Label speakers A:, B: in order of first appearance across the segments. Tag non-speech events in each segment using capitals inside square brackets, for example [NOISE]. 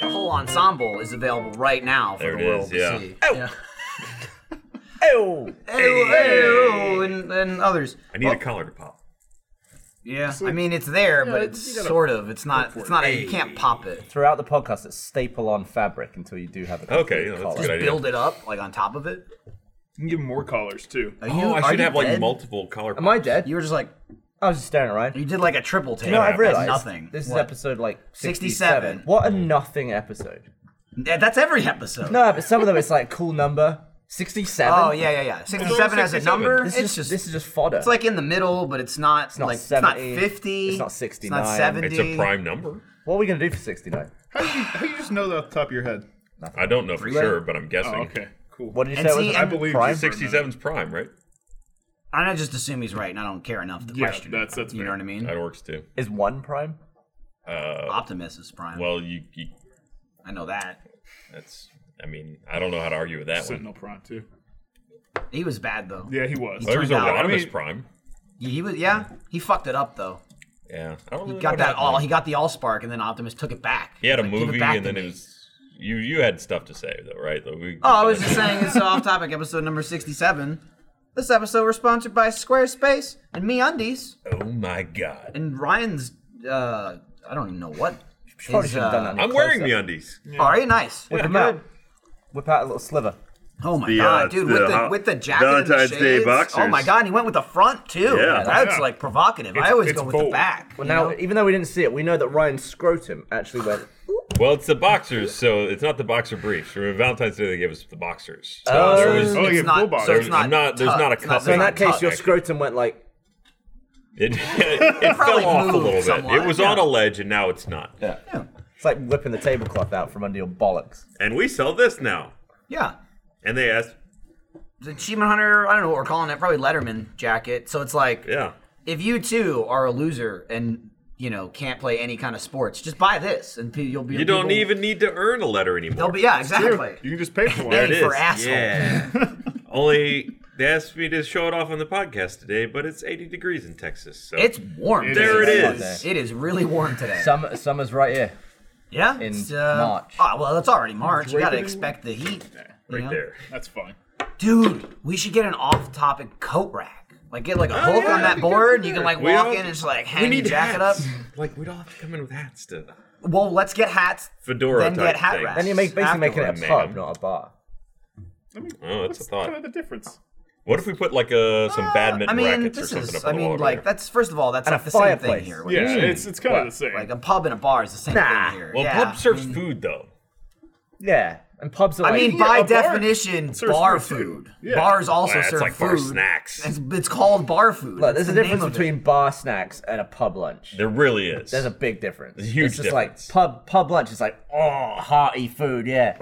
A: ensemble is available right now for
B: There
A: the
B: it
A: world
B: is,
A: to
B: yeah.
A: see.
B: Ow.
A: Yeah.
B: Oh,
A: Ew, ew, and, and others.
B: I need a color to pop.
A: Yeah, I mean it's there, but
B: you
A: it's
B: gotta
A: sort of. It's not. It's not. You can't pop it.
C: Throughout the podcast, it's staple on fabric until you do have a
B: Okay,
C: complete
B: yeah, that's
C: collar.
B: a good idea.
A: Build it up like on top of it.
D: You can give him more collars too.
A: Are
B: Oh,
A: you-
B: I
A: are
B: should
A: you dead?
B: have like multiple color.
C: Am I
B: pops.
C: dead?
A: You were just like
C: I was just staring at Ryan.
A: you did like a triple take.
C: You know, what I've
A: That's
C: realized
A: nothing.
C: This is
A: What?
C: episode like
A: 67.
C: 67. What a nothing episode.
A: Yeah, That's every episode.
C: No, but some of them it's like cool number 67.
A: Oh yeah, yeah, yeah. Sixty-seven as a
B: 67.
A: number.
C: This
A: it's
C: is just, this is just fodder.
A: It's like in the middle, but it's not.
C: not
A: like it's
C: 70.
A: not fifty.
C: It's not
A: It's
C: 69.
A: not seventy.
B: It's a prime number.
C: what are we gonna do for 69?
D: How do you, how do you just know that off the top of your head?
B: I don't know for sure, but I'm guessing.
D: Oh, okay, cool.
C: What did you
A: And
C: say? it
A: see,
C: was
A: and- I
D: believe
C: prime?
D: you said-
B: 67's prime, right?
A: And I just assume he's right, and I don't care enough to
D: Yeah,
A: question. it.
D: that's- that's
A: you know
D: fair.
A: what I mean.
B: That works too.
C: Is one prime?
B: Uh,
A: Optimus is prime.
B: Well, you, you
A: I know that.
B: that's. I mean, I don't know how to argue with that one.
D: Sentinel Prime too.
A: He was bad though.
D: Yeah, he was.
B: Well, there was
A: turned out-
B: Erotimus
D: I mean-
B: Prime.
A: He, he was. Yeah, he fucked it up though.
B: Yeah, I don't
A: He
B: really know
A: got
B: what
A: that
B: happened.
A: all. He got the all spark, and then Optimus took it back.
B: He had a
A: Like, give it
B: movie,
A: back
B: and
A: to
B: then it
A: me.
B: was you. You had stuff to say though, right? Like, we-
A: Oh, I was just saying it's off topic. Episode number sixty-seven. This episode we're sponsored by Squarespace and Me Undies
B: Oh my god!
A: and Ryan's. Uh, I don't even know what.
C: Probably
A: His,
C: should have done
A: uh,
C: that. any
B: I'm wearing
C: closer.
B: the undies.
A: All right, nice.
C: Whip
A: Yeah,
C: them
A: good.
C: out. Whip out a little sliver.
A: Oh my
E: The,
A: god,
E: uh,
A: dude,
E: the
A: with the
E: ho-
A: with the jacket
E: Valentine's
A: and the
E: Day
A: shades. Oh
E: boxers.
A: my god, and he went with the front too.
E: Yeah.
A: that's
D: Yeah.
A: like provocative. I always
D: it's Oh,
A: go with the
D: bold.
A: back.
C: Well,
A: you
C: now
A: know?
C: even though we didn't see it, we know that Ryan's scrotum actually went.
B: Well, it's the boxers, so it's not the boxer briefs. Remember Valentine's Day they gave us the boxers. So
C: Oh.
B: there was.
D: Oh,
A: it's
D: yeah, full
A: not.
D: body.
A: So it's not.
B: I'm not- there's not a
A: cup.
B: cup.
C: So in that
B: Not
C: case, your
B: touch.
C: scrotum went like.
B: It, [LAUGHS] it
A: probably
B: fell off a
A: moved
B: little
A: somewhat,
B: bit. It was
A: yeah.
B: on a ledge, and now it's not.
C: It's like whipping the tablecloth out from under your bollocks.
E: And we sell this now.
A: yeah.
E: And they asked,
A: The Achievement Hunter, I don't know what we're calling it, probably Letterman jacket. So it's like,
E: yeah.
A: if you too are a loser and you know can't play any kind of sports, just buy this and pe- you'll be.
B: You don't
A: people-
B: even need to earn a letter
A: They'll
B: anymore.
A: be yeah, exactly.
D: You can just pay for one.
A: There it
B: It
A: for
B: is,
A: assholes.
B: Yeah.
A: [LAUGHS]
B: Only they asked me to show it off on the podcast today, but it's 80 degrees in Texas. So
A: It's warm.
D: There
A: today.
B: it
C: is.
A: It is really warm today.
C: Summer, summer's right here.
A: yeah,
C: in
A: it's,
C: March.
A: Oh, well, it's already March. You
D: Right
A: gotta
D: there.
A: expect the heat. you
B: right
A: know?
B: there.
D: That's fine.
A: dude. We should get an off-topic coat rack. Like get like a hook
B: Oh, yeah,
A: on that
B: we
A: board,
B: could
A: and
B: do
A: you can
B: that.
A: like
B: We
A: walk
B: all-
A: in and just like
B: We
A: hang your
B: need
A: jacket
B: hats.
A: up.
B: Like we don't have to come in with hats to
A: Well, let's get hats.
B: fedora
A: Then
B: type
A: get hat
B: thing.
A: wraps.
C: Then you make basically making it a
B: Afterward,
C: pub,
B: man.
C: not a bar.
D: I mean,
B: Oh, that's
D: what's
B: a thought.
D: Kind of the difference.
B: What if we put like uh, some badminton
A: I mean,
B: rackets or
A: this
B: something
A: is.
B: up
A: I
B: on the
A: mean,
B: wall?
A: like
B: right?
A: that's first of all, that's
C: And
A: like
C: a
A: the same thing
C: fireplace.
A: here.
D: Yeah, it's it's kind of the same.
A: Like a pub and a bar is the same
C: Nah.
A: thing here.
B: well,
A: yeah.
B: pub serves food though.
C: Yeah, and pubs are.
A: I
C: like,
A: mean,
D: Yeah,
A: by
D: a bar
A: definition,
D: serves
A: bar
D: food too.
A: food.
D: Yeah.
A: Bars also
B: That's
A: serve
B: like
A: food.
B: bar snacks.
A: It's, it's called bar food.
C: look, there's
A: It's
C: a
A: the
C: difference
A: name of it.
C: between bar snacks and a pub lunch.
B: There really is.
C: There's a big difference.
B: There's a huge
C: It's just
B: difference.
C: like pub pub lunch is like oh hearty food, yeah.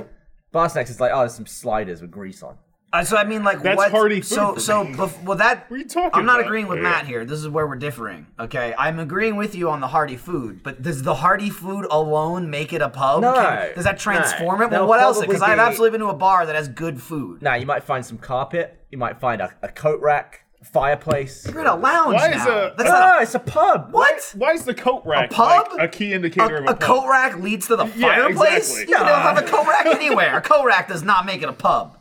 C: Bar snacks is like oh there's some sliders with grease on.
A: Uh, so I mean, like
D: That's
A: what?
D: hearty food
A: so
D: for
A: so
D: me.
A: bef- well that
D: What are you talking
A: I'm not
D: about?
A: agreeing with
B: Yeah.
A: Matt here. This is where we're differing. Okay, I'm agreeing with you on the hearty food, but does the hearty food alone make it a pub?
C: No.
A: Can- does that transform
C: No.
A: it? Well,
C: They'll
A: what else?
C: probably
A: Because I've
C: be-
A: absolutely been to a bar that has good food.
C: Now you might find some carpet, you might find a, a coat rack, fireplace.
A: You're in a lounge
D: Why is
A: now.
D: a-
A: That's
C: Ah,
A: not
C: it's a pub.
A: what?
D: Why is the coat rack
A: pub?
D: like, a key
A: A,
D: indicator of
A: a
D: a pub?
A: coat rack leads to the
D: Yeah,
A: fireplace.
D: exactly.
A: You can have a coat rack anywhere. A coat rack does not make it a pub.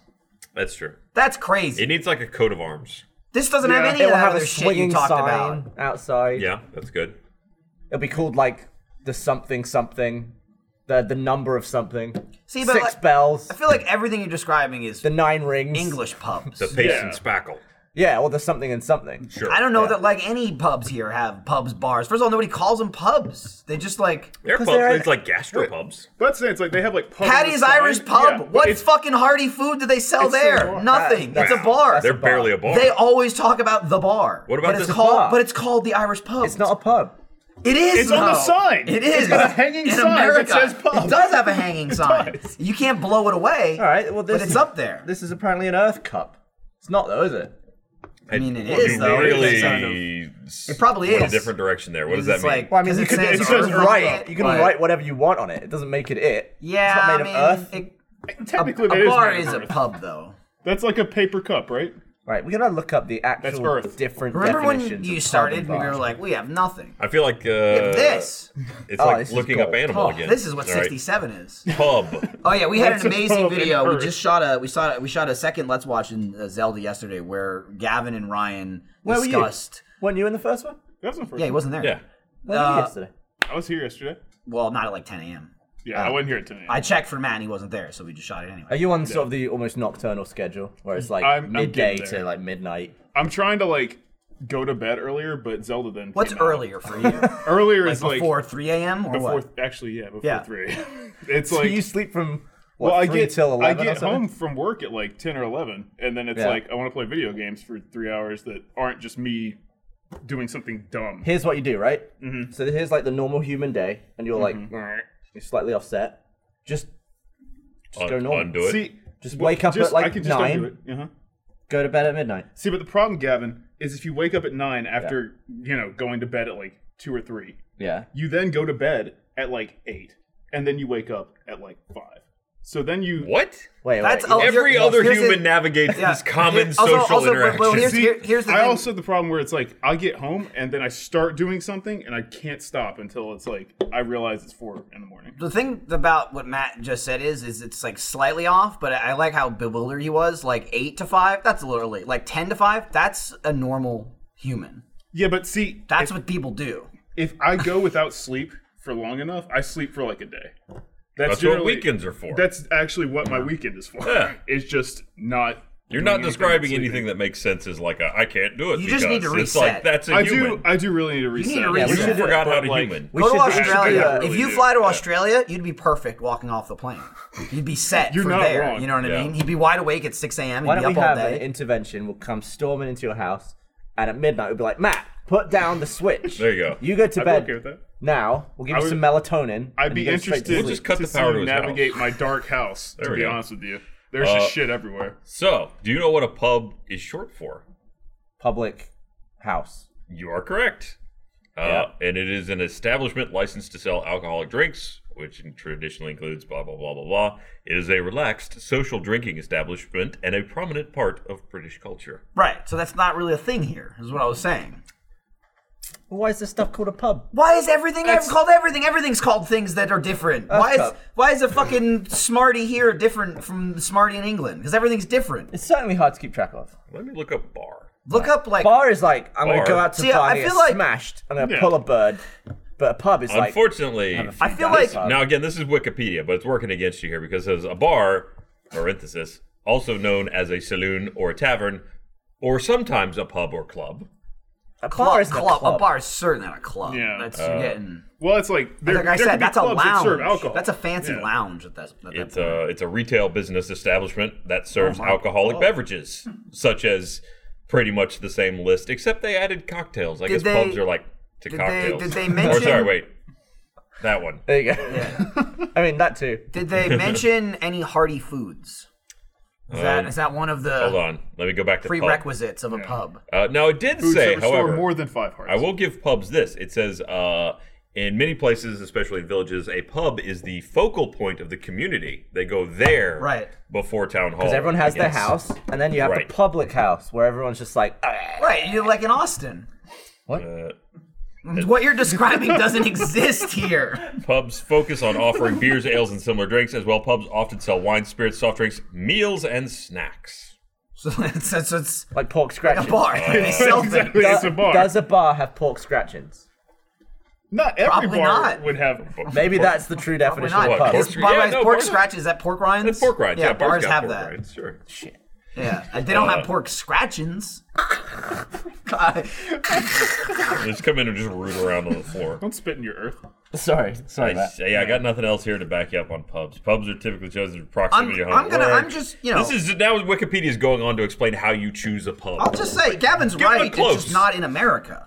B: that's true.
A: That's
B: It
A: crazy.
B: needs like a coat of arms.
A: This doesn't have
D: Yeah.
A: any
C: It
A: of
C: will
A: that
C: have
A: other
C: a
A: shit you
C: swinging
A: talked
C: sign
A: about.
C: outside.
B: Yeah, that's good.
C: It'll be called like the something something, the the number of something,
A: See, but
C: six
A: like,
C: bells,
A: I feel like everything you're describing is
C: the nine rings,
A: English pubs.
B: The paste and spackle.
C: Yeah, or the something and something.
B: Sure.
A: I don't know
C: Yeah.
A: that like any pubs here have pubs bars. First of all, nobody calls them pubs. They just like
B: There are
C: 'Cause
B: pubs.
C: they're-
B: It's like gastropubs.
D: But it's- it's like they have like pub on the
A: Patty's
D: side.
A: Irish Pub.
D: Yeah, but
A: what
D: it's-
A: fucking hearty food do they sell
D: It's a
A: there?
D: bar.
A: Nothing.
C: That-
A: It's a
C: wow.
A: bar.
B: They're
C: a bar.
B: barely a bar.
A: They always talk about the bar.
B: What about
A: but it's
B: this
A: called
C: bar?
A: but it's called the Irish Pub.
C: It's not a pub.
A: It is.
D: It's on the
A: though.
D: sign.
A: It
D: It's
A: is.
D: got a hanging
A: in
D: sign that
A: America,
D: says pub.
A: It does have a hanging sign.
D: does.
A: You can't blow it away.
C: All right, well, this
A: but it's up there.
C: This is apparently an Earth Cup. It's not though, is it?
B: I
A: mean, it
B: you
A: is, though.
B: Really,
A: It's kind of-
B: it
A: probably
B: went a
A: is.
B: different direction there. What does
A: Because
B: that
A: it's
B: mean?
A: like-
C: Well, I mean,
A: 'cause
C: you
A: it
C: can,
A: says
C: [LAUGHS] you can
A: Earth
C: write
A: Cup,
C: you can
A: but-
C: write whatever you want on it. It doesn't make it it.
A: Yeah,
C: it's not made
A: I mean,
C: of Earth.
A: it-
D: Technically, that
A: a bar
D: made
A: is
D: of
A: a
D: earth.
A: pub though.
D: That's like a paper cup, right?
C: Right, we gotta look up the actual
D: Earth.
C: different
A: Remember when
C: definitions
A: you
C: of
A: started and we
C: carbon
A: were
C: dioxide.
A: like, we have nothing.
B: I feel like uh,
A: We have this.
B: It's
C: Oh, this
B: like
C: is
B: looking up
C: gold.
B: animal
A: Oh,
B: again.
A: this is what
B: All right.
A: 67 is.
B: [LAUGHS]
A: [LAUGHS]
B: Pub.
A: Oh yeah, we had an
D: That's a
A: amazing
D: poem in
A: video. We
D: Earth.
A: just shot a we saw we shot a second Let's Watch in uh, Zelda yesterday where Gavin and Ryan
C: Where were you?
A: discussed.
C: Weren't you in the first one?
D: That was the first
A: Yeah, he wasn't there.
B: yeah.
C: When were you
A: Uh,
C: yesterday?
D: I was here yesterday.
A: Well, not at like 10 a.m.
D: Yeah, I wasn't here at 10 a.m.
A: Oh. I checked for Matt and he wasn't there, so we just shot it anyway.
C: Are you on sort of the almost nocturnal schedule where it's like
D: I'm- I'm
C: midday
D: getting there.
C: to like midnight?
D: I'm trying to like go to bed earlier, but Zelda then.
A: What's
D: came out.
A: earlier for you?
D: Earlier is like
A: Before 3 a.m. or
D: before-
A: what?
D: actually, yeah, before
A: Yeah.
D: three. [LAUGHS] it's
C: Do
D: like
C: you sleep from what,
D: well, I
C: three
D: get
C: till
D: I
C: eleven? or
D: get
C: something?
D: home from work at like ten or eleven, and then it's
C: Yeah.
D: like I want to play video games for three hours that aren't just me doing something dumb.
C: Here's what you do, right? Mm-hmm. So here's like the normal human day, and you're like
D: Mm-hmm.
C: "Grr," you're slightly offset. Just just go
B: Un-
C: normal.
B: undo it.
D: See,
C: Just
D: well,
C: wake up
D: just-
C: at like
D: I can just
C: nine.
D: undo it. Uh-huh.
C: Go to bed at midnight.
D: See, but the problem, Gavin, is if you wake up at nine after you know going to bed at like two or three,
C: Yeah.
D: you then go to bed at like eight, and then you wake up at like five. So then you
B: What?
C: Wait,
A: That's
C: wait.
A: all-
C: yeah.
A: Oh, Here-
B: Every other
A: here's
B: human
A: a-
B: navigates
A: yeah.
B: this common
A: Here- also-
B: social
A: also, well,
B: interaction.
A: well, here's-
D: See,
A: here's the
D: I
A: thing.
D: also the problem where it's like I get home and then I start doing something and I can't stop until it's like I realize it's four in the morning.
A: the thing about what Matt just said is, is it's like slightly off, but I like how bewildered he was. Like eight to five, that's a little early. Like ten to five, that's a normal human.
D: Yeah, but see,
A: That's what people do.
D: if I go without sleep for long enough, I sleep for like a day. That's,
B: That's what
D: generally-
B: weekends are for.
D: That's actually what my weekend is for.
B: Yeah.
D: It's just not.
B: You're
D: doing
B: not
D: anything but
B: describing
D: sleeping.
B: anything that makes sense as like I I I can't do it.
A: You just need
B: because
A: to
B: it's like
A: reset.
B: that's a
D: I
B: human.
D: do. I do really need to reset.
A: to Yeah, we
B: you
A: reset.
C: should-
B: forgot how
D: But,
B: to
D: like,
B: human.
C: we
A: Go
C: should
A: to
C: do that.
A: Australia.
D: that.
A: If you
D: Yeah.
A: fly to Australia, you'd be perfect walking off the plane. You'd be set
D: You're
A: for
D: not
A: there.
D: wrong.
A: You know what I
B: Yeah.
A: mean? He'd be wide awake at 6 a.m.
C: Why
A: and be
C: don't
A: up
C: we
A: all
C: have an
A: day.
C: intervention? We'll come storming into your house, and at midnight we'll be like, Matt, put down the switch.
B: There you go.
C: You go to
D: I'd be
C: bed
D: okay with that.
C: now. We'll give you
D: would-
C: some melatonin.
D: I'd
C: and you
D: be
C: go straight to
D: interested
B: We'll
C: sleep.
B: just cut
D: to
B: the power
D: see
B: to
D: you
B: his house.
D: navigate my dark house. to
B: we
D: be
B: go.
D: honest with you, there's
B: Uh,
D: just shit everywhere.
B: So, do you know what a pub is short for?
C: public house.
B: You are correct. Uh, And it is an establishment licensed to sell alcoholic drinks, which traditionally includes blah, blah, blah, blah, blah. It is a relaxed social drinking establishment and a prominent part of British culture.
A: Right. So that's not really a thing here, is what I was saying.
C: Well, why is this stuff called a pub?
A: Why is everything ev- called everything? Everything's called things that are different. Why is
C: cup.
A: why is a fucking smarty here different from the smarty in England? Because everything's different.
C: It's certainly hard to keep track of.
B: Let me look up bar.
A: Look up like
C: Bar is like I'm gonna
B: Bar.
C: go out to
A: See, I-
C: bar
A: I
C: and
A: feel
C: get
A: like-
C: smashed. I'm gonna
D: Yeah.
C: pull a bird. But a pub is like
B: Unfortunately,
A: I feel like
B: now again, this is Wikipedia, but it's working against you here because it says a bar, parenthesis, also known as a saloon or a tavern, or sometimes a pub or club.
C: a
A: club,
C: bar is
A: club.
C: not a club.
A: A bar is certainly not a club.
D: Yeah.
A: That's you're getting.
D: Well, it's like there,
A: Like I
D: there could
A: said,
D: be
A: that's a
D: clubs that serve
A: lounge.
D: alcohol.
A: That's a fancy
D: Yeah.
A: lounge at that. At that
B: It's
A: point.
B: a it's a retail business establishment that
A: Oh,
B: serves alcoholic beverages, such as pretty much the same list, except they added cocktails. I
A: Did
B: guess
A: they-
B: pubs are like to
A: did they-
B: cocktails.
A: did they
B: Or
A: mention-
B: sorry, wait, that one.
C: There you go. [LAUGHS] I mean that too.
A: Did
D: [LAUGHS]
A: they mention any hearty foods? Is that is
D: Uh,
A: that one of
B: Hold
A: the
B: on, let me go back to pub.
A: prerequisites of a pub?
B: Uh, now it did
D: Food
B: say,
D: service store
B: however,
D: more than five hearts.
B: I will give pubs this. It says uh, in many places, especially in villages, a pub is the focal point of the community. They go there
A: Right.
B: before town hall.
C: Because everyone has their
B: Yes.
C: house, and then you have
B: Right.
C: the public house where everyone's just like, "Ah."
A: Right, you're like in Austin.
B: Uh,
A: What you're describing doesn't [LAUGHS] exist here.
B: Pubs focus on offering beers, ales, and similar drinks, as well. Pubs often sell wine, spirits, soft drinks, meals, and snacks.
A: So [LAUGHS] it's, it's, it's
C: like pork scratchings.
A: a bar.
B: [LAUGHS]
A: They sell things.
D: [LAUGHS] exactly. It's a bar.
C: Does a bar have pork scratchings?
D: not every
A: Probably
D: bar
A: not.
D: would have.
C: Maybe that's the true
A: Probably
C: definition of
A: not.
C: a pub.
A: It's,
B: Pork-
A: by the
B: yeah,
A: way, it's
B: no,
A: pork
B: bars-
A: scratches. Is that pork rinds?
B: Pork rinds, yeah,
A: bars
B: got
A: have
B: pork
A: that.
B: Rinds, Uh, sure.
A: Yeah, and they don't have pork
B: [LAUGHS]
A: scratchings. God.
B: They just come in and just root around on
A: [LAUGHS]
B: the floor.
D: Don't spit in your earth.
C: [LAUGHS] Sorry, sorry.
B: I,
C: Matt.
B: yeah, I got nothing else here to back you up on pubs. Pubs are typically chosen in
A: I'm,
B: proximity to home.
A: I'm gonna.
B: Work.
A: I'm just. You know.
B: This is now Wikipedia is going on to explain how you choose a pub.
A: I'll just say, Gavin's
B: Get one
A: right. It's
B: close.
A: just not in America.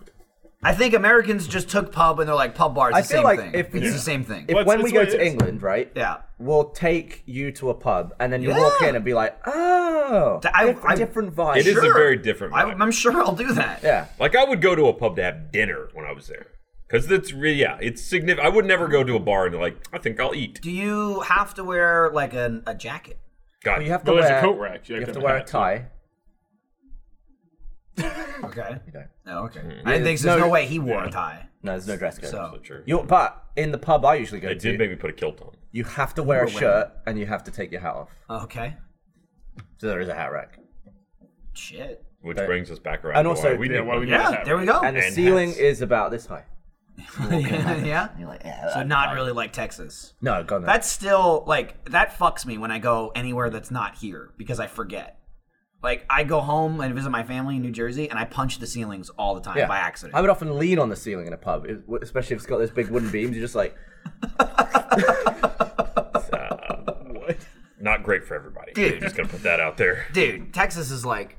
A: I think Americans just took pub and they're like pub bars.
C: I
A: the
C: feel
A: same
C: like
A: thing.
C: if-
A: it's
C: yeah.
A: the same thing.
C: If
D: What's-
C: when we
D: it's
C: go
D: what it
C: to
D: is.
C: England, right?
A: yeah.
C: We'll take you to a pub, and then you walk
A: Yeah.
C: in and be like, "Oh,
A: Th- I-
C: diff-
A: I-
C: different vibe."
B: It is
A: Sure.
B: a very different.
A: I,
B: vibe.
A: I'm sure I'll do that.
C: Yeah.
B: Like I would go to a pub to have dinner when I was there, because that's really yeah, it's significant. I would never go to a bar and like I think I'll eat.
A: Do you have to wear like an, a jacket?
B: God,
C: Well, you have to
D: Well, there's
C: wear
D: a coat rack.
C: You have to
D: have
C: wear a
D: hat.
C: tie.
A: Okay.
C: Okay.
A: No, okay.
B: Hmm.
A: I didn't think so. There's no, way he wore a tie.
C: No, there's no dress code.
A: So
B: Sure.
C: You, but in the pub I usually go
B: It
C: to,
B: did make me put a kilt on.
C: you have to wear a
A: women.
C: shirt and you have to take your hat off.
A: okay.
C: So there is a hat rack.
A: Shit.
B: Which
C: Right.
B: brings us back around.
C: And
B: to
C: also-
B: why we
D: Yeah,
B: did
D: why we
B: one.
D: did-
A: Yeah. There we go.
C: And the
B: And
C: ceiling
B: hats.
C: is about this high. [LAUGHS]
A: yeah.
C: You're like, yeah,
A: So
C: that-
A: not really like Texas.
C: No, God no.
A: That's still like that fucks me when I go anywhere that's not here because I forget. Like I go home and visit my family in New Jersey and I punch the ceilings all the time by accident.
C: I would often lean on the ceiling in a pub, it- especially if it's got those big wooden beams. You're
A: [LAUGHS]
C: just like,
B: Not great for everybody. Just gonna put that out there.
A: [LAUGHS] Dude, Texas is like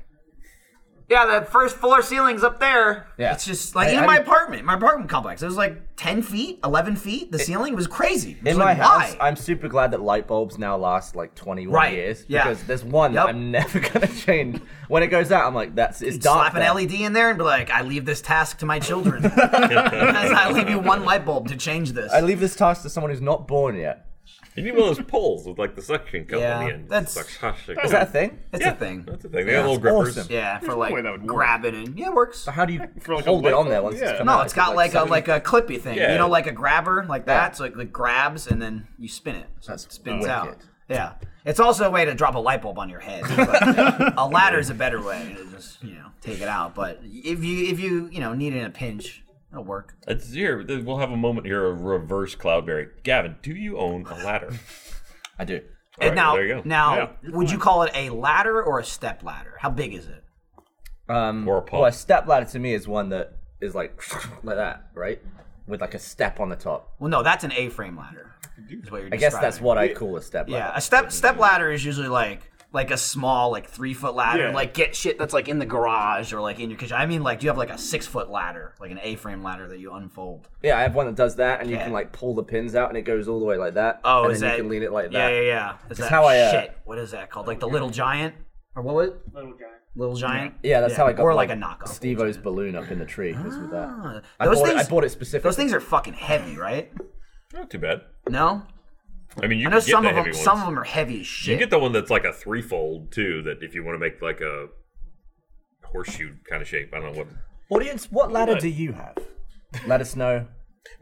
A: yeah, that first floor ceiling's up there.
C: Yeah.
A: It's just like
C: I-
A: in
C: I-
A: my apartment, my apartment complex. It was like ten feet, eleven feet. The ceiling was crazy. It was
C: in my
A: like,
C: house,
A: why?
C: I'm super glad that light bulbs now last like 21
A: Right,
C: years
A: yeah.
C: because there's one
A: Yep.
C: that I'm never [LAUGHS] gonna change. When it goes out, I'm like, that's it's dark.
A: slap an E
C: there.
A: LED in there and be like, I leave this task to my children.
C: [LAUGHS]
A: Because I leave you one light bulb to change this.
C: I leave this task to someone who's not born yet.
B: [LAUGHS] You need one of those poles with like the suction cup
A: Yeah,
B: on the end.
A: that's-
B: Suction.
C: Is that a thing?
A: it's a thing.
B: That's the thing. They got little
C: That's
B: grippers.
C: awesome.
A: Yeah, for
D: way
A: like
D: that would work.
A: grabbing and yeah, it works.
C: So how
A: [LAUGHS]
C: do you
D: For, like, a
C: hold it
D: light
C: on there
D: bulb?
C: once it's
D: Yeah.
C: come
A: No,
C: out?
A: it's got like a
C: suction-
A: like a clippy thing.
B: Yeah.
A: You know, like a grabber like that.
C: Yeah.
A: So it like, grabs and then you spin it. So
C: That's
A: it spins
C: wicked.
A: out. Yeah. It's also a way to drop a light bulb on your head.
C: [LAUGHS]
A: But a ladder's a better way to just, you know, take it out. But if you if you, you know, need it in a pinch, it'll work.
B: It's here. We'll have a moment here of reverse cloudberry. Gavin, do you own a ladder?
C: I do.
B: All right,
A: now
B: well, there you go.
A: now
D: Yeah,
A: would you call it a ladder or a step ladder? How big is it?
C: Um,
B: Or a pop.
C: Well, a step ladder to me is one that is like [LAUGHS] like that, right? With like a step on the top.
A: Well, no, that's an A-frame ladder. Is what you're
C: I guess that's
A: describing.
C: what I call a step ladder.
A: Yeah, a step step ladder is usually like like a small like three foot ladder.
D: Yeah.
A: Like get shit that's like in the garage or like in your kitchen. I mean, like do you have like a six foot ladder, like an A frame ladder that you unfold?
C: Yeah, I have one that does that, and you
A: Yeah.
C: can like pull the pins out, and it goes all the way like that.
A: Oh,
C: and
A: is
C: then
A: that
C: you can lean it like
A: Yeah,
C: that?
A: yeah, yeah. Is that
C: how I, uh,
A: shit? What is that called? Like the little giant or what was it?
F: Little guy.
A: little giant?
C: Yeah, that's how I got
A: or like, a knockoff. Ah.
C: Steve-O's balloon up in the tree. was with that. I
A: Those
C: bought
A: things,
C: it, I bought it specifically.
A: those things are fucking heavy, right?
B: Not too bad.
A: No,
B: I mean, you
A: I know
B: can get
A: some
B: the
A: of
B: heavy
A: them.
B: ones.
A: Some of them are heavy as
B: You
A: shit.
B: get the one that's like a threefold too. That if you want to make like a horseshoe kind of shape, I don't know what.
C: Audience, what ladder do you have? Let us know.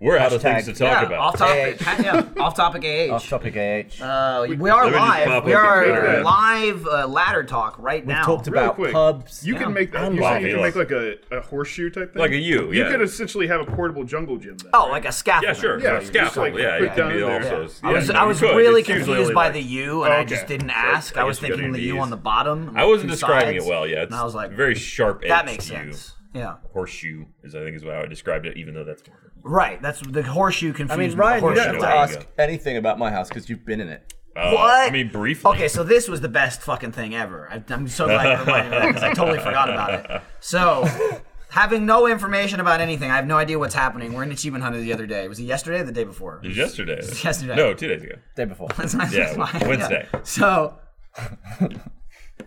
B: We're out of
C: Hashtag-
B: things to talk
A: yeah,
B: about.
A: off
C: [LAUGHS]
A: topic. yeah, off topic. AH.
C: Off topic AH.
A: Uh, we are
B: Let me just
A: live.
B: pop
A: We
B: up
A: are
B: the Twitter.
A: live uh, ladder talk right
C: We've
A: now.
C: talked
D: Really
C: about
D: quick,
C: pubs.
D: You can make that. You
B: Wow,
D: said you
B: he
D: can make
B: loves-
D: like a, a horseshoe type thing.
B: Like a U,
D: You
B: yeah.
D: could essentially have a portable jungle gym. Then.
A: oh, like a scaffold.
B: yeah, sure.
D: Yeah,
B: Yeah,
D: you just,
B: scaffold.
D: like,
B: yeah,
D: put
B: it can
D: down
B: be
D: in there.
B: also.
A: I
B: yeah,
A: was,
B: you
A: I was
B: could.
A: really
B: It's usually
A: confused
B: only
A: by
B: like-
A: the U, and I
D: okay.
A: just didn't
B: So,
A: ask. I
B: I
A: was
B: guess you got
A: thinking
B: an
A: the U
B: E's.
A: on the bottom. and,
B: I
A: like,
B: wasn't
A: two
B: describing
A: sides,
B: it well. Yeah, it's
A: and I was like,
B: very sharp.
A: that
B: edge
A: makes
B: to you.
A: sense. Yeah,
B: Horseshoe is, I think, is how I described it. Even though that's more.
A: right. That's the horseshoe confused.
C: I mean,
A: me with the
C: Ryan, you
A: horseshoe.
C: don't have to
B: There you
C: ask
B: go.
C: anything about my house because you've been in it.
B: Uh,
A: What?
B: I mean, briefly.
A: Okay, so this was the best fucking thing ever. I, I'm so glad you reminded me of that because I totally forgot about it. So,
C: [LAUGHS]
A: having no information about anything, I have no idea what's happening. We're in Achievement Hunter the other day. Was it yesterday or the day before?
B: It
A: [LAUGHS]
B: was [LAUGHS] yesterday.
A: yesterday.
B: No,
A: [LAUGHS]
B: two days ago.
C: Day before.
A: That's my-
B: Yeah,
A: [LAUGHS] that's my-
B: Wednesday.
A: So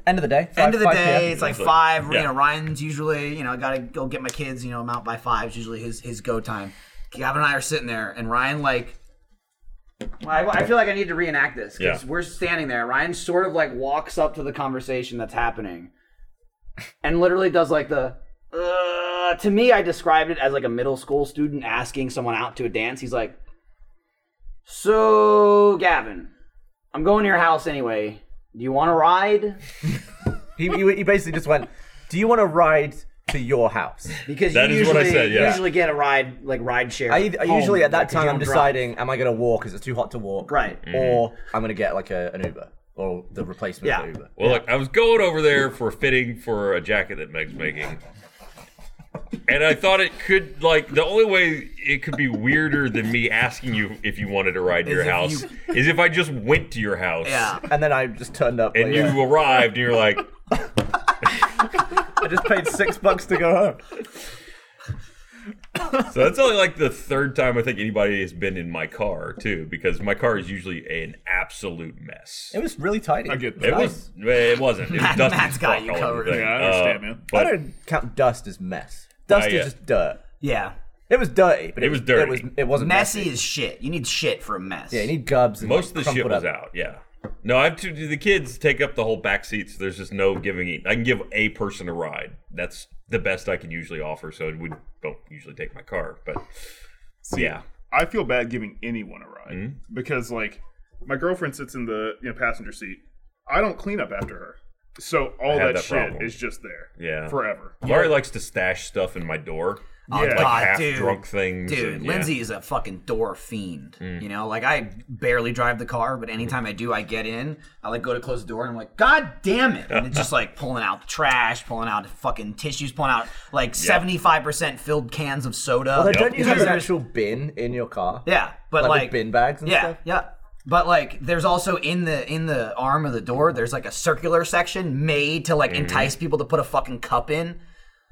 C: End of the day.
A: end of the
C: 5 5
A: day,
C: PM.
A: it's like
B: like-
A: five.
B: yeah.
A: You know, Ryan's usually you know gotta go get my kids. You know, I'm out by five. Is usually his his go time. Gavin and I are sitting there, and Ryan like. I, I feel like I need to reenact this because
B: Yeah.
A: we're standing there. Ryan sort of like walks up to the conversation that's happening, and literally does like the. Uh, to me, I described it as like a middle school student asking someone out to a dance. He's like, "So, Gavin, I'm going to your house anyway. Do you want to ride?"
C: He, he, he basically just went, Do you want to ride to your house?
A: Because
B: That
A: you
B: is what
A: usually,
B: I said, yeah.
A: you usually get a ride, like ride share.
C: I, I
A: home,
C: usually at that
A: like, 'cause you
C: time I'm
A: don't drive.
C: deciding am I gonna walk because it's too hot to walk,
A: Right.
B: Mm-hmm.
C: Or I'm gonna get like a, an Uber or the replacement
A: Yeah.
C: for Uber.
B: Well, look, I was going over there for a fitting for a jacket that Meg's making. And I thought it could, like, the only way it could be weirder than me asking you if you wanted to ride to your
A: if
B: house is if I just went to your house
A: Yeah. [LAUGHS]
C: And then I just turned up
B: and
C: like,
B: you
C: yeah.
B: arrived and you're
D: [LAUGHS]
B: like,
C: I just paid [LAUGHS] six bucks to go home.
B: so that's only like the third time I think anybody has been in my car, too, because my car is usually an absolute mess.
C: It was really tidy.
D: I get that.
B: It was, eh, it wasn't. It was
A: Matt-
B: dusty as
A: Matt's got
B: fuck
A: you
B: all over
A: covered.
B: the thing.
D: Yeah, I understand,
B: Uh,
D: man.
C: I
B: But
C: don't count dust as mess. Dust
B: yeah.
C: is just dirt.
A: Yeah.
C: It was dirty, but it,
B: It was
C: It
B: dirty.
C: was it wasn't messy.
A: Messy is shit. You need shit for a mess.
C: Yeah, you need gubs. And,
B: Most of
C: like,
B: the shit was
C: crumpled up.
B: out. Yeah. No, I have to. The kids take up the whole back seat, so there's just no giving. I can give a person a ride. That's the best I can usually offer. So we don't usually take my car, but
D: See,
B: yeah,
D: I feel bad giving anyone a ride
B: Mm-hmm.
D: because like my girlfriend sits in the you know passenger seat. I don't clean up after her, so all
B: have
D: that,
B: that
D: shit
B: problem.
D: is just there
B: yeah.
D: forever.
B: Laurie likes to stash stuff in my door,
A: Oh,
D: Yeah.
B: like
D: God,
B: half
A: dude.
B: drunk things.
A: Dude,
B: and, yeah.
A: Lindsay is a fucking door fiend. You know, like I barely drive the car, but anytime I do, I get in. I like go to close the door and I'm like, God damn it! And it's just like pulling out the trash, pulling out fucking tissues, pulling out like seventy five percent filled cans of soda.
C: But don't you have an
A: Dude.
C: actual bin in your car?
A: Yeah, but
C: Like
A: like,
C: with bin bags and
A: yeah,
C: stuff?
A: Yeah, but like there's also in the in the arm of the door there's like a circular section made to like
D: Mm-hmm.
A: entice people to put a fucking cup in.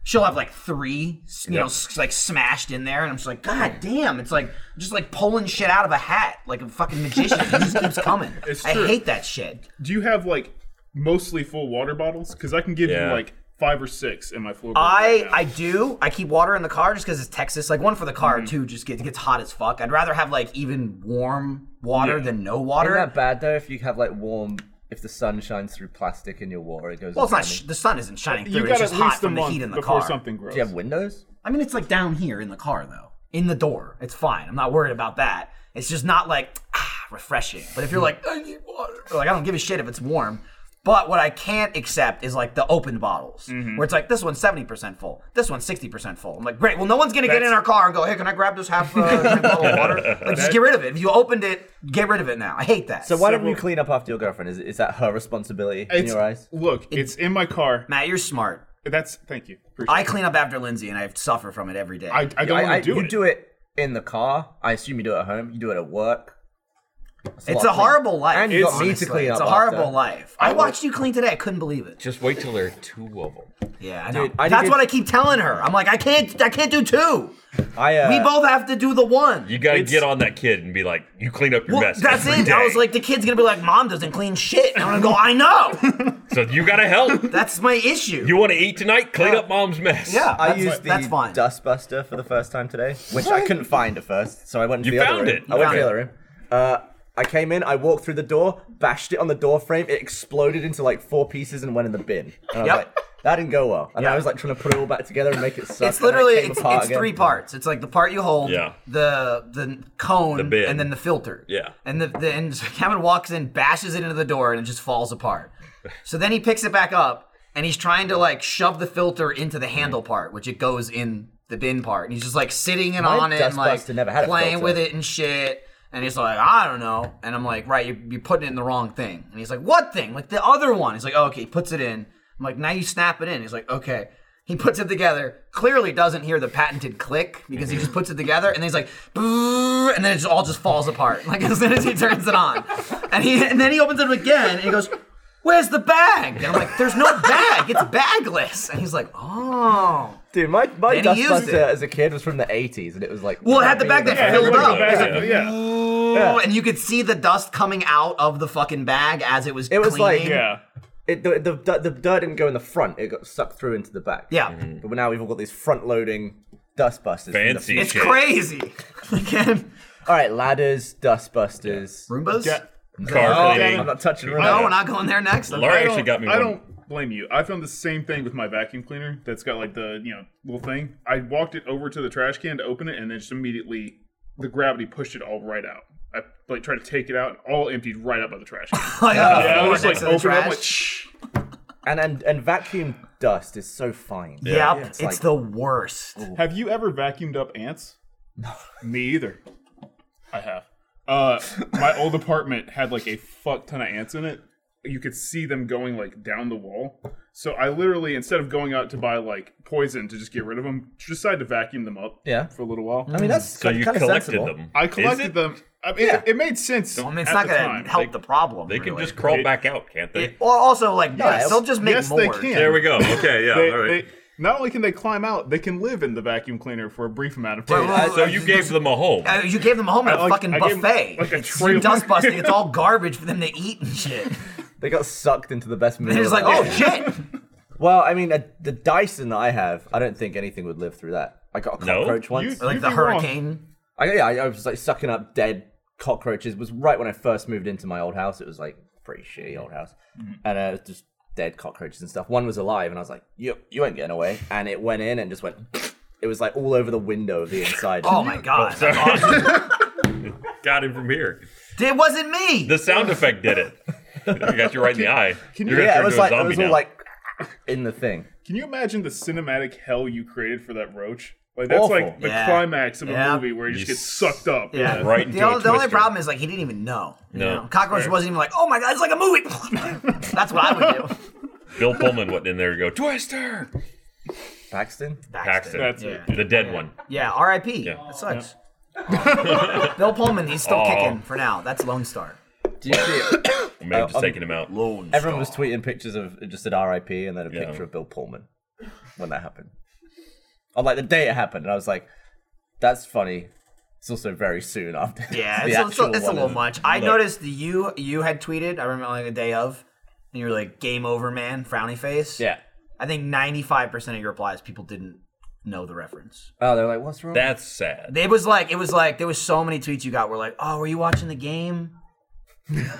A: She'll have like three, s- you know, s- like smashed in there, and I'm just like,
D: Mm.
A: God damn! It's like just like pulling shit out of a hat, like a fucking magician. it just keeps coming.
D: [LAUGHS] It's
A: I
D: true.
A: hate that shit.
D: Do you have like mostly full water bottles? Because I can give
B: Yeah.
D: you like five or six in my floor.
A: I I do. I keep water in the car just because it's Texas. Like one for the car
D: Mm-hmm.
A: too, just gets gets hot as fuck. I'd rather have like even warm water
D: Yeah.
A: than no
C: Isn't
A: water.
C: that bad though? If you have like warm, if the sun shines through plastic in your water, it goes.
A: Well, it's not.
C: on.
A: Sh- the sun isn't shining through.
D: you
A: it's
D: got at
A: just hot
D: least a
A: from the
D: month
A: heat in the
D: before
A: car.
D: something grows.
C: Do you have windows?
A: I mean, it's like down here in the car though, in the door. It's fine. I'm not worried about that. It's just not like ah, refreshing. But if you're like, I need water. Like I don't give a shit if it's warm. But what I can't accept is like the open bottles,
D: Mm-hmm.
A: where it's like this one's seventy percent full, this one's sixty percent full. I'm like, great. Well, no one's gonna get in
D: That's-
A: our car and go, hey, can I grab this half uh, [LAUGHS] half bottle of
D: [LAUGHS]
A: water? Like, just get rid of it. If you opened it, get rid of it now. I hate that.
C: So why don't
D: Several-
C: you clean up after your girlfriend? Is, is that her responsibility in
D: It's,
C: your eyes?
D: Look, it's in my car.
A: Matt, you're smart.
D: That's thank you. Appreciate
A: I clean up after Lindsay, and I suffer from it every day.
D: I, I don't
C: I- I-
D: want to do
C: you
D: it.
C: do it in the car. I assume you do it at home. You do it at work. That's
A: It's a
C: lot of clean-
A: horrible life.
C: And you got me
A: honestly.
C: to clean up.
A: It's a
C: after.
A: horrible life. I, watched you clean today. I couldn't believe it.
B: Just wait till there are two of them.
A: Yeah, I know.
C: Dude, I
A: That's
C: did-
A: what I keep telling her. I'm like, I can't. I can't do two.
C: I, uh,
A: We both have to do the one.
B: You got to
D: It's-
B: get on that kid and be like, "You clean up your
A: Well,
B: mess."
A: that's
B: every
A: it. I
B: day."
A: was like, the kid's gonna be like, Mom doesn't clean shit. And I'm gonna go, I
C: [LAUGHS]
A: know.
B: "So you got to
A: [LAUGHS]
B: help.
A: That's my issue.
B: You want to eat tonight? Clean up mom's mess."
A: yeah,
C: I
A: that's,
C: used the
A: that's fine.
C: dustbuster for the first time today, which I couldn't find at first, so I went to
B: You
C: the
B: found
C: other room.
B: it.
C: I went to
A: You
C: the
A: found
C: other room. Uh, I came in, I walked through the door, bashed it on the door frame, it exploded into like four pieces and went in the bin. And I was
A: Yep.
C: like, that didn't go well. And
A: Yeah.
C: I was like trying to put it all back together and make it suck.
A: It's
C: and then it
A: literally
C: came
A: it's,
C: apart
A: it's
C: again.
A: three parts. It's like the part you hold,
B: Yeah.
A: the the cone,
B: The bin.
A: and then the filter.
B: Yeah.
A: And the, the and [LAUGHS] Kevin walks in, bashes it into the door, and it just falls
B: [LAUGHS]
A: apart. So then he picks it back up, and he's trying to like shove the filter into the handle part, which it goes in the bin part. And he's just like sitting and
C: My
A: on it, and like
C: Dustbuster never had a
A: playing
C: filter.
A: with it and shit. And he's like, I don't know. And I'm like, right, you're, you're putting it in the wrong thing. And he's like, what thing? Like the other one. He's like, oh, okay. He puts it in. I'm like, now you snap it in. He's like, okay. He puts it together. Clearly doesn't hear the patented click because he just puts it together and then he's like, "Brrr," and then it just all just falls apart. [LAUGHS] Like as soon as he turns it on, and he and then he opens it again and he goes, "Where's the bag?" And I'm like, "There's no bag. It's bagless." And he's like, "Oh."
C: Dude, my, my
A: Then he used
C: dustbuster
A: it.
C: as a kid was from the 80s, and it was like.
A: Well, it had the bag that
D: Yeah,
A: filled
D: everybody
A: up.
D: go back
B: Yeah.
D: in- yeah.
A: Oh, and you could see the dust coming out of the fucking bag as it was.
C: It was like-
A: cleaning.
D: Yeah.
C: It, the, the, the, the dirt didn't go in the front, it got sucked through into the back.
A: Yeah.
C: But now we've all got these front loading dustbusters. from the-
B: Fancy.
A: it's
B: shit.
A: crazy. [LAUGHS] Again,
C: All right, ladders, dustbusters.
A: Roombas.
D: Yeah.
B: Car
C: Oh,
B: cleaning.
C: I'm not touching them.
A: No, we're not going there next.
B: Larry
D: I
B: actually
D: don't-
B: got me
D: I
B: one.
D: don't blame you. I found the same thing with my vacuum cleaner that's got like the you know little thing. I walked it over to the trash can to open it, and then just immediately the gravity pushed it all right out. I like tried to take it out, and all emptied right out by the trash can.
A: [LAUGHS] Like,
D: yeah, I
A: floor
D: was like
A: next to the
D: open it up,
A: trash.
D: like shh.
C: And, and and vacuum dust is so fine.
A: Yep,
C: Yeah,
A: it's,
C: like-
A: the worst.
D: Have you ever vacuumed up ants? No. Me either. I have. Uh, my old apartment had like a fuck ton of ants in it. You could see them going like down the wall. So I literally, instead of going out to buy like poison to just get rid of them, decided to vacuum them up
C: Yeah.
D: for a little while.
C: I mean, that's
B: So you
C: kind of
B: collected
C: sensible.
B: them.
D: I
B: Is
D: collected
B: it?
D: them. I mean, it, it made sense.
A: I mean, it's
D: at
A: not
D: the
A: going
D: time.
A: to help the problem.
B: They can
A: really.
B: just crawl back out, can't they?
A: Well, also, like,
C: Yeah,
A: yes, they'll just make
D: yes,
A: more.
D: they can.
B: There we go. Okay, yeah,
D: They-
B: all right.
D: they- not only can they climb out, they can live in the vacuum cleaner for a brief amount of
A: Dude, I-
D: time.
B: so you gave them a home.
A: Uh, you gave them a home at a
D: I like-
A: fucking
D: I gave 'em,
A: buffet.
D: like, a
A: it's
D: trailer.
A: dust busting. It's
D: [LAUGHS]
A: all garbage for them to eat and shit.
C: They got sucked into the best movie.
A: They're just like, oh shit.
C: Well, I mean, a, the Dyson that I have, I don't think anything would live through that. I got a
B: No?
C: cockroach once.
A: Or like
D: You'd
A: the
D: be wrong.
A: hurricane.
C: I, yeah, I, I was like sucking up dead
B: Mm-hmm.
C: cockroaches. It was right when I first moved into my old house. It was like pretty shitty old house, and uh, it was just dead cockroaches and stuff. One was alive, and I was like, "You, you ain't getting away!" And it went in and just went. [LAUGHS] It was like all over the window of the inside.
A: Oh my god.
B: Sorry.
D: [LAUGHS]
B: Got him from here.
A: It wasn't me.
B: The sound effect did it. I got you right in the eye. You're gonna
C: Yeah,
B: turn
C: it was
B: into a
C: like it
B: zombie
C: was
B: now.
C: all like in the thing.
D: Can you imagine the cinematic hell you created for that roach? Like that's
C: Awful.
D: like the
A: Yeah.
D: climax of a
A: Yeah.
D: movie where you just
B: You
D: get sucked up.
A: Yeah.
B: [LAUGHS] Right into
A: the,
B: a
A: only, the only
B: twister.
A: problem is like he didn't even know. you
B: No.
A: know? Cockroach wasn't even like, oh my god, it's like a movie. [LAUGHS] That's what I would do.
B: Bill Pullman went in there to go Twister.
C: Paxton.
B: [LAUGHS] Paxton,
D: That's
A: Yeah.
B: the dead one.
A: Yeah, R.I.P.
B: Yeah.
A: That sucks. [LAUGHS] Bill Pullman, he's still
B: Aw.
A: kicking for now. That's Lone Star.
C: Do you see it?
B: Or maybe
C: Oh,
B: just
C: um,
B: taking him out.
A: Lone
C: Everyone was tweeting pictures of it just an RIP and then a
B: Yeah.
C: picture of Bill Pullman when that happened. On like the day it happened, and I was like, "That's funny." It's also very soon after.
A: Yeah,
C: [LAUGHS] the
A: it's, a- it's, a-
C: actual
A: it's a
C: one
A: little
C: is-
A: much. I noticed that you you had tweeted. I remember like the day of, and you were like, "Game over, man." Frowny face.
C: Yeah.
A: I think ninety five percent of your replies, people didn't know the reference.
C: Oh, they're like, "What's wrong?"
B: That's sad.
A: It was like it was like there was so many tweets you got were like, "Oh, were you watching the game?"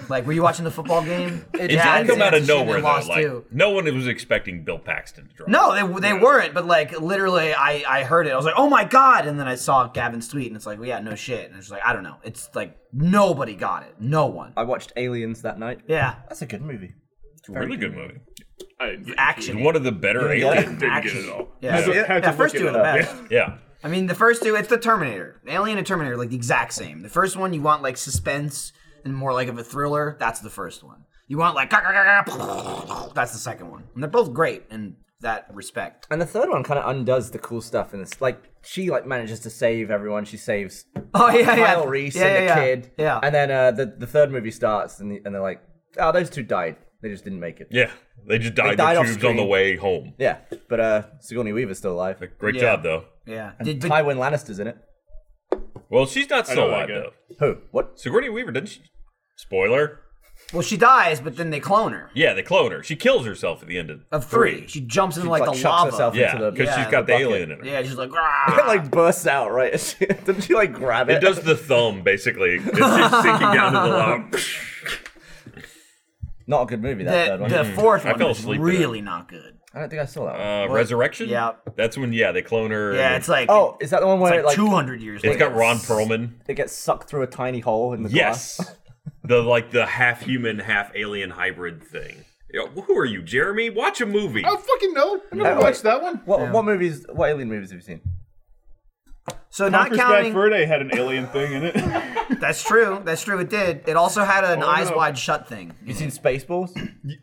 A: like, were you watching the football game?
C: It
B: It
C: Yeah,
B: did come
A: it's-
B: out of
A: it's a shame they
B: nowhere though.
A: lost,
B: Like
A: too.
B: no one was expecting Bill Paxton to drop.
A: No, they they weren't. But like literally, I I heard it. I was like, oh my god! And then I saw Gavin's tweet, and it's like, well, yeah, no shit. And it's like, I don't know. It's like nobody got it. No one.
C: I watched Aliens that night.
A: Yeah,
C: That's a good movie.
B: It's a really good movie.
D: I didn't get
B: It's
A: action.
B: one of the better
C: Yeah.
B: alien.
D: didn't get
A: Action.
D: it at all.
A: Yeah.
D: Had to-
C: Yeah.
D: had to
A: Yeah, first
D: look
A: two
D: it
A: are the
D: up.
A: best.
B: Yeah.
A: I mean, the first two, it's the Terminator, Alien and Terminator, like the exact same. The first one, you want like suspense and more like of a thriller. That's the first one. You want like [LAUGHS] that's the second one. And they're both great in that respect. [LAUGHS]
C: And the third one kind of undoes the cool stuff, and it's like she like manages to save everyone. She saves
A: Oh yeah, yeah,
C: Kyle Reese
A: yeah,
C: and the
A: yeah, yeah.
C: kid.
A: Yeah,
C: And then uh, the the third movie starts, and, the, and they're like, "Oh, those two died. They just didn't make it."
B: Yeah. They just died,
C: died
B: the
C: off
B: tubes on the
C: screen.
B: way home.
C: Yeah, but uh, Sigourney Weaver's still alive.
B: Great
A: Yeah.
B: job though.
A: yeah.
C: And
A: Did, but,
C: Tywin Lannister's in it.
B: Well, she's not
D: know
B: still alive
D: that guy.
B: though.
C: Who? What? [LAUGHS]
B: Sigourney Weaver, didn't she? Spoiler.
A: well, she dies, but then they clone her.
B: Yeah, they clone her. She kills herself at the end of,
A: Of three, she jumps into like,
C: like,
A: the
C: chucks
A: lava.
C: herself
B: Yeah,
C: into the-
B: because
A: Yeah,
B: she's got the,
C: the bucket.
B: alien in her.
A: Yeah, she's
C: [LAUGHS]
A: like,
C: It
A: "Rah."
C: like bursts out, right? [LAUGHS] Didn't she like grab it?
B: It does the thumb basically. It's just sinking down to the lava.
C: Not a good movie. That
A: the,
C: third one.
A: the fourth
B: I
A: one
B: fell
A: was
B: asleep in it.
A: really not good.
C: I don't think I saw that. One.
B: Uh,
C: What?
B: Resurrection.
A: Yeah.
B: That's when yeah they clone her.
A: Yeah,
B: and
A: it's like
C: Oh, is that the one where
A: like,
C: it like
A: 200 years. later.
B: it's got Ron Perlman.
C: it gets sucked through a tiny hole in the glass?
B: Yes. [LAUGHS] the like the half human, half alien hybrid thing. Yo, who are you, Jeremy? Watch a movie.
D: I don't fucking know. I
C: Oh,
D: never watched that one.
C: What, what movies? What alien movies have you seen?
A: So not
D: Conker's Bad
A: counting.
D: Fur Day had an alien thing
C: [LAUGHS]
D: in it.
A: That's true. That's true. It did. It also had
C: Oh,
A: an eyes
D: no.
A: wide shut thing.
C: You seen Spaceballs?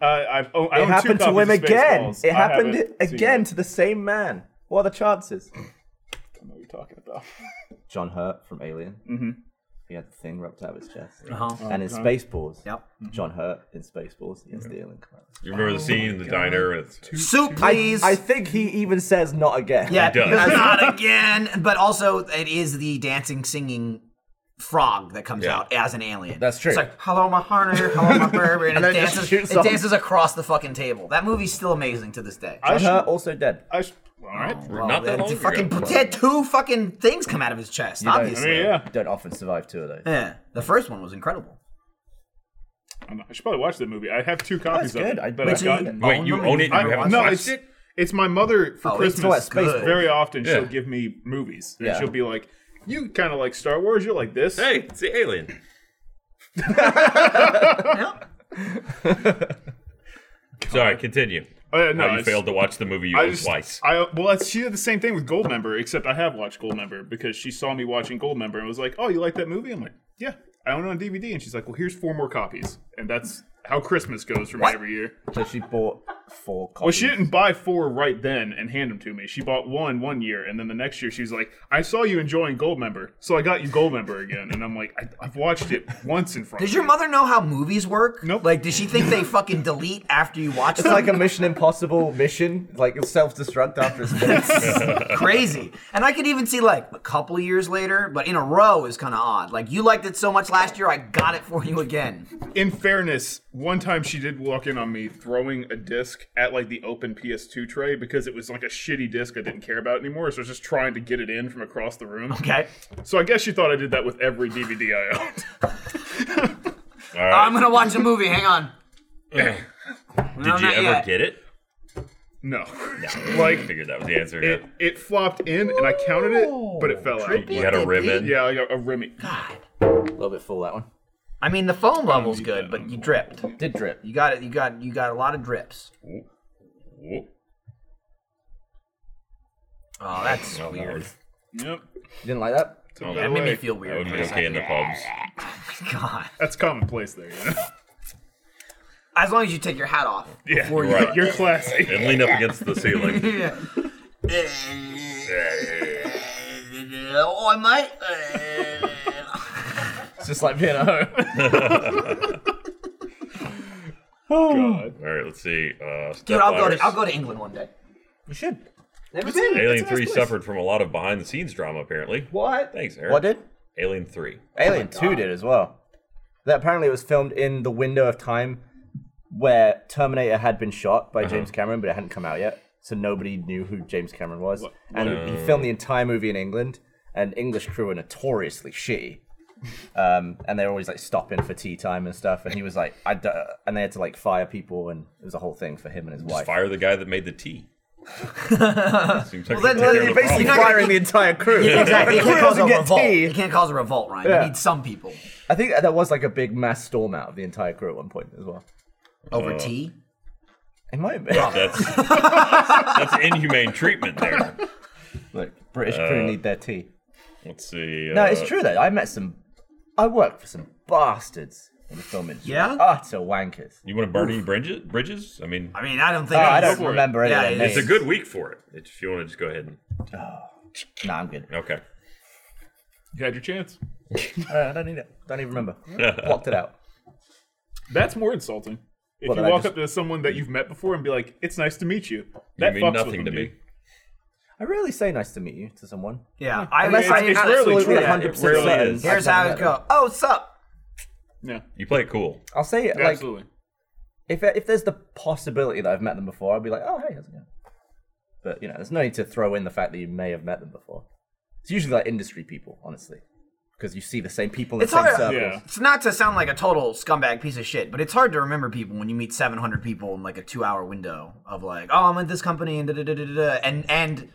D: I, I've, oh, I
C: It
D: own two
C: happened to
D: copies
C: him
D: of
C: again.
D: Spaceballs.
C: It
D: I
C: happened
D: haven't seen
C: again
D: it.
C: to the same man. What are the chances?
D: I don't know what you're talking about.
C: John Hurt from Alien. Mm-hmm. He had the thing wrapped out of his chest.
A: Uh-huh.
C: And in Spaceballs,
A: Yep.
C: Mm-hmm. John Hurt in Spaceballs against the alien. commander.
B: You remember the scene in the diner? It's,
A: Soup,
C: I-
A: please.
C: I, think he even says not again.
A: yeah,
B: does.
C: [LAUGHS]
A: not again. But also, it is the dancing, singing frog that comes
B: Yeah.
A: out as an alien.
C: That's true.
A: It's like hello, my honey, hello,
C: [LAUGHS]
A: my baby, and, it
C: then just
A: dances.
C: shoots
A: It
C: off.
A: dances across the fucking table. That movie's still amazing to this day.
D: I
C: John Hurt
D: should.
C: also dead.
D: I should. All right.
A: Well,
B: Not that
A: it's
B: long
A: fucking
B: [LAUGHS] ago.
A: he had two fucking things come out of his chest.
C: don't-
A: obviously,
D: I mean, yeah.
C: Don't often survive two of those.
A: yeah. The first one was incredible.
D: I don't know. I should probably watch that movie. I have two copies of
C: good.
D: it.
C: I-
D: that
C: But
D: I've
A: Did
D: got.
A: you
B: Wait,
A: own
B: you
A: them?
B: own it and
A: I-
B: you haven't
D: no,
B: watched
D: it's
B: it?
D: it's my mother for
A: Oh, it's
D: Christmas.
C: what, Spaceballs.
D: Very often she'll
B: Yeah.
D: give me movies. And
C: Yeah.
D: she'll be like, "You kind of like Star Wars. You're like this."
B: Hey, it's the alien.
A: Yeah.
B: Sorry, continue.
D: Oh, yeah, no,
B: How you
D: it's-
B: failed to watch the movie you
D: I
B: owned
D: just,
B: twice.
D: I well, that's, she did the same thing with Goldmember, except I have watched Goldmember because she saw me watching Goldmember and was like, "Oh, you like that movie?" I'm like, "Yeah, I own it on DVD." And she's like, "Well, here's four more copies," and that's how Christmas goes for me every year.
C: So she bought four copies.
D: Well, she didn't buy four right then and hand them to me. She bought one one year, and then the next year she's like, "I saw you enjoying Goldmember, so I got you Goldmember again." And I'm like, I, "I've watched it once in front."
A: Does
D: of
A: your
D: me."
A: mother know how movies work?
D: Nope.
A: Like, does she think they fucking delete after you watch
C: It's
A: them?
C: like a Mission Impossible mission. Like it's self-destruct after it's finished.
A: crazy. And I could even see like a couple years later, but in a row is kind of odd. Like you liked it so much last year, I got it for you again.
D: in fairness, one time she did walk in on me throwing a disc at like the open PS2 tray because it was like a shitty disc I didn't care about anymore. So I was just trying to get it in from across the room.
A: Okay,
D: So I guess she thought I did that with every DVD I owned. [LAUGHS]
B: All right. [CLEARS THROAT]
A: I'm gonna watch a movie. Hang on. No,
B: Did you
A: not
B: ever
A: yet.
B: get it?
D: No.
B: No.
D: Like-
B: I figured that was the answer.
D: It it flopped in and I counted it, but it fell out.
B: you had a ribbon.
D: Yeah, like a, a Remy.
C: A little bit full that one.
A: I mean, the foam level's
D: need
A: good,
D: that
A: but
D: one.
A: you dripped.
C: Did drip.
A: You got it. You got you got a lot of drips.
B: Whoop.
A: Oh, that's
B: Oh, that
A: weird.
B: was-
D: Yep.
C: You didn't like that?
B: oh,
A: That
B: that
A: made me
D: way.
A: feel
B: that
A: weird.
B: would
A: for
B: be
A: a
B: okay in the pubs.
A: second. God.
D: That's commonplace there. You know? [LAUGHS]
A: As long as you take your hat off
D: Yeah,
A: before you.
D: right. You're classy.
B: And lean up against the
A: [LAUGHS]
B: ceiling. [LAUGHS]
A: Yeah. oh, I might. uh,
C: It's just like being at [LAUGHS] home.
D: God.
B: All right, let's see. Uh,
A: Dude, I'll go, to,
B: Stepladders.
A: I'll go to England one day.
C: you should.
A: Never seen it.
B: Alien
D: That's a nice
B: 3
D: place.
B: suffered from a lot of behind the scenes drama, apparently.
A: What?
B: Thanks, Eric.
C: What did?
B: Alien 3.
A: Oh
C: Alien 2 did as well. That apparently it was filmed in the window of time where Terminator had been shot
A: Uh-huh.
C: by James Cameron, but it hadn't come out yet. So nobody knew who James Cameron was. And he filmed the entire movie in England, and English crew are notoriously shitty. Um, and they're always like stopping for tea time and stuff. And he was like, I d- and they had to like fire people, and it was a whole thing for him and his wife.
B: Fire the guy that made the [LAUGHS] tea. Seems like
A: Well, then-
B: you took care
A: then
B: of the
A: basically
B: problem. [LAUGHS]
A: not- firing
C: the entire crew.
A: Yeah, exactly. It
C: The crew
A: can't cause a
C: doesn't get
A: revolt.
C: tea.
A: It can't cause a revolt, Ryan.
C: Yeah.
A: You need some people
C: I think that was like a big mass storm out of the entire crew at one point as well.
A: over
C: Uh,
A: tea.
C: It might have been.
B: That's, that's inhumane treatment there.
C: Look, British
D: Uh,
C: crew need their tea.
B: Let's see.
C: No,
B: uh,
C: it's true though. I met some. I worked for some bastards in the film industry.
A: Yeah?
C: utter wankers.
B: You want to burn any bridges? Bridges? I mean,
A: I mean, I don't
C: Oh,
A: think.
C: I
A: it's-
C: don't remember any
A: Yeah,
C: of their
A: it's
B: it's a
C: names. Oh,
B: good week for it. If you want to just go ahead and.
C: Nah, I'm good.
B: Okay.
D: You had your chance.
C: Uh, I don't need it. Don't even
D: [LAUGHS]
C: remember. Blocked it out.
D: That's more insulting. If
C: Well,
D: you
C: then I
D: walk
C: just-
D: up to someone that you've met before and be like, "It's nice to meet you,"
B: You
D: that
B: mean
D: fucks
B: nothing
D: with
B: to
D: them
B: me.
C: I rarely say nice to meet you to someone.
A: Yeah, I,
C: Unless
A: I,
C: I am
D: it's rarely
C: absolutely
D: true.
A: Yeah, it
C: 100 percent
B: rarely
C: certain.
B: is.
C: I've
A: Here's
C: done
A: how
C: that.
A: it go. Oh, sup?
D: Yeah,
B: You play it cool.
C: I'll say it like
D: absolutely.
C: if if there's the possibility that I've met them before, I'll be like, oh hey, how's it going? But you know, there's no need to throw in the fact that you may have met them before. It's usually like industry people, honestly, because you see the same people in
A: It's
C: the same
A: hard-
C: circles.
D: Yeah.
A: It's not to sound like a total scumbag piece of shit, but it's hard to remember people when you meet 700 people in like a two-hour window of like, oh, I'm at this company and da da da da da, and and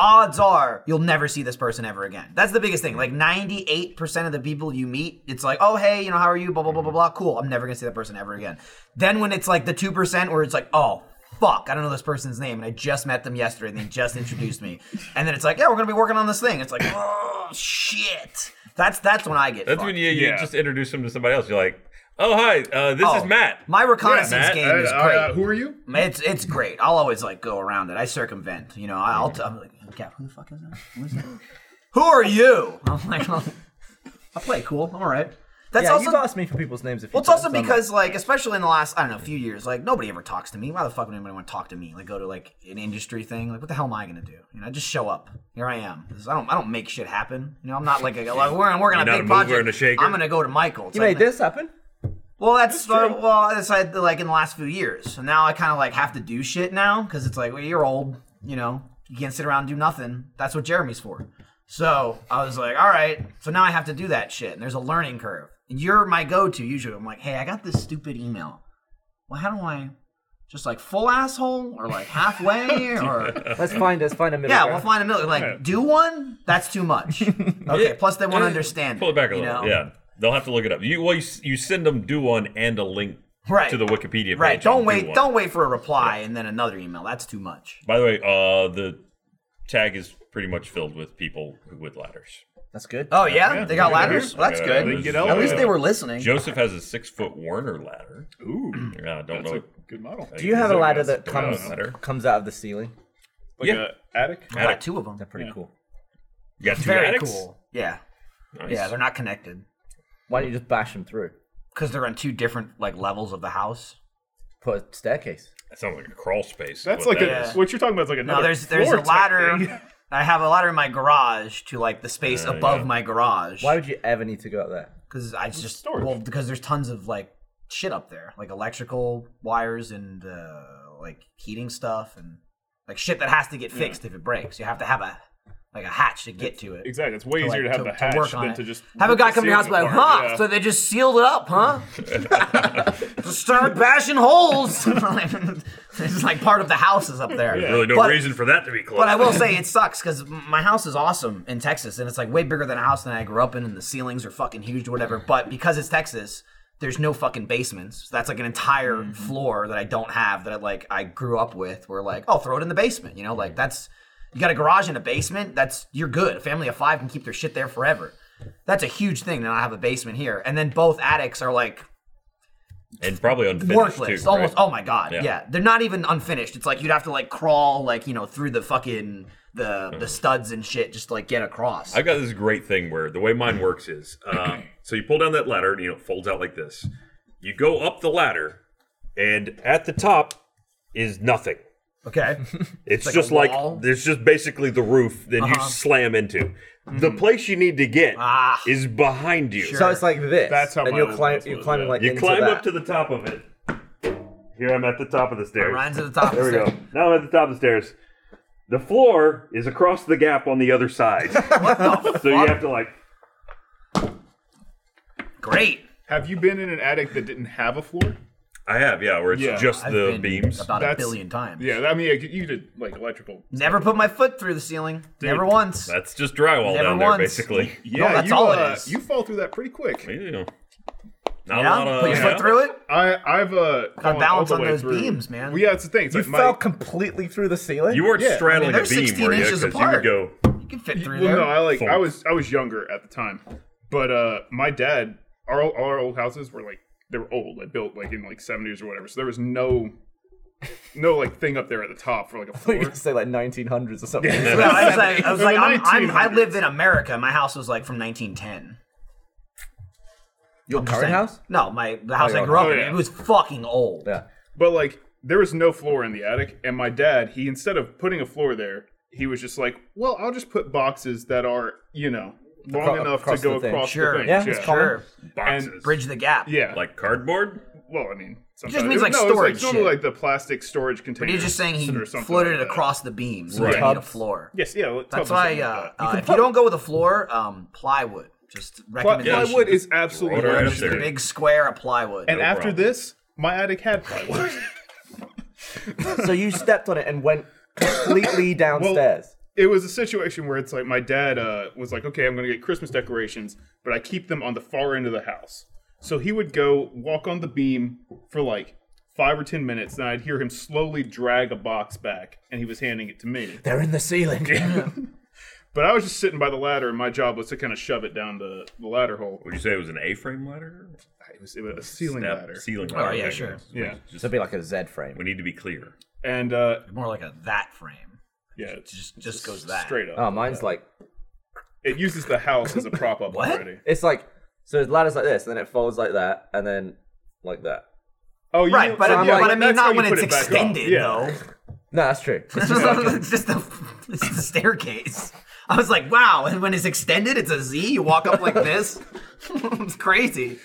A: odds are you'll never see this person ever again. That's the biggest thing. Like 98% of the people you meet, it's like, oh hey, you know how are you? Blah blah blah blah blah. Cool. I'm never gonna see that person ever again. Then when it's like the two percent where it's like, oh. Fuck, I don't know this person's name, and I just met them yesterday, and they just introduced me. And then it's like, yeah, we're gonna be working on this thing. It's like, oh shit. That's that's when I get.
B: That's
A: fucked.
B: when you, you
D: Yeah.
B: just introduce them to somebody else. You're like, oh, hi, uh, this
A: Oh,
B: is Matt.
A: My reconnaissance
B: Yeah, Matt,
A: game
D: Uh,
A: is
D: uh,
A: great.
D: who are you?
A: it's it's great. I'll always like go around it. I circumvent. You know, I- I'll t- I'm like, yeah, who the fuck is that? Who is
B: [LAUGHS]
A: that? who are you? I'm like, I'll, I play cool. I'm all right. That's
C: Yeah,
A: also
C: you've asked me for people's names. If
A: well, it's also because like especially in the last I don't know few years, like nobody ever talks to me. Why the fuck would anybody want to talk to me? Like go to like an industry thing. Like what the hell am I gonna do? You know, I just show up. Here I am. This- I don't I don't make shit happen. You know, I'm not like a, like we're we're
B: You're
A: gonna
B: not
A: big
B: a mover and
A: project.
B: a shaker.
A: I'm gonna go to Michael. It's
C: you
A: like,
C: made this happen.
A: well, that's, uh,
C: true.
A: well, that's like, like in the last few years. So now I kind of like have to do shit now because it's like, well, you're old, you know, you can't sit around and do nothing. That's what Jeremy's for. So I was like, all right. So now I have to do that shit. And there's a learning curve. And you're my go-to usually. I'm like, hey, I got this stupid email. Well, how do I, just like full asshole or like
B: [LAUGHS]
A: halfway or
C: Let's find let's find a middle.
A: yeah, we'll
C: ground.
A: find a middle. Like do one, that's too
B: [LAUGHS]
A: much. Okay. Plus they won't understand.
B: Pull it back a
A: you
B: little.
A: know?
B: Yeah. They'll have to look it up. You, well, you, s- you send them do one and a link
A: Right.
B: to the Wikipedia page.
A: Right. Don't
B: on
A: wait.
B: Do One.
A: Don't wait for a reply and then another email. That's too much.
B: By the way, uh, the tag is pretty much filled with people who with ladders.
C: That's good.
A: Oh yeah, they got ladders.
B: Yeah,
A: Well, that's
B: yeah,
A: good.
B: there's,
D: get
B: uh,
D: out
A: At least they were listening.
B: Joseph has a six foot Warner ladder.
D: Ooh,
B: Yeah, I don't
D: that's
B: know.
D: a good model.
C: Do you have
B: Is
C: a
B: it-
C: ladder
B: is
C: that
B: it a
C: comes
B: ladder?
C: comes out of the ceiling?
D: Like
B: Yeah.
D: a attic.
A: I got two of them.
C: They're pretty
D: Yeah.
C: cool.
B: You got two
A: Very
B: attics?
A: cool. Yeah.
B: Nice.
A: Yeah. They're not connected
C: Why don't you just bash them through?
A: because they're on two different like levels of the house.
C: Put a staircase.
B: That sounds like a crawl space. is
D: That's
B: what
D: like
B: that
D: a
B: is.
D: what you're talking about is like another.
A: No, there's there's
D: floor
A: a
D: type thing.
A: [LAUGHS]
D: [LAUGHS]
A: ladder. I have a ladder in my garage to like the space
B: Uh,
A: above
B: yeah.
A: my garage
C: Why would you ever need to go up there?
A: because I just
D: storage.
A: well because there's tons of like shit up there like electrical wires and uh, like heating stuff and like shit that has to get fixed if it breaks. You have to have a like a hatch to get to it.
D: Exactly. It's way
A: like,
D: easier to have the hatch
A: work on
D: than
A: it.
D: to just
A: have a
D: rip
A: guy
D: the
A: come to your house and
D: ceiling
A: be like,
D: apart.
A: huh?
D: Yeah.
A: So they just sealed it up, huh?
D: [LAUGHS]
A: just start bashing holes. [LAUGHS] it's like part of the house is up there.
B: Really, no
A: But-
B: reason for that to be closed.
A: But I will say it sucks because my house is awesome in Texas, and it's like way bigger than a house that I grew up in, and the ceilings are fucking huge or whatever. But because it's Texas, there's no fucking basements. So that's like an entire floor that I don't have that I like I grew up with. Where like, oh, throw it in the basement. You know, like that's you got a garage and a basement. That's you're good. A family of five can keep their shit there forever. That's a huge thing. That I have a basement here, and then both attics are like
B: [LAUGHS] and probably unfinished
A: worthless.
B: too,
A: almost.
B: right?
A: Oh my god.
B: Yeah.
A: Yeah. They're not even unfinished. It's like you'd have to like crawl like you know through the fucking the the studs and shit just to, like get across.
B: I've got this great thing where the way mine
A: [CLEARS THROAT]
B: works is, uh, so you pull down that ladder and you know it folds out like this. You go up the ladder, and at the top is nothing. [LAUGHS]
A: okay.
B: It's,
A: like a
B: just like
A: wall? Uh-huh.
B: there's just basically the roof that you slam into. The place you need to get
A: Hmm. Ah.
B: is behind you.
A: Sure.
C: So it's like this.
D: That's how
C: and
D: my
C: you're,
D: old
C: climb,
D: house
C: you're
D: was,
C: climbing
D: yeah.
C: like
B: you
C: into
B: climb
C: that.
B: up to the top of it. Here I'm at the top of the stairs.
A: Ryan's at the top.
B: There we go. Now I'm at the top of the stairs. The floor is across the gap on the
A: [LAUGHS]
B: other side. so you have to like
A: Great.
D: Have you been in an attic that didn't have
B: [LAUGHS]
D: a floor?
B: I have, yeah, where it's
D: Yeah.
B: just
A: I've
B: the
A: been
B: beams.
A: about a
D: That's-
A: billion times.
D: Yeah, I mean, you did like electrical.
A: Never put my foot through the ceiling. Never once.
B: That's just drywall
A: Never
B: down there,
A: once.
B: basically.
A: [LAUGHS]
D: Yeah,
A: that's
D: you,
A: all it
D: uh,
A: is.
D: You fall through that pretty quick.
B: You know, not a
A: Yeah.
B: lot of.
A: put your foot through it.
D: I I've uh fallen all
A: balance
D: the
A: on
D: way
A: those
D: through.
A: beams, man.
D: Well, yeah, it's the thing. It's
C: You
D: like my-
C: fell completely through the ceiling. [LAUGHS]
B: You weren't
D: Yeah, I mean,
B: straddling
A: they're
B: a beam,
A: 16
B: were you?
A: inches
B: 'Cause you would
A: apart.
B: go.
A: You can fit through
D: well,
A: there.
D: no, I like
B: Fold.
D: I was I was younger at the time, but uh, my dad, our all our old houses were like they were old, like built like in like seventies or whatever. So there was no, no like thing up there at the top for like a
C: What were you
D: floor.
C: gonna say like 1900s or something.
A: Well, I was like, I was
D: In
A: like,
D: the
A: I'm, I'm, I
D: 1900s.
A: lived in America. My house was like from 1910.
C: Your
A: I'm just
C: current
A: saying.
C: house?
A: No, my the house
C: Oh,
A: I
C: yeah.
A: grew up
D: Oh,
A: in.
D: yeah.
A: It was fucking old.
C: Yeah.
D: but like there was no floor in the attic, and my dad he instead of putting a floor there, he was just like, well, I'll just put boxes that are you know long
C: Acro-
D: enough to
C: across
D: go
C: the thing.
D: across
A: Sure.
D: the thing.
C: Yeah, it's common.
A: Sure.
B: Boxes.
A: Bridge the gap.
D: yeah.
B: Like cardboard?
D: well, I mean, sometimes
A: means, like,
D: no,
A: storage
D: It's like, normally
A: shit.
D: like the plastic storage container.
A: But he's just saying he
D: or something
A: floated
D: like
A: it
D: that.
A: across the beam, so
B: Right.
A: you don't need a
C: Tubs.
A: floor.
D: Yes, yeah. tub or
A: That's
D: something
A: why
D: like
A: uh,
D: that.
A: uh, if you don't go with a floor, um, plywood. Just
D: Ply-
A: recommendation.
D: plywood is absolutely
B: Order it
D: garbage.
B: up
A: Just a
B: there.
A: big square of plywood.
D: And after
B: problem.
D: this, my attic had [LAUGHS] plywood.
C: so you stepped on it and went completely downstairs.
D: it was a situation where it's like my dad uh, was like, "Okay, I'm going to get Christmas decorations, but I keep them on the far end of the house." So he would go walk on the beam for like five or ten minutes, and I'd hear him slowly drag a box back, and he was handing it to me.
C: They're in the ceiling.
D: But I was just sitting by the ladder, and my job was to kind of shove it down the, the ladder hole.
B: Would you say it was an A-frame ladder?
D: It was, it was a ceiling
B: Snap-
D: ladder,
B: Ceiling ladder.
A: yeah,
B: okay.
A: sure.
D: yeah.
C: Oh, So it'd be like a Z frame.
B: We need to be clear.
D: And uh,
A: More like a that frame.
D: yeah,
A: It just just goes that.
D: straight up.
C: Oh, mine's like
D: It uses the house as a prop up
A: [LAUGHS] What?
D: already.
C: it's like so the ladder's like this, and then it folds like that, and then like that.
D: Oh, you
A: Right, but,
D: so
A: I-
D: yeah,
A: but I mean
D: that's how
A: not
D: you
A: when
D: put
A: it's
D: it back up.
A: extended
D: Yeah. [LAUGHS]
A: though.
C: No, that's [LAUGHS] true.
A: It's just, just the, [LAUGHS] it's the staircase. I was like, wow. And when it's extended, it's a Z. You walk up like this. [LAUGHS] it's crazy.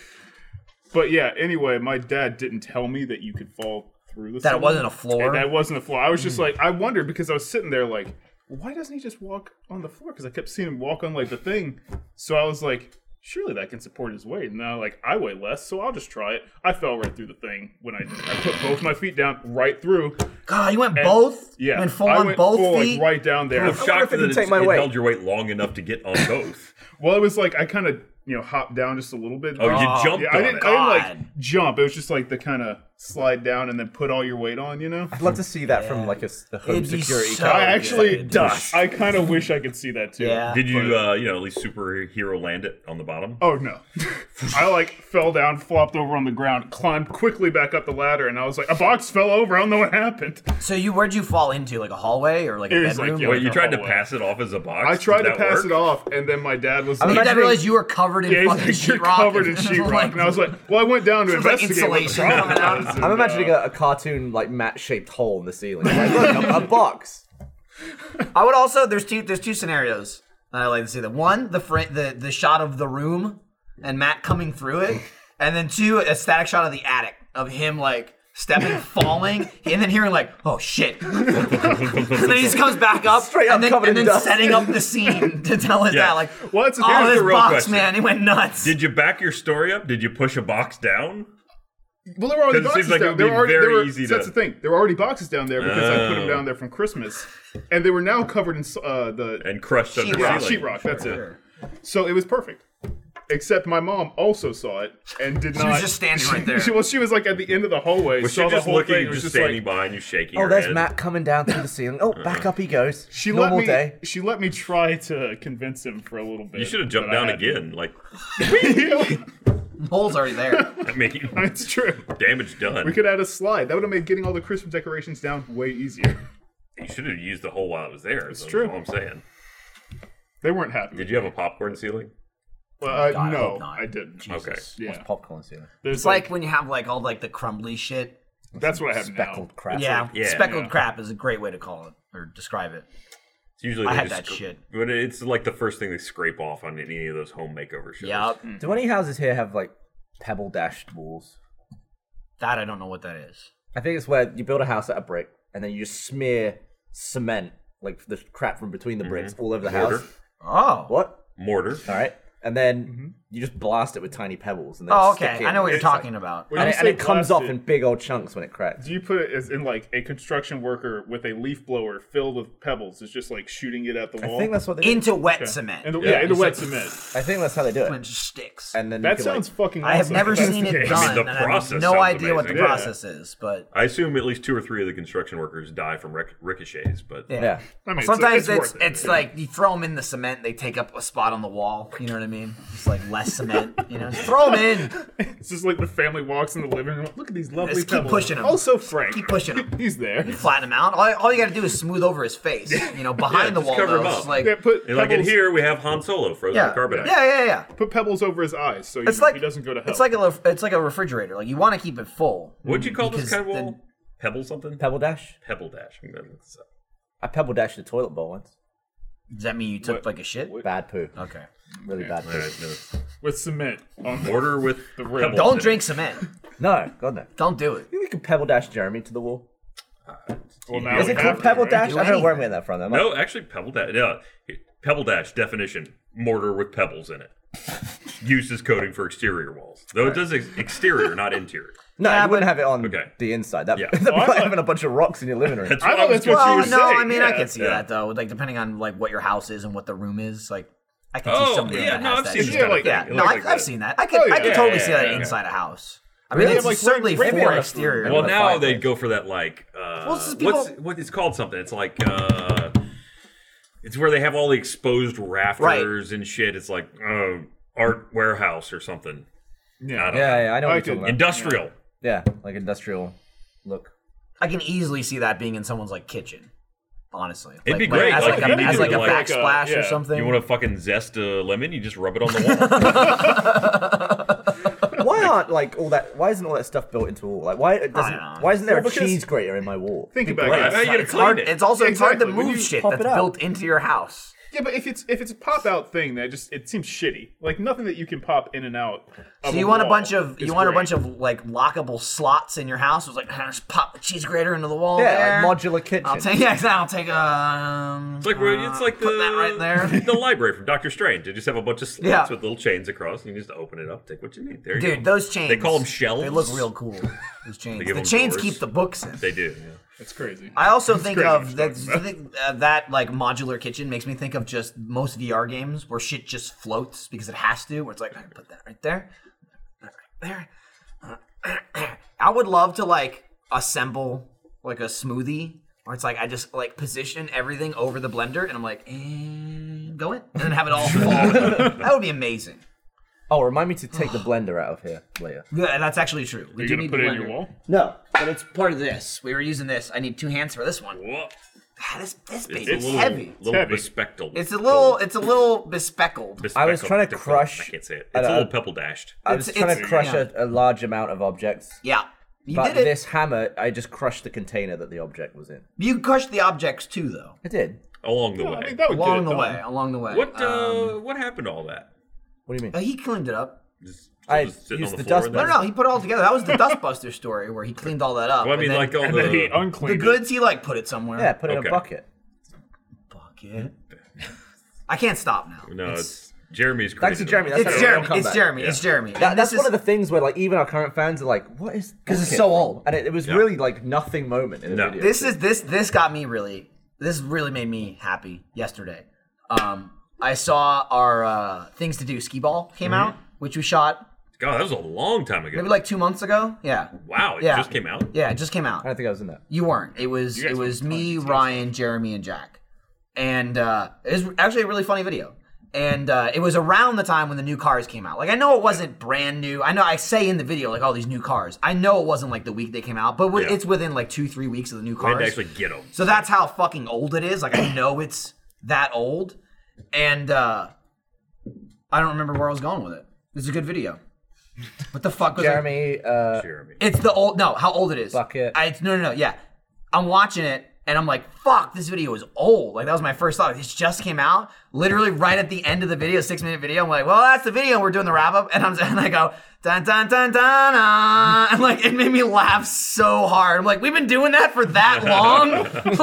D: But yeah, anyway, my dad didn't tell me that you could fall through the
A: That it
D: ceiling.
A: wasn't a floor. Hmm.
D: And that wasn't the floor. I was just like, I wondered because I was sitting there like, why doesn't he just walk on the floor? Because I kept seeing him walk on like the thing. So I was like, surely that can support his weight. And now like I weigh less, so I'll just try it. I fell right through the thing when I I put both my feet down right through.
A: God, you went both.
D: Yeah,
A: You went full
D: I
A: on
D: went
A: both
D: full,
A: feet. Oh,
D: like, right down there.
B: I'm shocked
C: if it
B: that
C: can
B: it's-
C: take my
B: it
C: weight.
B: held your weight long enough to get on both.
D: Well, it was like I kind of you know hopped down just a little bit.
B: Oh, you
C: Ah.
A: Oh,
B: jumped
D: yeah,
B: on
D: I didn't,
B: it.
D: I didn't
A: God.
D: like jump. It was just like the kind of slide down and then put all your weight on, you know.
C: I'd love to see that from like a, s- a home
A: It'd be
C: security
A: so-
C: camera.
D: I
A: Oh, [LAUGHS]
D: actually
A: good.
D: dust. [LAUGHS] I kind of wish I could see that too.
A: Yeah.
B: Did you, uh, you know, at least superhero land it on the bottom?
D: Oh no. [LAUGHS] I like fell down, flopped over on the ground, climbed quickly back up the ladder, and I was like, a box fell over. I don't know what happened.
A: So you where'd you fall into? Like a hallway or like a
D: It was, like,
A: bedroom?
D: yeah,
B: Wait, you
D: Oh,
B: tried to
D: wow.
B: pass it off as a box?
D: I tried
B: Did
D: to
B: that
D: pass
B: work?
D: it off, and then my dad was
A: I
D: like,
A: did I
C: imagining-
A: realize you were covered in
D: yeah, he's
A: fucking
D: like, [LAUGHS] "You're
A: sheetrock.
D: covered
A: and-
D: in
A: [LAUGHS]
D: sheetrock,"
A: like-
D: and I was like, "Well, I went
A: [LAUGHS]
D: down to
A: It's like
D: investigate." what the
A: insulation
D: problem
A: coming out.
D: was,
C: I'm
D: and, uh,
C: imagining a, a cartoon like mat shaped hole in the ceiling. Like, look, a, a box.
A: I would also there's two there's two scenarios that I like to see. The one, the fr- the the shot of the room and Matt coming through it, and then two, a static shot of the attic of him like stepping, [LAUGHS] falling, and then hearing like, "Oh shit!" [LAUGHS] and then he just comes back up,
C: Straight up
A: and then,
C: covered
A: and
C: in
A: then
C: dust.
A: setting up the scene to tell us
B: Yeah.
A: that like,
D: Well, that's-
A: "Oh,
D: here's
A: this
D: the real
A: box
B: question.
A: man, he went nuts."
B: Did you back your story up? Did you push a box down?
D: Well, there were already
B: 'Cause it seems
D: boxes
B: like it
D: down.
B: would
D: There
B: be
D: were already there
B: very
D: were,
B: easy
D: so that's
B: to-
D: the thing. There were already boxes down there because I put
B: Oh.
D: them down there from Christmas, and they were now covered in uh, the
B: And crushed under
A: Sheetrock.
D: yeah,
B: the
A: Really?
B: ceiling.
D: sheetrock. That's it. So it was perfect. Except my mom also saw it and did
A: He
D: not.
A: was just standing right there.
D: She, well, she was like at the end of the hallway.
B: Was
D: saw
B: she
D: the
B: just
D: whole
B: looking,
D: thing.
B: just,
D: was just
B: standing
D: like,
B: behind you, shaking
C: Oh,
B: her
C: there's
B: head?
C: Matt coming down through the ceiling. Oh, back up he goes.
D: She
C: Normal
D: let me.
C: day.
D: She let me try to convince him for a little bit.
B: You should have jumped
D: but I
B: down
D: had-
B: again. Like, [LAUGHS]
D: [LAUGHS]
A: Hole's already there.
B: I mean,
D: it's true.
B: damage done.
D: We could add a slide. That would have made getting all the Christmas decorations down way easier.
B: you should have used the hole while it was there. That's
D: true.
B: All I'm saying.
D: They weren't happy.
B: Did you have a popcorn ceiling?
D: Well, uh,
A: God, I
D: no,
A: hope not.
D: I didn't.
B: Okay.
D: Yeah.
C: Popcorn ceiling.
D: There's
A: It's like when you have like all like the crumbly shit.
D: that's what I have now.
C: Speckled crap.
A: Yeah,
B: yeah,
A: speckled
D: yeah.
A: crap is a great way to call it or describe it.
B: It's usually
A: I
B: they
A: had
B: just
A: that shit.
B: But it's like the first thing they scrape off on any of those home makeover shows.
A: Yup.
C: Do any houses here have like pebble dashed walls?
A: That I don't know what that is.
C: I think it's where you build a house out of brick and then you just smear cement, like the crap from between the bricks, all over the
B: Mortar.
C: house.
A: Oh.
C: What?
B: Mortar.
C: All right. And then you just blast it with tiny pebbles. And then
A: Mm-hmm. Oh,
C: stick
A: okay.
C: it.
A: I know what you're
C: It's like-
A: talking about.
D: When
C: And,
D: you
C: it,
D: say
C: and it comes off in
D: blasted,
C: big old chunks when it cracks.
D: Do you put it as in like a construction worker with a leaf blower filled with pebbles is just like shooting it at the
C: I
D: wall?
C: think that's what they. do.
A: Into wet cement.
D: And the,
A: And
D: yeah, in the
C: it's
D: wet
C: like-
D: cement.
C: I think that's how they do
A: it
C: it.
A: just sticks.
C: And then you
D: That
C: can,
D: sounds
C: like,
D: fucking.
A: I have
D: awesome.
A: never
D: That's
A: seen
D: the
A: it
D: case.
A: done.
B: the
A: and I have
B: process
A: no
B: sounds
A: idea what the
B: amazing.
D: Yeah.
A: process is, but
B: I assume at least two or three of the construction workers die from ric- ricochets, but
A: yeah.
C: Yeah.
D: I mean, it's-
A: Sometimes
D: it's,
A: it's it's,
D: worth it.
A: like you throw them in the cement, they take up a spot on the wall. You know what I mean? It's like less cement. You know, Just throw them in.
D: It's just like the family walks in the living room. Look at these lovely
A: Just keep
D: pebbles.
A: pushing 'em.
D: Also, Frank.
A: Keep pushing 'em.
D: [LAUGHS] He's there.
A: Flatten them out. All, all you got to do is smooth over his face. You know, behind the
B: just
A: wall
B: cover
A: though,
B: 'em
A: it's
B: up.
A: just like
D: Yeah, put
B: And like in
D: pebbles-
B: here, we have Han Solo frozen
A: yeah,
B: in carbonite.
A: yeah, yeah, yeah.
D: Put pebbles over his eyes so
A: It's
D: he,
A: like
D: he doesn't go to hell.
A: It's like a ref- it's like a refrigerator. Like you want to keep it full.
B: What'd you call this
A: Because
B: kind of wall?
A: then-
B: Pebble something?
C: Pebble dash.
B: Pebble dash. I'm gonna look this up.
C: I pebble dashed the toilet bowl once.
A: Does that mean you took like a shit?
C: Bad poo.
A: Okay.
C: Really bad
B: All
C: poo.
B: right, no.
D: with cement on the
B: Mortar with the pebbles
D: rim.
B: in
A: Don't
B: it.
A: drink cement.
C: No, God no.
A: Don't do it.
C: We could pebble dash Jeremy to the wall.
D: Well, now
C: Is
D: we
C: it
D: have
C: called
D: to,
C: pebble
D: right?
C: dash? I don't know
A: anything.
C: where I'm getting that from. I'm like,
B: No, Oh, actually, pebble dash. No, pebble dash definition: mortar with pebbles in it. Used as coating for exterior walls, though it does ex- exterior, not interior.
C: No,
A: Yeah,
C: you wouldn't
A: but-
C: have it on
B: Okay.
C: the inside. [LAUGHS] That,
B: Yeah.
C: that'd be
D: I
C: like
D: thought-
C: having a bunch of rocks in your living room.
B: That's
D: I
B: what I
D: thought
B: was
D: that's what
B: confused.
D: you
A: Well, no,
D: were
A: I
D: saying,
A: mean I
D: yeah.
A: can see
B: Yeah.
A: that though. Like depending on like what your house is and what the room is, like I can see
B: Oh,
A: somebody
B: yeah,
A: that
B: no,
A: has
B: I've
A: that.
B: seen
A: shit.
B: this
D: Yeah,
B: kind
D: like-
B: of thing.
A: yeah,
B: It
A: no,
B: looks
A: I,
B: like
A: I've
B: that.
A: seen that. I could,
D: Oh, yeah.
A: I could
D: Yeah,
A: totally
B: yeah,
A: see that
B: yeah.
A: inside a house. I mean, it's
D: like,
A: certainly
D: Raven-
A: for
D: Raven-
A: exterior.
B: Well,
C: the
B: now they
C: fireplace.
B: go for that like uh,
A: Well, it's just
B: what's
A: people-
B: what it's called something. It's like uh, it's where they have all the exposed rafters and shit. It's like uh, art warehouse or something. I
D: Yeah.
B: don't
C: yeah, yeah, I know what
D: I
C: you're
D: could-
C: talking about.
B: Industrial.
C: yeah, like industrial look.
A: I can easily see that being in someone's like kitchen. Honestly,
B: It'd
A: like,
B: be
A: like,
B: great,
A: as
B: like,
A: like,
B: if you
A: a, as
B: needed
A: like
B: to,
A: a
B: like,
D: uh,
A: backsplash
D: yeah.
A: or something.
B: You want to fucking zest a lemon? You just rub it on the
A: [LAUGHS]
B: wall.
C: Why aren't like all that? Why isn't all that stuff built into a wall? Like why it doesn't?
A: know.
C: Why isn't there
D: Well,
C: a
D: because-
C: cheese grater in my wall?
D: Think about
B: Right,
D: it.
B: now you gotta
A: it's
B: clean
A: hard.
B: it.
A: It's also it's hard to
D: Exactly. When
A: move
D: you
A: shit
C: pop
A: that's
C: it up.
A: built into your house.
D: Yeah, but if it's if it's a pop out thing, that just it seems shitty. Like nothing that you can pop in and out. Of
A: So you want a
D: wall
A: bunch of
D: is
A: you want
D: great.
A: a bunch of like lockable slots in your house. It's like "Ah, just pop the cheese grater into the wall.
C: Yeah,
A: there.
C: like modular kitchen.
A: I'll take [LAUGHS] yeah, exactly. I'll take um.
B: It's like where- it's like the
A: put that right there.
B: [LAUGHS] the library from Doctor Strange. They just have a bunch of slats
A: Yeah.
B: with little chains across, and you just open it up, take what you need. There you
A: Dude,
B: go.
A: those chains.
B: They call 'em shelves.
A: They look real cool. Those chains.
B: give
A: the
B: 'em
A: chains
B: drawers.
A: keep the books in.
B: they do. Yeah.
D: It's crazy.
A: I also think
D: crazy
A: of
D: what you're
A: that, uh, that like modular kitchen makes me think of just most VR games where shit just floats because it has to. Where it's like, I put that right there, that right there. [CLEARS THROAT] I would love to like assemble like a smoothie where it's like I just like position everything over the blender and I'm like, and go it, and then have it
D: [LAUGHS]
A: all fall. that would be amazing.
C: Oh, remind me to take the blender out of here later.
A: Yeah, that's actually true. We
D: Are you
A: do
D: gonna
A: need
D: put
A: the
D: it in your
A: blender.
D: wall?
C: No,
A: But it's part of this. We were using this. I need two hands for this one.
B: Whoa.
A: God, this this
B: It's,
A: baby's
B: a little,
A: heavy.
B: little
D: heavy.
B: bespeckled.
A: It's a little. It's a little bespeckled.
B: Bespeckled,
C: I was trying to
B: different.
C: crush-
B: I can't say it.
C: I
B: It's a
C: know.
B: little pebble dashed.
C: I was
A: It's-
C: trying to
A: it's-
C: crush
A: yeah.
C: a, a large amount of objects.
A: Yeah, you
C: But
A: did it.
C: this hammer, I just crushed the container that the object was in.
A: You crushed the objects too, though.
C: I did.
B: along the
D: No,
B: way.
D: I mean, that would get it
A: Along the
D: done.
A: way. Along the way.
B: what
A: Um,
B: uh, what happened to all that?
C: What do you mean?
A: uh, he cleaned it up.
B: Just
C: I
B: just sitting
C: used
B: on
C: the
B: the floor
C: dust
B: and
A: No,
B: then-
C: bun-
A: no, he put it all together. That was
C: [LAUGHS]
A: the Dustbuster story where he cleaned all that up.
B: Well, I
A: and
B: mean,
A: then
B: like all
D: [LAUGHS] And then [LAUGHS] he
B: the
D: uncleaned
A: the
D: it.
A: goods, he like put it somewhere.
C: oh, Yeah, put it in
B: Okay.
C: a bucket.
A: Bucket. I can't stop now.
B: no, it's Jeremy's
C: Thanks
B: crazy.
C: to Jeremy. That's
A: It's
C: how
A: Jeremy.
C: it'll come
A: It's
C: back.
A: Jeremy. It's Jeremy.
C: That,
A: And
C: that's
A: this
C: one
A: is-
C: of the things where like even our current fans are like, "What is?" Because
A: it's so old.
C: and it, it was really like nothing moment in the
B: No.
C: video.
A: this is this this got me really this really made me happy yesterday um i saw our uh things to do skee ball came
C: Mm-hmm.
A: out which we shot
B: God, that was a long time ago.
A: maybe like two months ago yeah
B: wow, it
A: yeah.
B: just came out.
A: yeah it just came out
C: I don't think I was in that.
A: you weren't it was
D: guys
A: it was
D: were
A: me ryan jeremy and jack and uh it was actually a really funny video and uh, it was around the time when the new cars came out. Like I know it wasn't brand new. I know I say in the video like all these new cars. I know it wasn't like the week they came out, but wi-
B: Yeah.
A: it's within like two three weeks of the new
B: I
A: cars.
B: had to actually get them.
A: So that's how fucking old it is. Like I know it's that old, and uh I don't remember where I was going with it. It's a good video. What the fuck was I-
C: Jeremy, uh,
B: Jeremy.
A: It's the old. No, how old it is?
C: Bucket.
A: I, it's, no, no, no. Yeah, I'm watching it and I'm like, fuck, this video is old. Like that was my first thought. This just came out, literally right at the end of the video, six minute video. I'm like, well, that's the video. We're doing the wrap up, and I'm [LAUGHS] and I go dun dun dun dun, dun. and like it made me laugh so hard. I'm like, we've been doing that for
C: [LAUGHS]
A: that long.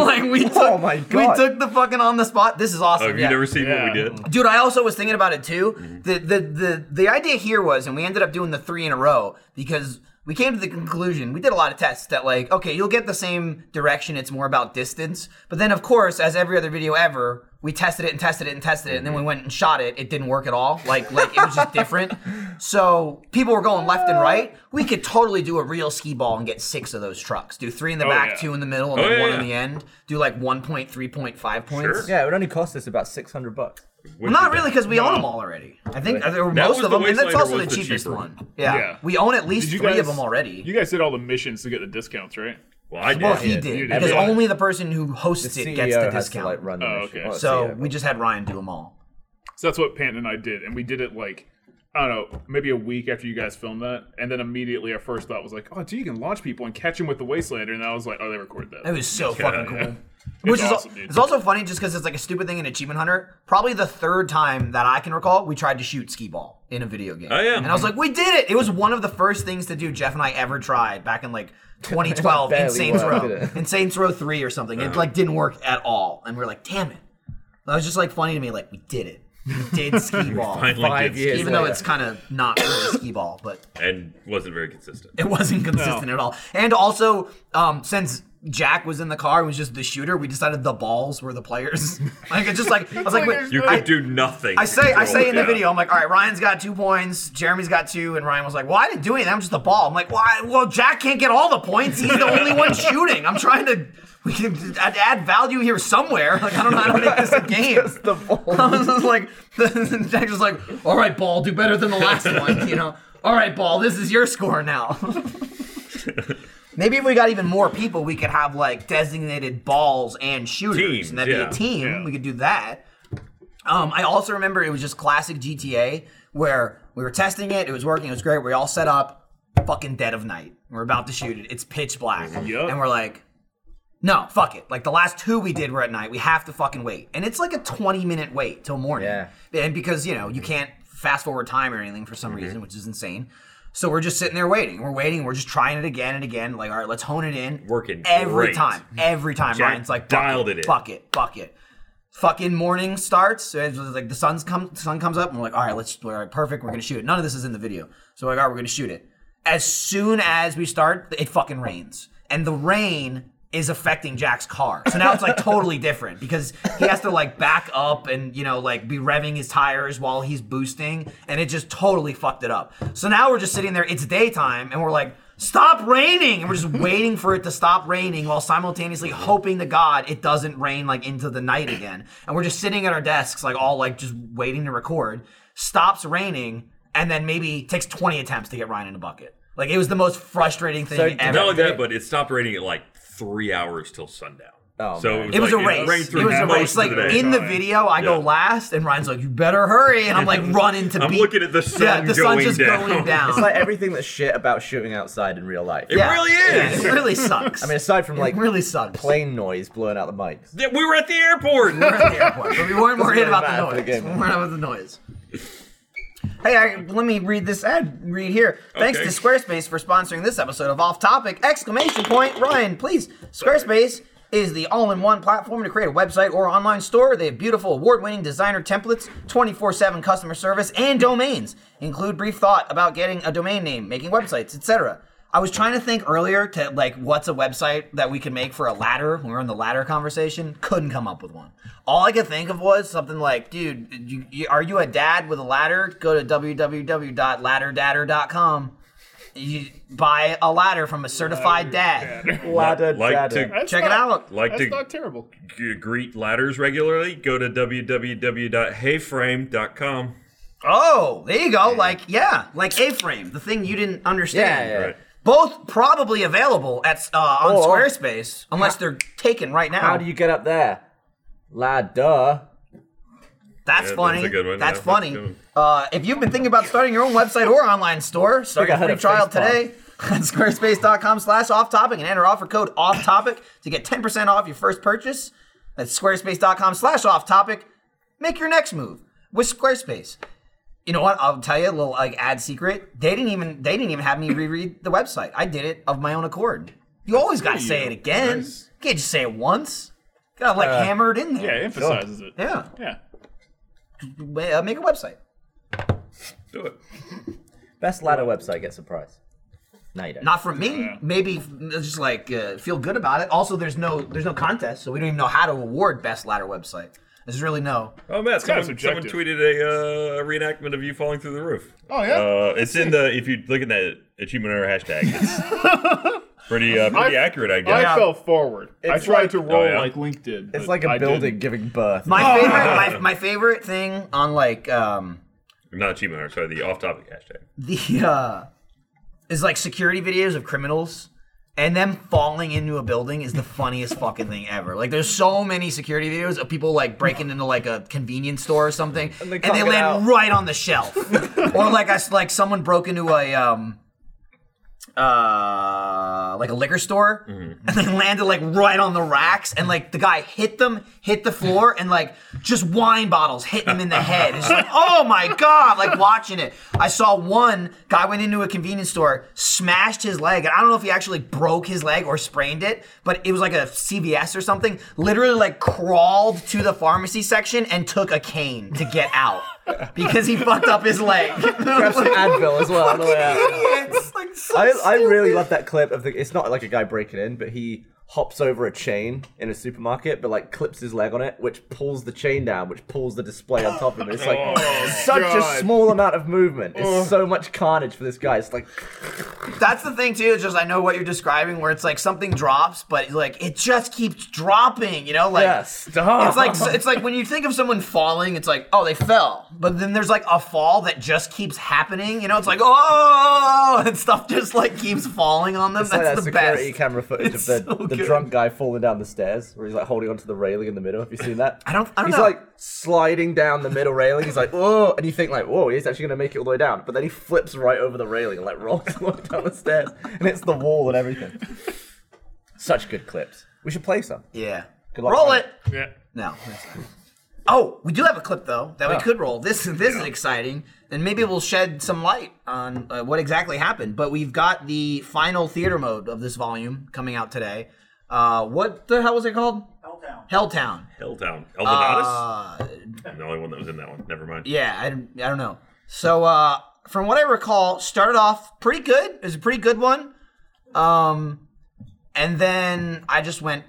A: like we took,
C: Oh my
A: we
C: God.
A: took the fucking on the spot. This is awesome.
B: Have you
A: yeah.
B: never seen what we
D: Yeah.
B: did?
A: Dude, I also was thinking about it too.
B: Mm-hmm.
A: The, the the the idea here was, and we ended up doing the three in a row because we came to the conclusion. We did a lot of tests that like, okay, you'll get the same direction. It's more about distance. But then, of course, as every other video ever, we tested it and tested it and tested it, and then
B: Mm-hmm.
A: we went and shot it. It didn't work at all. Like like it was just
B: [LAUGHS]
A: different. So people were going left and right. We could totally do a real ski ball and get six of those trucks. Do three in the
D: Oh,
A: back,
D: yeah.
A: two in the middle, and
B: Oh,
A: then
B: yeah,
A: one
B: yeah.
A: in the end. Do like one point, three point, five points.
B: Sure.
C: yeah, it would only cost us about six hundred bucks.
B: Would
A: Not
B: be
A: really, because we own them all already. I think uh, there were
B: That
A: most
B: was
A: of
B: the
A: them, and that's
B: Wastelander
A: also the
B: was the
A: cheapest
B: cheaper.
A: one. Yeah.
D: Yeah.
A: we own at least
D: Did
A: three
D: you
A: of them already.
D: You guys did all the missions to get the discounts, right?
B: Well, I did.
A: well, he
C: Yeah,
A: did
D: you did.
A: because
D: Yeah.
A: only the person who hosts
C: The
A: it
C: CEO
A: gets the
C: E has to like
A: discount.
C: run the
D: Oh,
C: mission.
D: okay.
C: Well, the E
A: so
C: CEO,
A: we just had Ryan do them all.
D: So that's what Panton and I did, and we did it like I don't know, maybe a week after you guys filmed that, and then immediately our first thought was like, "Oh, dude, you can launch people and catch them with the Wastelander," and I was like, "Oh, they record that."
A: It was so fucking cool. Which
D: It's
A: is
D: awesome, dude.
A: it's also funny just because it's like a stupid thing in Achievement Hunter. Probably the third time that I can recall we tried to shoot skee ball in a video game.
B: Oh, yeah.
A: and I was like, we did it. It was one of the first things to do Jeff and I ever tried back in like 2012 in
C: Barely
A: Saints
C: worked,
A: Row,
C: did it?
A: in Saints Row three or something. It like didn't work at all, and we are like, damn it. That was just like funny to me. Like we did it. We did skee ball,
B: Finally
C: Five
B: did.
C: years.
A: even though
C: later.
A: it's kind of not really skee ball, but
B: And wasn't very consistent.
A: it wasn't consistent at all. And also, um, since Jack was in the car, and was just the shooter. We decided the balls were the players. [LAUGHS] like it's just like I was like, wait,
B: You could
A: I,
B: do nothing.
A: I
B: to
A: say I
B: control
A: say
B: it
A: in the
B: down.
A: video, I'm like, all right, Ryan's got two points, Jeremy's got two, and Ryan was like, well, I didn't do anything. I'm just the ball. I'm like, why? Well, Jack can't get all the points. He's the only one shooting. I'm trying to we can add, add value here somewhere. Like I don't know how to make this a game.
C: the
A: [LAUGHS]
C: ball.
A: I was just like, Jack's just like, all right, ball, do better than the last one, you know? All right, ball, this is your score now. [LAUGHS] Maybe if we got even more people, we could have like designated balls and shooters,
B: Teams,
A: and that'd
B: yeah,
A: be a team.
D: yeah.
A: We could do that. Um, I also remember it was just classic GTA where we were testing it, it was working, it was great. We all set up, fucking dead of night. We're about to shoot it. It's pitch black,
D: Yup.
A: and we're like, no, fuck it. Like the last two we did were at night. We have to fucking wait. And it's like a 20 minute wait till morning.
C: Yeah.
A: And because, you know, you can't fast forward time or anything for some reason, which is insane. So we're just sitting there waiting. We're waiting. We're just trying it again and again. Like, all right, let's hone it in.
B: Working
A: every
B: great.
A: time. Every time.
B: Jack
A: Ryan's like,
B: dialed it in.
A: Fuck it. Fuck it. Fucking morning starts. It's like the sun's come, sun comes up, and we're like, all right, let's, all right, perfect. We're gonna shoot it. None of this is in the video, so we're like, all right, we're gonna shoot it. As soon as we start, it fucking rains, and the rain is affecting Jack's car. So now it's
B: [LAUGHS]
A: like totally different because he has to like back up and you know like be revving his tires while he's boosting, and it just totally fucked it up. So now we're just sitting there. It's daytime, and we're like. Stop raining! And we're just waiting for it to stop raining while simultaneously hoping to God it doesn't rain like into the night again. And we're just sitting at our desks, like all like just waiting to record. Stops raining, and then maybe takes 20 attempts to get Ryan in a bucket. Like it was the most frustrating thing
C: So,
A: ever.
B: Not only that, but it stopped raining at like three hours till sundown.
C: Oh,
B: so
C: man.
B: it
A: it was
B: was, like,
A: a race. It
B: rained
A: was
B: through
A: a
B: most
A: race.
B: of
A: Like
B: the day.
A: in the video, I go
B: Yeah.
A: last, and Ryan's like, "You better hurry!" And I'm
B: [LAUGHS]
A: like, running to.
B: I'm
A: beat.
B: looking at the sun
A: Yeah, the
B: going
A: sun's just
B: down.
A: going down.
C: It's like everything that's shit about shooting outside in real life.
B: [LAUGHS] It
A: Yeah.
B: really
A: Yeah,
B: is.
A: it really sucks.
C: [LAUGHS] I mean, aside from like
A: it really sucks.
C: plane noise blowing out the
D: [LAUGHS]
C: mics.
B: Yeah, we were at the
A: [LAUGHS]
B: airport.
A: at the airport, but we weren't worried
C: really
A: about
C: matter
A: the
C: for
A: noise.
C: the game.
A: we weren't about the noise. Hey, I, let me read this ad. Read here. Thanks
B: Okay.
A: to Squarespace for sponsoring this episode of Off Topic! Exclamation point, Ryan, please. Squarespace is the all-in-one platform to create a website or online store. They have beautiful, award-winning designer templates, 24/7 customer service, and domains. Include brief thought about getting a domain name, making websites, etc. I was trying to think earlier to like what's a website that we can make for a ladder when we were in the ladder conversation. Couldn't come up with one. All I could think of was something like, dude, you, you, are you a dad with a ladder? Go to www.ladderdadder.com. You buy a ladder from a certified dad.
C: Ladder,
B: like
C: ladder.
B: to-
D: That's
A: Check it
D: not-
A: out.
B: Like
D: That's
B: to
D: not terrible.
B: g- greet ladders regularly, go to www.hayframe.com.
A: [LAUGHS] Oh, there you go. Like, yeah, like A-frame, the thing you didn't understand.
G: Yeah, yeah.
B: Right.
A: Both probably available at uh, on
C: Or-
A: Squarespace, unless they're taken right now.
C: How do you get up there? Ladder.
A: That's
B: Yeah,
A: funny.
B: that's a good one.
A: That's
B: Yeah, that's a
A: funny.
B: good one.
A: Uh, if you've been thinking about starting your own website or online store, start
C: Think I
A: your
C: had
A: free
C: a
A: trial
C: face palm.
A: today [LAUGHS] at squarespace.com slash off topic and enter offer code off topic to get 10% off your first purchase. That's squarespace.com slash off topic. Make your next move with Squarespace. You know what? I'll tell you a little like ad secret. They didn't even they didn't even have me reread the website. I did it of my own accord. You always gotta say it again. You can't just say it once. You gotta like hammer it in
D: Yeah,
A: there.
D: it emphasizes it.
A: Yeah.
D: Yeah.
A: yeah. Uh, make a website.
B: Do it.
C: Best ladder website gets a prize. No, you don't.
A: Not from me. Maybe f- just like uh, feel good about it. Also, there's no there's no contest, so we don't even know how to award best ladder website. There's really no.
B: Oh Matt,
D: kind
B: someone,
D: of
B: someone
D: subjective.
B: tweeted a uh, reenactment of you falling through the roof.
D: Oh, yeah?
B: uh, it's in the if you look at that achievement error hashtag. It's
D: [LAUGHS]
B: pretty uh, pretty
D: I-
B: accurate, I
D: I
B: guess.
D: fell forward. I
C: It's
D: tried
C: like-
D: to roll
B: Oh, yeah.
D: like Link did.
C: It's
D: but
C: like a
D: I
C: building
D: didn't. [LAUGHS]
C: giving birth.
A: My favorite my, my favorite thing on like um
B: Not achievement error, sorry, the off-topic hashtag.
A: the uh is like security videos of criminals and them falling into a building is the funniest fucking thing ever. Like there's so many security videos of people like breaking into like a convenience store or something and they,
C: they can't get
A: land
C: out.
A: right on the [LAUGHS] shelf. or like I s- like someone broke into a um uh like a liquor store and they landed like right on the racks and like the guy hit them hit the floor and like just wine bottles hit him in the head it's like oh my god like watching it i saw one guy went into a convenience store smashed his leg and i don't know if he actually broke his leg or sprained it but it was like a cvs or something literally like crawled to the pharmacy section and took a cane to get out because he fucked up his leg
C: Grab some Advil as well. on the way out.
A: It's, [LAUGHS] like, so
C: I, I
A: stupid.
C: really love that clip of the. It's not like a guy breaking in, but he hops over a chain in a supermarket, but like clips his leg on it, which pulls the chain down, which pulls the display on top of it. It's like such
D: God.
C: a small amount of movement. It's so much carnage for this guy. It's like
A: That's the thing too. Is just I know what you're describing, where it's like something drops, but like it just keeps dropping. You know, like
C: yeah, stop.
A: it's like it's like when you think of someone falling, it's like oh they fell, but then there's like a fall that just keeps happening. You know, it's like oh [LAUGHS] and stuff just like keeps falling on them.
C: It's like
A: That's
C: that
A: the
C: security
A: best.
C: camera footage
A: It's
C: of the,
A: so
C: the
A: good.
C: drunk guy falling down the stairs, where he's like holding onto the railing in the middle. Have you seen that?
A: I don't- I don't
C: he's
A: know.
C: like sliding down the middle railing. He's like, oh, and you think like, whoa, he's actually gonna make it all the way down, but then he flips right over the railing and like rolls [LAUGHS] all the way down the stairs and hits the wall and everything. Such good clips. We should play some.
A: Yeah.
C: Good luck,
A: Roll
C: Ryan.
A: it.
D: Yeah.
A: No. that's fine. Oh, we do have a clip though that we could roll. This this is exciting, and maybe we'll shed some light on uh, what exactly happened. But we've got the final theater mode of this volume coming out today. Uh, what the hell was it called? Helltown. Helltown.
B: Helltown. Eldonatus? I'm the only one that was in that one. Never mind.
A: Uh, Yeah, I, don't- I don't know. So uh, from what I recall, started off pretty good. It was a pretty good one. Um, and then I just went.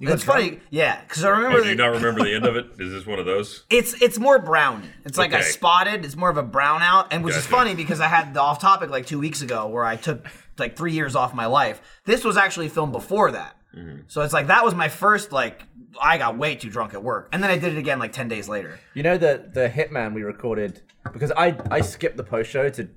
A: It's funny, yeah, because I remember.
B: Oh, do you
A: that-
B: not remember the end of it? Is this one of those?
A: It's it's more brown. It's like I
B: Okay.
A: spotted. It's more of a brown out, and which is
B: Gotcha.
A: funny because I had the off topic like two weeks ago where I took like three years off my life. This was actually filmed before that, so it's like that was my first like I got way too drunk at work, and then I did it again like ten days later.
C: You know the the Hitman we recorded because I I skipped the post show to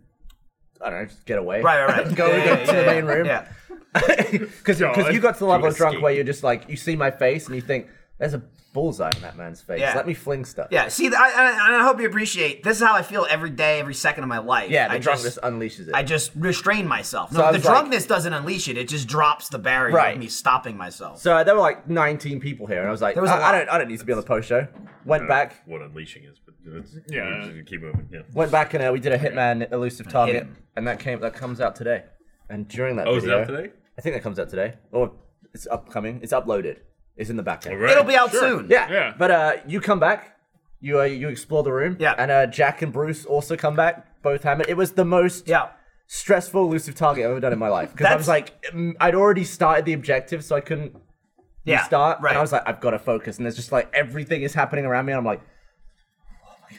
C: I don't know just get away.
A: Right, right, right.
C: [LAUGHS] Go
A: Yeah,
C: and
A: yeah,
C: get to the
A: yeah,
C: main room.
A: Yeah.
C: because
D: God.
C: [LAUGHS] you got to the level of drunk
D: escape.
C: where you're just like you see my face and you think there's a bullseye on that man's face.
A: Yeah.
C: Let me fling stuff.
A: Yeah, see, th- I, I, I hope you appreciate. This is how I feel every day, every second of my life.
C: Yeah, the
A: I
C: drunkenness
A: just,
C: unleashes it.
A: I just restrain myself. No,
C: So I
A: the
C: was like-
A: drunkenness doesn't unleash it; it just drops the barrier
C: Right.
A: of me stopping myself.
C: so there were like 19 people here, and I was like,
A: There was a
C: I, I
A: lot.
C: don't, I don't need to be on the post show. Went back,
B: What unleashing is, but it's,
D: Yeah.
B: you just keep moving. Yeah.
C: went back, and uh, we did a Hitman elusive target,
A: him.
C: and that came that comes out today. And during that
B: Oh, is it
C: video,
B: out today?
C: I think that comes out today, or it's upcoming. It's uploaded. It's in the back end.
B: All right.
A: It'll be out soon.
C: Yeah.
D: Yeah.
C: But uh, you come back. You uh, you explore the room.
A: Yeah.
C: And uh, Jack and Bruce also come back. Both hammered. It was the most
A: yeah.
C: stressful elusive target I've ever done in my life because I was
A: That's-
C: like, mm, I'd already started the objective, so I couldn't
A: Yeah,
C: start.
A: right.
C: And I was like, I've got to focus. And there's just like everything is happening around me. And I'm like, oh my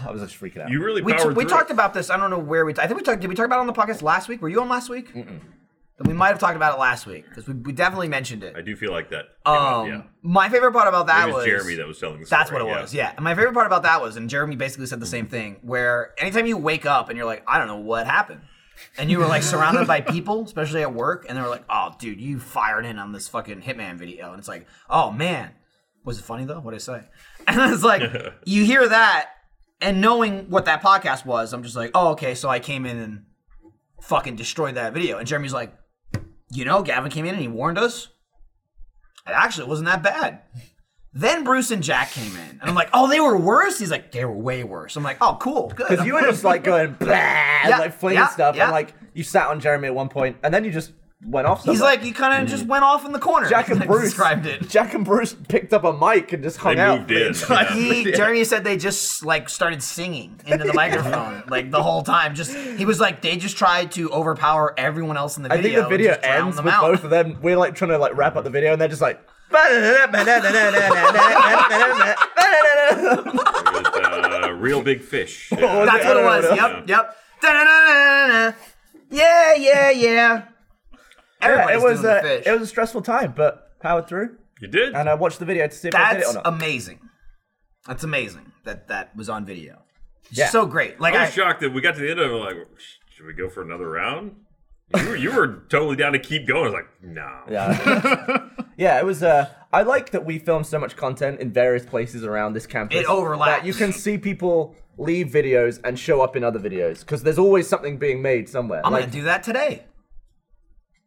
C: god, I was just freaking out.
B: You really
A: we, t-
B: powered
A: we
B: through
A: talked
B: it.
A: about this. I don't know where we. T- I think we talked. Did we talk about it on the podcast last week? Were you on last week? Then we might have talked about it last week because we, we definitely mentioned it.
B: I do feel like that. came up,
A: Um,
B: yeah.
A: my favorite part about that
B: It was Jeremy that was telling the story.
A: That's what it was. Yeah. And my favorite part about that was, and Jeremy basically said the same thing, where anytime you wake up and you're like, I don't know what happened. And you were like surrounded by people, especially at work, and they were like, Oh, dude, you fired in on this fucking Hitman video. And it's like, Oh, man. Was it funny though? What did I say? [LAUGHS] And it's
B: [LAUGHS]
A: like, You hear that, and knowing what that podcast was, I'm just like, Oh, okay. So I came in and fucking destroyed that video. And Jeremy's like, You know, Gavin came in and he warned us. It actually wasn't that bad. Then Bruce and Jack came in, and I'm like, "Oh, they were worse." He's like, "They were way worse." I'm like, "Oh, cool, good."
C: Because you were just like going, [LAUGHS] blah, and,
A: Yeah,
C: like flinging
A: yeah,
C: stuff.
A: yeah.
C: And like, you sat on Jeremy at one point, and then you just went off.
A: He's
C: somewhere.
A: like, "You kind of just went off in the corner."
C: Jack and
A: I
C: Bruce
A: [LAUGHS] described it.
C: Jack and Bruce picked up a mic and just hung
B: They
C: out.
B: moved in.
C: [LAUGHS]
A: [LAUGHS] Like
B: [LAUGHS] yeah.
A: he, Jeremy said they just like started singing
C: [LAUGHS]
A: into the microphone like the whole time. Just he was like they just tried to overpower everyone else in the
C: I
A: video.
C: think the
A: and
C: video
A: just drown
C: ends
A: them
C: with
A: out.
C: both of them. We're like trying to like wrap up the video, and they're just like. [LAUGHS]
B: It was, uh, real big
A: [LAUGHS]
B: fish. Yeah.
A: That's what it was.
C: Yeah.
A: Yep, yep. Da-na-na-na-na-na. Yeah, yeah, yeah.
C: Yeah,
A: Everybody's
C: it was
A: doing the
C: a
A: fish.
C: it was a stressful time, but powered through.
B: You did.
C: And I watched the video to see if I did it
A: That's
C: or not.
A: amazing. That's amazing that that was on video. It's
C: Yeah.
A: so great. Like
B: I
A: I,
B: was shocked that we got to the end of it. Like, should we go for another round? You were, you were totally down to keep going. I was like, no.
C: yeah, yeah, it was. Uh, I like that we filmed so much content in various places around this campus.
A: It overlaps.
C: That you can see people leave videos and show up in other videos because there's always something being made somewhere.
A: I'm
C: like,
A: gonna do that today.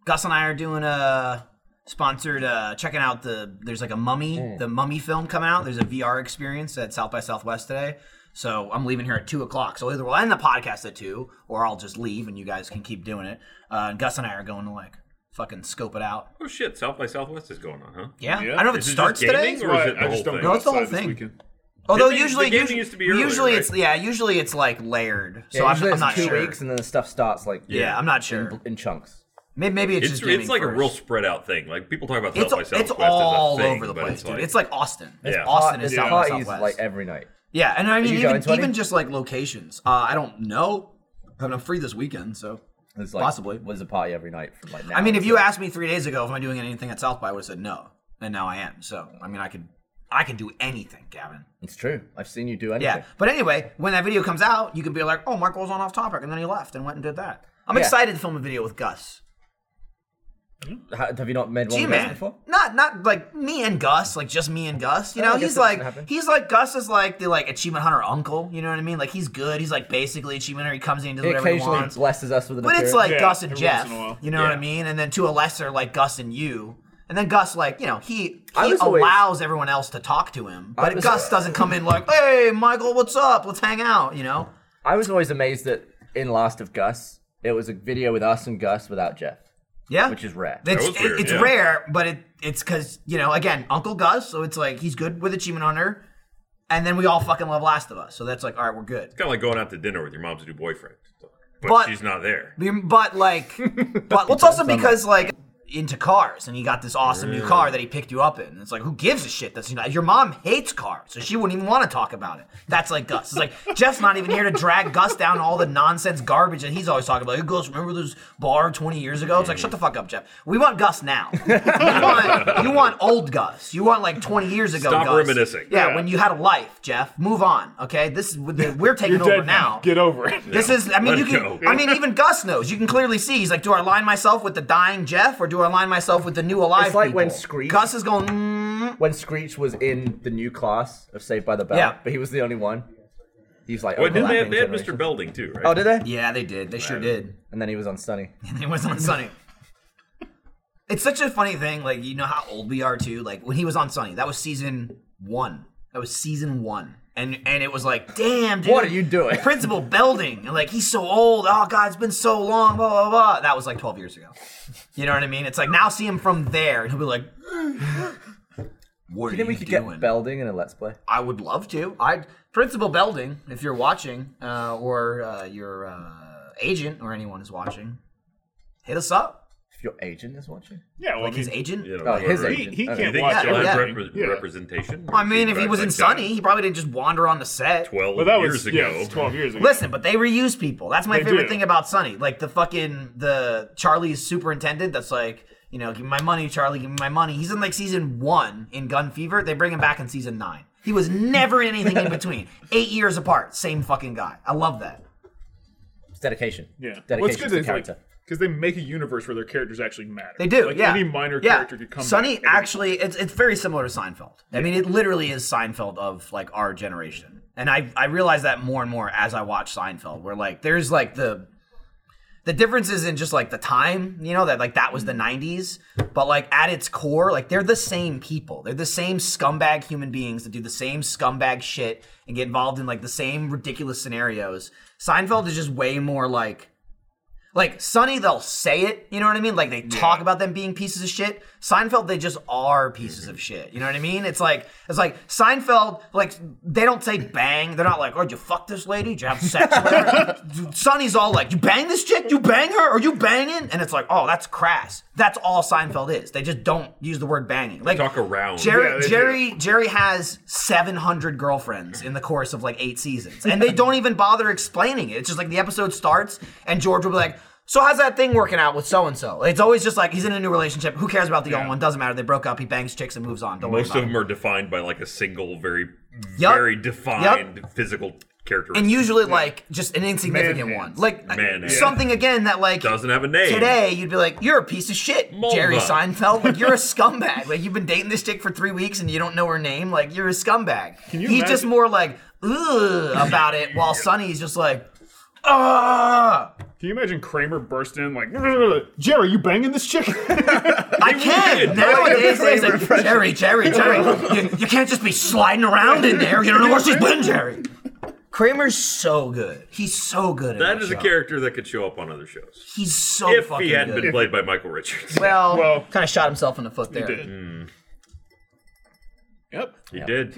A: Gus and I are doing a sponsored uh checking out the there's like a mummy
C: Hmm.
A: the mummy film coming out. There's a VR experience at South by Southwest today. So I'm leaving here at two o'clock. So either we'll end the podcast at two, or I'll just leave and you guys can keep doing it. Uh, and Gus and I are going to like fucking scope it out.
B: Oh shit! South by Southwest is going on, huh?
A: Yeah,
D: Yeah.
A: I don't know if it
B: Is it just
A: starts today.
B: gaming or is it the
D: I
B: whole
D: just don't
B: thing?
D: go
A: No, it's the whole
D: outside this
A: thing.
D: weekend.
A: Although
B: Didn't they-
A: usually,
B: the gaming
A: usually,
B: used to be earlier,
A: usually
B: right?
A: it's yeah, usually it's like layered. So
C: yeah,
A: I'm,
C: usually
A: I'm
C: it's
A: not
C: two
A: sure.
C: weeks and then the stuff starts like
A: yeah. I'm not sure.
C: in, in chunks.
A: Maybe, maybe it's,
B: It's
A: just gaming
B: it's like a
A: first.
B: real spread out thing. Like people talk about South
A: It's,
B: by Southwest.
A: it's all
B: as a thing,
A: over the
B: but
A: place,
B: it's
A: dude.
B: like,
A: It's like Austin. It's
B: Yeah.
A: Austin is
C: There's
A: South by
C: parties
A: Southwest.
C: like every night.
A: yeah, and I mean
C: you going
A: even,
C: 20?
A: even just like locations. Uh, I don't know, but I'm free this weekend, so
C: There's like
A: Possibly.
C: was a party every night from like now.
A: I mean, if
C: until-
A: you asked me three days ago if I'm doing anything at South by, I would have said no, and now I am. So I mean, I could I could do anything, Gavin.
C: it's true. I've seen you do anything.
A: Yeah. But anyway, when that video comes out, you can be like, oh, Mark was on off topic, and then he left and went and did that. I'm
C: Yeah.
A: excited to film a video with Gus.
C: Ha- have you not made one
A: G
C: of those
A: man,
C: before?
A: not not like me and Gus, like just me and Gus. You
C: Yeah, I
A: know,
C: guess
A: he's
C: that doesn't
A: like
C: happen.
A: he's like Gus is like the like achievement hunter uncle. You know what I mean? Like he's good. He's like basically achievement hunter. He comes in, and does
C: It
A: whatever he
C: occasionally
A: wants.
C: blesses us with an.
A: But it's
C: appearance.
A: like
D: Yeah,
A: Gus and
D: every once
A: Jeff.
D: in a while.
A: You know what I
D: Yeah.
A: mean? And then to a lesser like Gus and you. And then Gus, like you know, he
C: I
A: he
C: was
A: allows
C: always-
A: everyone else to talk to him,
C: I
A: but
C: was-
A: Gus doesn't come in like, "Hey, Michael, what's up? Let's hang out." You know?
C: I was always amazed that in Last of Gus, it was a video with us and Gus without Jeff,
A: Yeah.
C: which is rare.
A: It's,
B: was weird,
A: it- it's
B: yeah.
A: rare, but it it's because you know again Uncle Gus, so it's like he's good with Achievement Hunter, and then we all fucking love Last of Us, so that's like all right, we're good.
B: kind of like going out to dinner with your mom's new boyfriend, but,
A: But-
B: she's not there.
A: But
D: [LAUGHS]
A: like, but well, it's also because like into cars, and he got this awesome new car that he picked you up in. And it's like who gives a shit? That's not, your mom hates cars, so she wouldn't even want to talk about it. That's like Gus. It's like Jeff's not even here to drag Gus down to all the nonsense garbage that he's always talking about. Hey, Gus, remember this bar twenty years ago? It's like shut the fuck up, Jeff. We want Gus
D: [LAUGHS]
A: now. you, want, you want old Gus. You want like 20 years ago.
B: Stop
A: Gus.
B: reminiscing.
A: Yeah,
D: Yeah.
A: when you had a life, Jeff. Move on. Okay, this is we're taking
D: You're
A: over
D: dead
A: now.
D: now. Get over it.
A: This is. I mean,
B: Let
A: you
B: it
A: can.
B: go.
A: I mean, even Gus knows. You can clearly see. He's like, do I align myself with the dying Jeff or do I align myself with the new alive?
C: It's like when
A: people?"
C: Screech-
A: Gus is going. Mm,
C: when Screech was in the new class of Saved by the Bell,
A: Yeah.
C: but he was the only one. He's like, "Oh,
B: But didn't they have,
C: overlapping
B: they had Mr.
C: generations.
B: Belding too, right?
C: Oh, did they?
A: Yeah, they did. They sure did.
C: And then he was on Sunny.
A: And [LAUGHS] it was on Sunny. It's such a funny thing. Like, you know how old we are, too? Like, when he was on Sunny, that was season one. That was season one. And and it was like, damn, dude.
C: What are you doing?
A: Principal Belding. And like, he's so old. Oh, God, it's been so long. Blah, blah, blah. That was like 12 years ago. You know what I mean? It's like, now see him from there. And he'll be like, [GASPS] what are
C: You
A: you,
C: think we could
A: doing?
C: get Belding in a Let's Play?
A: I would love to. I Principal Belding, if you're watching, uh, or uh, your uh, agent or anyone is watching, hit us up.
C: If your agent is watching.
D: [LAUGHS] Yeah, well,
A: Like
D: I
A: his
D: mean,
A: agent.
B: You know,
C: Oh, his
B: whatever.
D: he,
C: agent.
D: he
C: Okay.
B: You
D: can't
B: think
D: watch
B: he still
A: Yeah,
B: has
A: yeah.
B: repre-
D: Yeah.
B: representation?
A: I mean, if he was in
B: Feedback like
A: Sunny, he probably didn't just wander on the set.
B: that Twelve
D: Well, that
B: years
D: was
B: ago.
D: yeah, it's twelve years ago.
A: Listen, but they reuse people. That's my
D: They
A: favorite
D: do.
A: thing about Sunny. Like the fucking the Charlie's superintendent. That's like you know, give me my money, Charlie. Give me my money. He's in like season one in Gun Fever. They bring him back in season nine. He was never in anything
D: [LAUGHS]
A: in between. Eight years apart, same fucking guy. I love that.
C: It's dedication.
D: yeah,
C: Dedication
D: well, it's good
C: to
D: that
C: character.
D: because they make a universe where their characters actually matter.
A: They do,
D: Like,
A: yeah.
D: Any minor
A: yeah.
D: character could come.
A: Sunny
D: back and-
A: actually, it's it's very similar to Seinfeld. I mean, it literally is Seinfeld of like our generation, and I I realize that more and more as I watch Seinfeld, where like there's like the the difference is in just like the time, you know, that like that was
D: Mm-hmm.
A: the 90s, but like at its core, like they're the same people. They're the same scumbag human beings that do the same scumbag shit and get involved in like the same ridiculous scenarios. Seinfeld is just way more like like Sonny, they'll say it, you know what I mean? Like they talk about them being pieces of shit. Seinfeld, they just are
D: Mm-hmm.
A: pieces of shit. You know what I mean? It's like it's like Seinfeld, like they don't say bang. They're not like, oh, did you fuck this lady? Did you have sex with
D: [LAUGHS]
A: her? Sonny's all like, you bang this chick? You bang her? Are you banging? And it's like, oh, that's crass. That's all Seinfeld is. They just don't use the word banging. Like
B: Talk around.
A: Jerry,
D: Yeah, they do.
A: Jerry, Jerry has 700 girlfriends in the course of like eight seasons, and they don't even bother explaining it. It's just like the episode starts, and George will be like, "So how's that thing working out with so and so?" It's always just like he's in a new relationship. Who cares about the old one? Doesn't matter. They broke up. He bangs chicks and moves on. Don't
B: Most
A: worry
B: of
A: about
B: them are defined by like a single, very,
A: Yup.
B: very defined physical
A: it.
B: characteristic.
A: And usually, like just an insignificant
D: Man
A: one,
D: hands.
A: like uh,
B: Man hands.
A: something again that like
B: doesn't have a name.
A: today you'd be like, "You're a piece of shit,
B: Mulva.
A: Jerry Seinfeld. Like
B: [LAUGHS]
A: you're a scumbag. Like you've been dating this chick for three weeks and you don't know her name. Like you're a scumbag."
D: you
A: He's just
D: imagine-
A: more like ugh about it,
B: [LAUGHS]
A: while Sonny's just like, ah.
D: Can you imagine Kramer burst in like, [LAUGHS] Jerry, you banging this chick? [LAUGHS]
A: I can't. Nowadays, it's like, Jerry, Jerry, Jerry. You, you can't just be sliding around in there. You don't know where she's been, Jerry. Kramer's so good. He's so good at
B: That
A: that
B: is a
A: show.
B: character that could show up on other shows
A: He's so
B: if
A: fucking
B: he hadn't
A: good.
B: been played by
A: [LAUGHS]
B: Michael Richards.
A: well,
D: Well-
A: kind of shot himself in the foot there.
D: yep.
B: He did.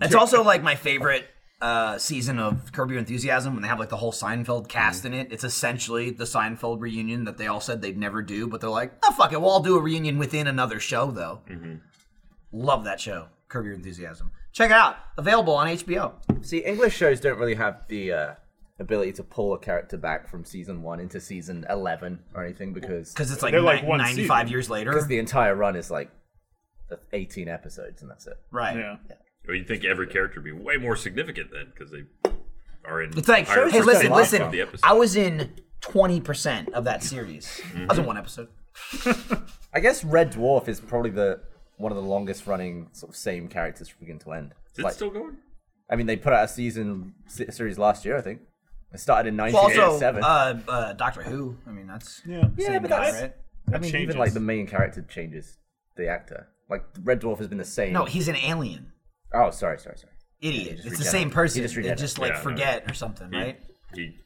A: It's also like my favorite uh, season of Curb Your Enthusiasm when they have like the whole Seinfeld cast
D: Mm-hmm.
A: in it. It's essentially the Seinfeld reunion that they all said they'd never do, but they're like, oh fuck it, we'll all do a reunion within another show though.
D: Mm-hmm.
A: Love that show, Curb Your Enthusiasm. Check it out, available on HBO.
C: See, English shows don't really have the uh, ability to pull a character back from season one into season 11 or anything because
A: Because it's like,
D: They're like
A: ni-
D: one
A: 95
D: season.
A: years later.
C: because the entire run is like 18 episodes and that's it.
A: right.
D: Yeah.
B: Well, you'd think every character would be way more significant then because they are in.
A: It's like,
B: higher
A: hey,
B: percentages
A: listen,
B: of
A: listen.
B: The episode.
A: I was in 20% of that series. I
D: Mm-hmm.
A: was in one episode.
C: I guess Red Dwarf is probably the one of the longest running sort of same characters from beginning to end.
B: Is it
C: Like,
B: still going?
C: I mean, they put out a season se- series last year, I think. It started in
A: Well, also,
C: 1987.
A: uh, uh, Doctor Who. I mean, that's
D: Yeah.
C: yeah, but
A: guy,
C: that's,
A: right?
C: I mean, even like the main character changes the actor. Like Red Dwarf has been the same.
A: No, he's an alien.
C: oh, sorry, sorry, sorry.
A: idiot.
C: just
A: It's the
C: regenerate.
A: same
C: You
A: person.
C: just
A: they
C: regenerate.
A: just like
B: Yeah, no.
A: forget or something, right?
B: He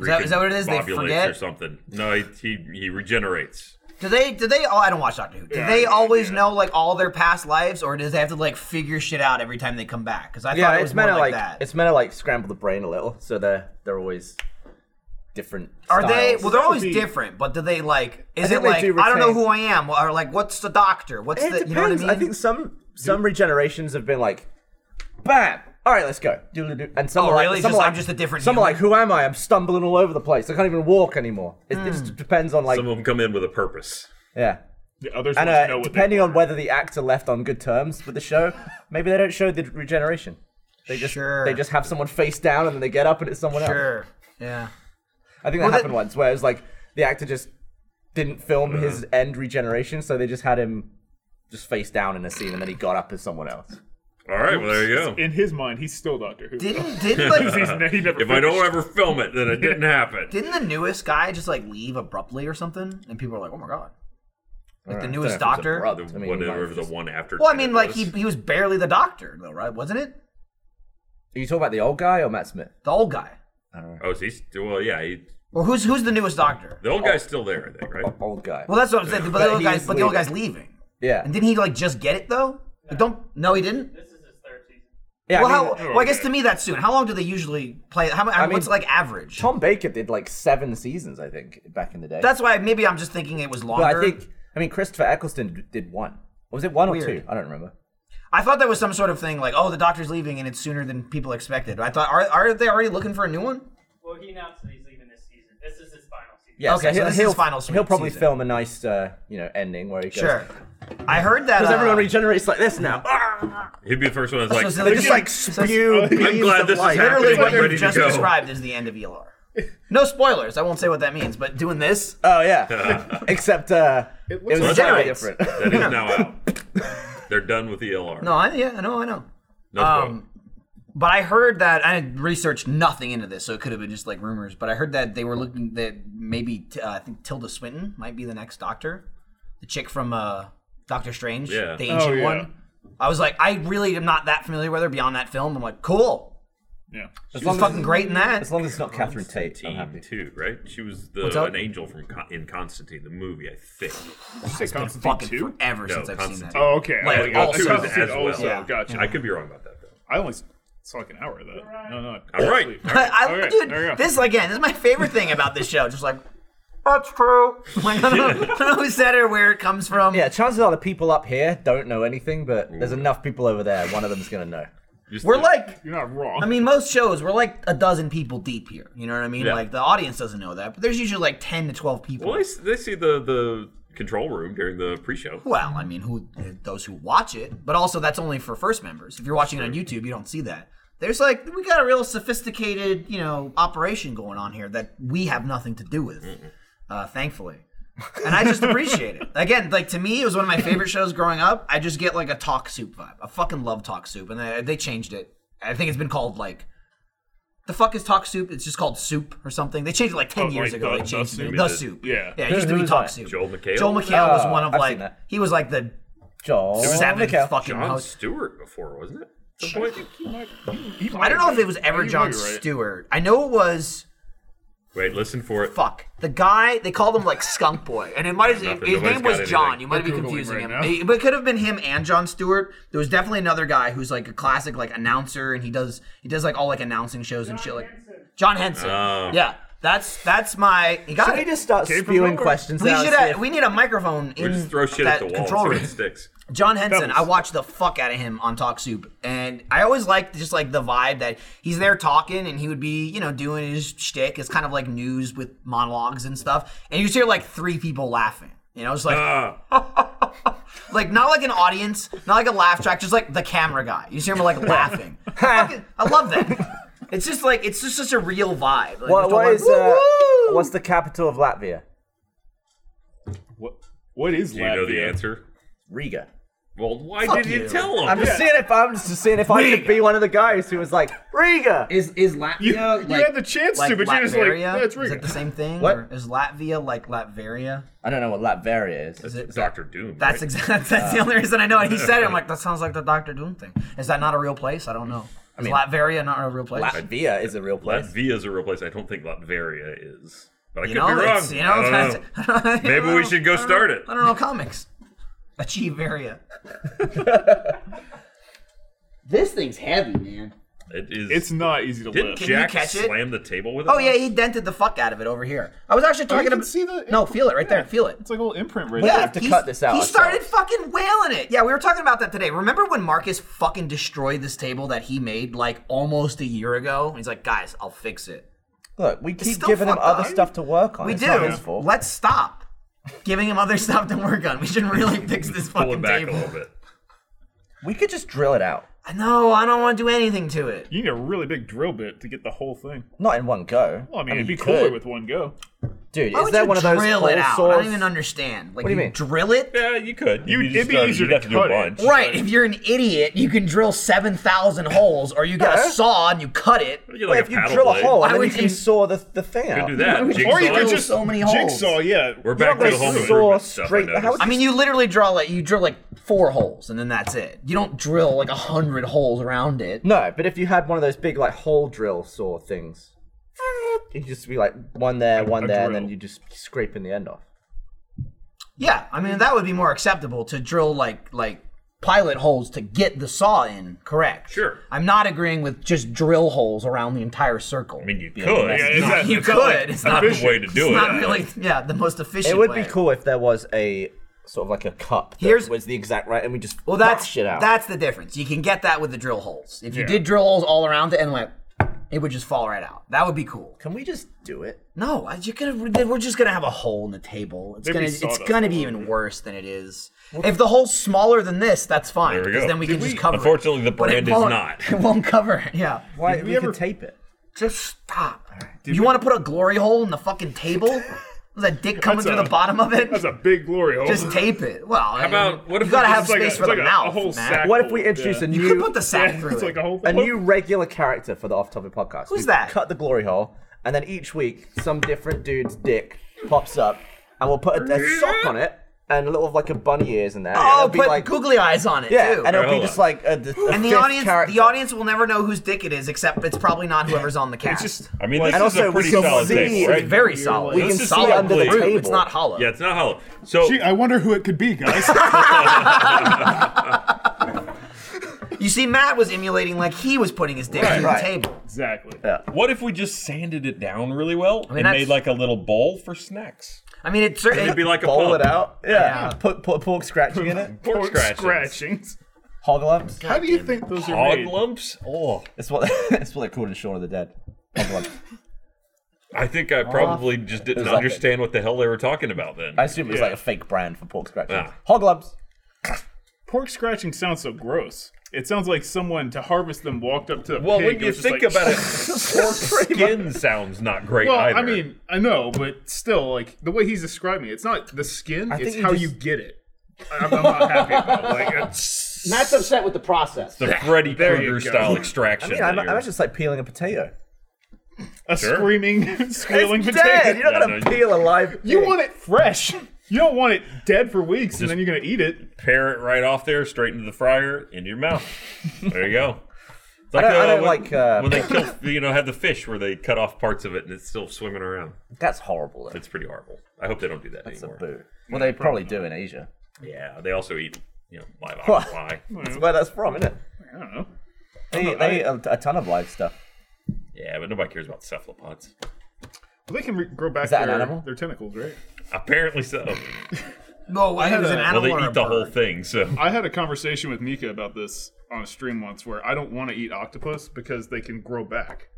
B: is
A: that- is that what it is? They forget?
B: or something. No, he he, he regenerates.
A: Do they? Do they? Oh, I don't watch Doctor Who. Do they always know like all their past lives, or does they have to like figure shit out every time they come back? Because I
C: Yeah,
A: thought it
C: it's
A: was more
C: meant to
A: like,
C: like,
A: that.
C: it's meant to like scramble the brain a little, so they're they're always different.
A: are they?
C: styles.
A: Well, they're
D: That would
A: always
D: be-
A: different, but do they like? Is
C: think
A: it
C: they
A: like
C: do
A: I don't know
C: retain-
A: who I am, or like what's the doctor? What's
C: It
A: the?
C: depends.
A: You know what I
C: I,
A: mean?
C: think some some regenerations have been like, bam. All right, let's go. Do, do, do. And some
A: Oh,
C: are
A: really?
C: Like, some
A: Just-
C: are like,
A: I'm just a different
C: Some are
A: human?
C: like, who am I? I'm stumbling all over the place. I can't even walk anymore. It, it
A: Hmm.
C: just depends on like,
B: Some of them come in with a purpose.
C: yeah.
D: The others
C: And
D: want to
C: uh,
D: know what
C: depending
D: they
C: on whether the actor left on good terms with the show, maybe they don't show the regeneration. They just
A: Sure.
C: they just have someone face down and then they get up and it's someone else.
A: sure. Yeah.
C: I think that
A: Well, that-
C: happened once, where it was
A: Uh-huh.
C: like the actor just didn't film his end regeneration, so they just had him just face down in a scene, and then he got up as someone else.
B: All right, well there you go.
D: In his mind, he's still Doctor Who.
A: Didn't didn't
D: [LAUGHS]
A: like
D: He's- he never
B: If I don't
D: finished.
B: ever film it, then it
A: [LAUGHS]
B: didn't happen.
A: didn't the newest guy just like leave abruptly or something? And people are like, oh my god, like the
C: Alright,
A: newest
C: don't know if it's
A: doctor.
C: abrupt.
B: The,
C: I mean, he might
B: whatever
C: have
B: the
C: just-
B: one after.
A: Well, I mean,
B: Ted
A: like
B: was.
A: he he was barely the doctor though, right? Wasn't it
C: Are you talking about the old guy or Matt Smith?
A: the old guy?
B: Oh, so he's well, yeah. He,
A: Or who's who's the newest doctor?
B: the old guy's still there, I think, right?
A: Oh.
C: O- Old guy.
A: Well, that's what I'm saying. But
C: But
A: the old
C: he
A: guy's
C: is
A: but the old
C: leaving.
A: guy's leaving.
C: yeah.
A: And didn't he like just get it though? Like, don't. No, he didn't.
C: yeah
A: well,
C: I mean,
A: how, well, I guess to me that's soon. How long do they usually play? How, mu- what's
C: mean,
A: like average?
C: Tom Baker did like seven seasons, I think, back in the day.
A: that's why maybe I'm just thinking it was longer.
C: but I think, I mean, Christopher Eccleston d- did one. Or was it one or
A: Weird.
C: two? I don't remember.
A: I thought there was some sort of thing like, oh, the doctor's leaving and it's sooner than people expected. I thought, are, are they already looking for a new one?
H: Well, he announced that he's leaving this season. This is his final season.
C: Yeah,
A: Okay, so
C: he'll,
A: this is
C: he'll,
A: his final
C: he'll probably
A: season.
C: film a nice, uh, you know, ending where he goes.
A: Sure. I heard that.
C: Because
A: uh,
C: everyone regenerates like
A: [LAUGHS]
C: this now.
B: He'd be the first one that's
A: Oh, so
B: like,
A: it's
C: They
A: like-
C: just like spew.
B: I'm glad this is
A: literally
B: happening.
A: what
B: I'm
A: you
B: ready
A: just
B: to go.
A: described is the end of ELR. No spoilers. I won't say what that means, but doing this,
B: [LAUGHS]
C: Oh yeah. Except uh, it,
D: looks
C: was
A: like
C: slightly
A: generates.
C: different.
B: That is now out.
A: [LAUGHS]
B: They're done with the LR.
A: no, I, yeah, I know, I know.
B: no problem.
A: Um, but I heard that I researched nothing into this, so it could have been just like rumors. But I heard that they were looking that maybe uh, I think Tilda Swinton might be the next Doctor, the chick from uh, Doctor Strange,
B: Yeah.
A: the ancient
D: Oh, yeah.
A: one. I was like, I really am not that familiar with her beyond that film. I'm like, cool,
D: Yeah.
A: she was fucking great in that.
C: As long as it's not Catherine Tate, I'm happy.
B: Team two, right? She was the
A: What's up?
B: an angel from Con- in Constantine, the movie, I think.
D: Say
A: It's been
D: Constantine
A: fucking
D: two?
A: forever
B: No,
A: since I've seen that.
B: Constantine.
D: Oh, okay.
A: Like,
B: I
D: I- I-
B: think
A: all also-
B: two is
D: Constantine
B: as well.
D: also,
A: Yeah.
D: Gotcha.
B: I could be wrong about that though.
D: I only s- saw like an hour of that. No, no.
B: All right.
A: I,
D: Okay,
A: dude,
D: there you go.
A: this again, this is my favorite thing about this show. Just like, that's true. [LAUGHS] Like, I, don't know, I don't know who said it or where it comes from.
C: Yeah, chances are the people up here don't know anything, but there's enough people over there. One of them's gonna know.
B: Just
A: We're
B: the-
A: like
D: You're not wrong.
A: I mean, most shows we're like a dozen people deep here. You know what I mean?
B: Yeah.
A: Like the audience doesn't know that, but there's usually like ten to twelve people.
B: Well, they, s- they see the the control room during the pre-show.
A: Well, I mean, who those who watch it, but also that's only for first members. If you're watching it on YouTube, you don't see that. There's like we got a real sophisticated, you know, operation going on here that we have nothing to do with, uh, thankfully. And
D: [LAUGHS]
A: I just appreciate it. Again, like to me, it was one of my favorite shows growing up. I just get like a talk soup vibe. I fucking love talk soup, and they, they changed it. I think it's been called like the fuck is talk soup? It's just called soup or something. They changed it like ten
D: Oh,
A: years
D: like
A: ago.
D: the-
A: they
D: the
A: changed it
D: soup?
A: to the soup.
D: Yeah.
A: yeah. It used to
C: Who
A: be
C: was
A: talk
C: that?
A: soup.
B: Joel McHale.
A: Joel McHale was
C: Oh,
A: one of
C: I've
A: like
C: seen that.
A: he was like the
C: John.
A: seventh
C: McHale.
A: fucking
B: John
A: host.
B: Stewart before, wasn't it? At some point?
A: I don't know if it was ever John Stewart. I know it was
B: Wait, listen for it.
A: fuck the guy. They called him like Skunk Boy, and it might have
B: Nothing.
A: his
B: Nobody's
A: name
B: got
A: was
B: anything.
A: John. You might
D: We're
A: be
D: Googling
A: confusing
D: right
A: him,
D: now.
A: It- but it could have been him and John Stewart. There was definitely another guy who's like a classic like announcer, and he does he does like all like announcing shows and shit like John Henson.
B: Oh.
A: Yeah, that's that's my. He got
C: Should we
A: it.
C: just start spewing
D: nowhere.
C: questions
A: we
C: out?
A: should.
C: see
A: Have,
C: if-
A: we need a microphone in
B: We just throw shit
A: that
B: at the wall
A: control
B: and see
A: room.
B: if it sticks.
A: John Henson,
D: Pebbles.
A: I watched the fuck out of him on Talk Soup, and I always liked just like the vibe that he's there talking, and he would be, you know, doing his shtick. It's kind of like news with monologues and stuff, and you just hear like three people laughing. You know, it's like
B: Ah,
D: Uh.
A: [LAUGHS] like not like an audience, not like a laugh track, just like the camera guy. You just hear him like laughing. Fucking- I love
D: [LAUGHS]
A: that. It's just like it's just such a real vibe. Like,
C: What,
A: just
C: what
A: like,
C: is uh,
A: "Woo-woo!"
C: what's the capital of Latvia?
D: What, what is
B: do you know the
D: Latvia?
B: answer?
C: Riga.
B: Well, why did you
A: you.
B: tell him?
C: I'm just seeing if I'm just seeing if I could be one of the guys who was like Riga.
G: Is is Latvia
D: You,
G: like?
D: you had the chance
A: like
D: to, but you're just like,
A: Latveria?
D: yeah, it's
A: is
D: Riga.
A: it the same thing?
C: What?
A: Or is Latvia like Latveria?
C: I don't know what Latveria is.
A: Is it
B: Doctor Doom.
A: That's
B: right? Uh,
A: exactly [LAUGHS] that's the only reason I know it. He
B: [LAUGHS]
A: said it. I'm like, that sounds like the Doctor Doom thing. Is that not a real place? I don't know. Is
C: mean-
A: Latveria not a real place?
C: Latvia is a real place.
B: Latvia is a real place. I don't think Latveria is. But I
A: you
B: could
A: know,
B: be wrong.
A: it's you know.
B: I don't know.
A: it's- [LAUGHS] I don't
B: Maybe
A: know.
B: we should go
A: I don't
B: start
A: know. [LAUGHS]
B: it.
A: I don't know comics.
D: [LAUGHS]
A: Achieveria.
G: this thing's heavy, man.
B: It is.
D: It's not easy to
B: didn't
D: lift.
A: Can you
B: Jack
A: catch it?
B: slam the table with it?
A: Oh yeah, he dented the fuck out of it over here. I was actually
D: Oh,
A: talking
D: you can
A: about.
D: see the- [LAUGHS]
A: no, feel it right there. Feel it.
D: It's like a little imprint right
A: Yeah,
D: there.
C: have to
A: he's-
C: cut this out
A: He started
C: ourselves.
A: fucking wailing it. Yeah, we were talking about that today. Remember when Marcus fucking destroyed this table that he made like almost a year ago? He's like, guys, I'll fix it.
C: Look, we keep
A: still
C: giving him
A: fucked
C: other
A: up.
C: stuff to work on.
A: We
C: it's
A: do.
C: Not his fault.
A: Let's stop giving him other [LAUGHS] stuff to work on. We should
C: [LAUGHS]
A: really fix this
B: Pull it
A: fucking
B: back a
A: table.
B: little bit.
C: We could just drill it out,
A: No, I don't want to do anything to it.
D: You need a really big drill bit to get the whole thing.
C: not in one go.
D: Well, I mean, it'd be
C: you
D: cooler
C: could.
D: with one go.
C: Dude,
A: Why
C: is
A: would
C: that
A: you
C: one of those
A: drill
C: hole
A: it out? I
C: saws?
A: don't even understand. Like
C: What do you mean?
A: drill
C: [LAUGHS]
A: it?
B: Yeah, you could.
D: You-
B: could
D: it'd
B: just
D: be
B: start-
D: easier
B: you'd
D: to
B: have to do a
D: cut it.
B: bunch.
A: Right. If you're an idiot, you can drill seven thousand holes, or you get
C: Yeah.
A: a saw and you cut it.
B: You get like
C: if
B: a
C: you
B: paddle
C: drill
B: blade.
C: a hole
A: Why
C: and then you
A: would you-
C: can saw the, the thing
B: You
C: out.
B: could
D: [LAUGHS]
B: do that.
D: Or you
B: Jigsaw.
D: could just
A: so many holes.
D: jigsaw, yeah.
B: We're back to
C: like
B: the home
C: saw
B: improvement stuff.
C: straight-
B: I
C: how would
B: noticed.
A: I mean, you literally draw like you drill like four holes, and then that's it. You don't drill like a hundred holes around it.
C: No, but if you had one of those big like hole drill saw things, it'd just be like one there, one
D: a
C: there, and
D: drill.
C: then you just scraping the end off.
A: Yeah, I mean that would be more acceptable to drill like like pilot holes to get the saw in. Correct.
B: Sure.
A: I'm not agreeing with just drill holes around the entire circle.
B: I mean, you could.
D: Yeah, is
B: It's
D: that-
A: you
D: it's
A: could.
D: not like
A: it's not
B: not the way to
A: It's
B: do it.
A: not really, yeah, the most efficient.
C: It would
A: way.
C: be cool if there was a sort of like a cup that
A: Here's-
C: was the exact right, and we just
A: Well, that's
C: shit out.
A: That's the difference. You can get that with the drill holes. If you did drill holes all around it and like, it would just fall right out. That would be cool.
C: Can we just do it?
A: No, I- you're gonna. We're just gonna have a hole in the table. It's
D: Maybe
A: gonna.
D: sawdust
A: It's gonna be even worse than it is. If the hole's smaller than this, that's fine.
B: There we
A: because
B: go.
A: Then we
B: Did
A: can
B: we-
A: just cover. it.
B: Unfortunately, the
A: But it
B: brand is
A: won't- [LAUGHS]
B: not.
A: It won't cover. it, Yeah.
C: Why
D: we
C: we,
D: ever-
C: could tape it?
A: Just stop. you want to put a glory hole in the fucking table? Was that dick coming
D: That's
A: through
D: a-
A: the bottom of it?
D: That's a big glory hole. [LAUGHS]
A: Just tape it. Well, how
B: about- what if
A: you gotta
B: we
A: have
D: It's like a-
A: space
D: it's
A: for
D: like
A: the
D: a-
A: mouth,
D: a whole
A: man.
D: sack
C: What if we
D: full,
C: introduce
D: yeah.
C: a
A: You
C: [LAUGHS]
A: could
C: new
A: put the sack through
D: It's
A: it.
D: like a whole
C: a new regular character for the off topic podcast?
A: Who's
C: We
A: that?
C: Cut the glory hole, and then each week some different dude's dick pops up, and we'll put a, a sock on it and a little of like a bunny ears in there. and
A: Oh,
C: it'll be
A: put
C: like
A: googly eyes on it
C: yeah,
A: too.
C: and it'll be
B: Hold
C: just
B: on.
C: like a, the- a
A: And the
C: fifth
A: audience,
C: character.
A: the audience will never know whose dick it is, except it's probably not whoever's on the cast. It's
D: just-
B: I mean, this
C: And
B: is
C: also
B: a pretty
C: we can
B: solid
C: see-
B: table, right?
A: very solid.
C: We
B: This
C: can
B: is
C: see under the
B: solid blue.
C: table.
A: It's not hollow.
B: Yeah, it's not hollow. So
D: Gee, I wonder who it could
A: [LAUGHS]
D: be, guys.
A: You see, Matt was emulating like he was putting his dick
B: Right,
A: through
C: right.
A: the table.
D: exactly.
B: what if we just sanded it down really well
A: mean,
B: and
A: that's-
B: made like a little bowl for snacks?
A: I mean, it certainly.
B: It'd be like a
C: bowl
B: pub.
C: it out. Yeah.
A: Yeah.
C: Put, put pork scratching in it.
B: Pork
D: Pork
B: scratchings.
D: scratchings.
C: Hog lumps.
D: How do you think those are
B: Hog
D: made?
B: lumps? Oh,
C: That's what [LAUGHS] that's what they're called in Shaun of the Dead. Hog lumps.
B: I think I probably just didn't
C: There's like
B: understand what the hell they were talking about then.
C: I assume it was
D: Yeah.
C: like a fake brand for pork scratching.
B: Ah.
C: Hog lumps.
D: Pork scratching sounds so gross. It sounds like someone to harvest them walked up to
B: [LAUGHS]
C: [LAUGHS]
D: a
B: well,
D: pig
B: when
D: and
B: you
D: was just
B: think
D: like,
B: about it, pork skin sounds not great
D: [LAUGHS] Well,
B: either.
D: I mean, I know, but still, like the way he's describing it, it's not the skin;
C: think
D: it's
C: you
D: how
C: just-
D: you get it. I'm, I'm not happy about.
B: [LAUGHS]
D: Like, it's-
G: Matt's upset with the process.
B: the Freddy
D: There you
B: Krueger
D: go.
B: style
C: [LAUGHS] I
B: extraction.
C: mean, I'm,
B: that
C: I'm
B: you're-
C: just like peeling a potato.
D: a
B: Sure.
D: screaming, [LAUGHS] squealing
C: it's
D: potato.
C: dead. You're not
B: Yeah,
C: gonna
B: no, you-
C: peel a live.
D: You
C: pig.
D: want it fresh. You don't want it dead for weeks, and then you're gonna eat it.
B: Pair it right off there, straight into the fryer, into your
C: [LAUGHS]
B: mouth. there you go. It's like,
C: I don't- I don't
B: when,
C: like, uh,
B: when they kill,
C: [LAUGHS]
B: you know, have the fish where they cut off parts of it and it's still swimming around.
C: That's horrible. Though.
B: It's pretty horrible. I hope they don't do that
C: It's a
B: anymore.
C: boo. Well, they probably do in Asia.
B: Yeah, they also eat, you know,
C: [LAUGHS]
B: live
C: What?
B: octopi.
D: Mm-hmm.
C: That's where that's from, isn't it?
D: I don't know.
C: They, they eat a, a ton of live stuff.
B: yeah, but nobody cares about cephalopods.
D: Well, they can re- grow back
C: that an
D: their,
C: animal?
D: their tentacles, right?
B: Apparently so.
A: no, I think it was an
D: a-
B: Well,
A: animal
B: they
A: or a
B: eat the whole
A: bird.
B: thing, so
D: I had a conversation with Mika about this on a stream once, where I don't want to eat octopus because they can grow back.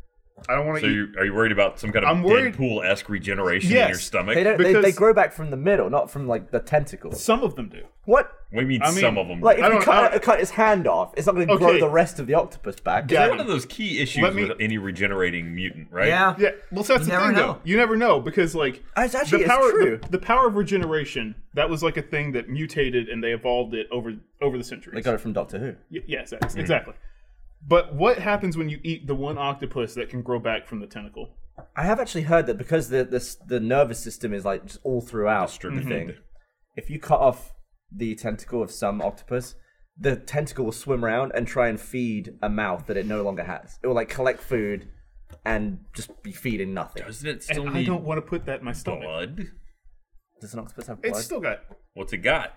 D: I don't want to
B: So
D: eat.
B: you, are you worried about some kind of
D: I'm worried-
B: Deadpool esque regeneration in
D: Yes.
B: your stomach?
C: They don't. They, they
D: Because-
C: grow back from the middle, not from like the tentacles.
D: Some of them do.
C: What?
B: we mean,
D: I mean,
B: some of them. Like,
C: Like if
D: I
C: you
D: don't- I
C: cut,
D: don't-
C: cut its hand off, it's not going to grow
D: Okay.
C: the rest of the octopus back.
D: Yeah.
B: one of those key issues
D: um, Let me-
B: with any regenerating mutant, right?
A: Yeah.
D: Yeah, well, that's the
A: never
D: thing,
A: know.
D: though. You never know because, like,
C: Uh, It's actually-
D: the
C: it's
D: power,
C: true.
D: The, the power of regeneration that was like a thing that mutated and they evolved it over over the centuries.
C: They got it from Doctor Who.
D: Y- yes, ex-
C: Mm-hmm.
D: exactly. But what happens when you eat the one octopus that can grow back from the tentacle?
C: I have actually heard that because the the, s- the nervous system is like just all throughout the
D: Mm-hmm.
C: thing. If you cut off the tentacle of some octopus, the tentacle will swim around and try and feed a mouth that it no longer has. It will like collect food and just be feeding nothing. Does,
B: Doesn't it
D: And
B: still
D: I
B: need
D: don't want to put that in my stomach.
B: blood?
C: an octopus have blood?
D: It's still got
B: What's it got?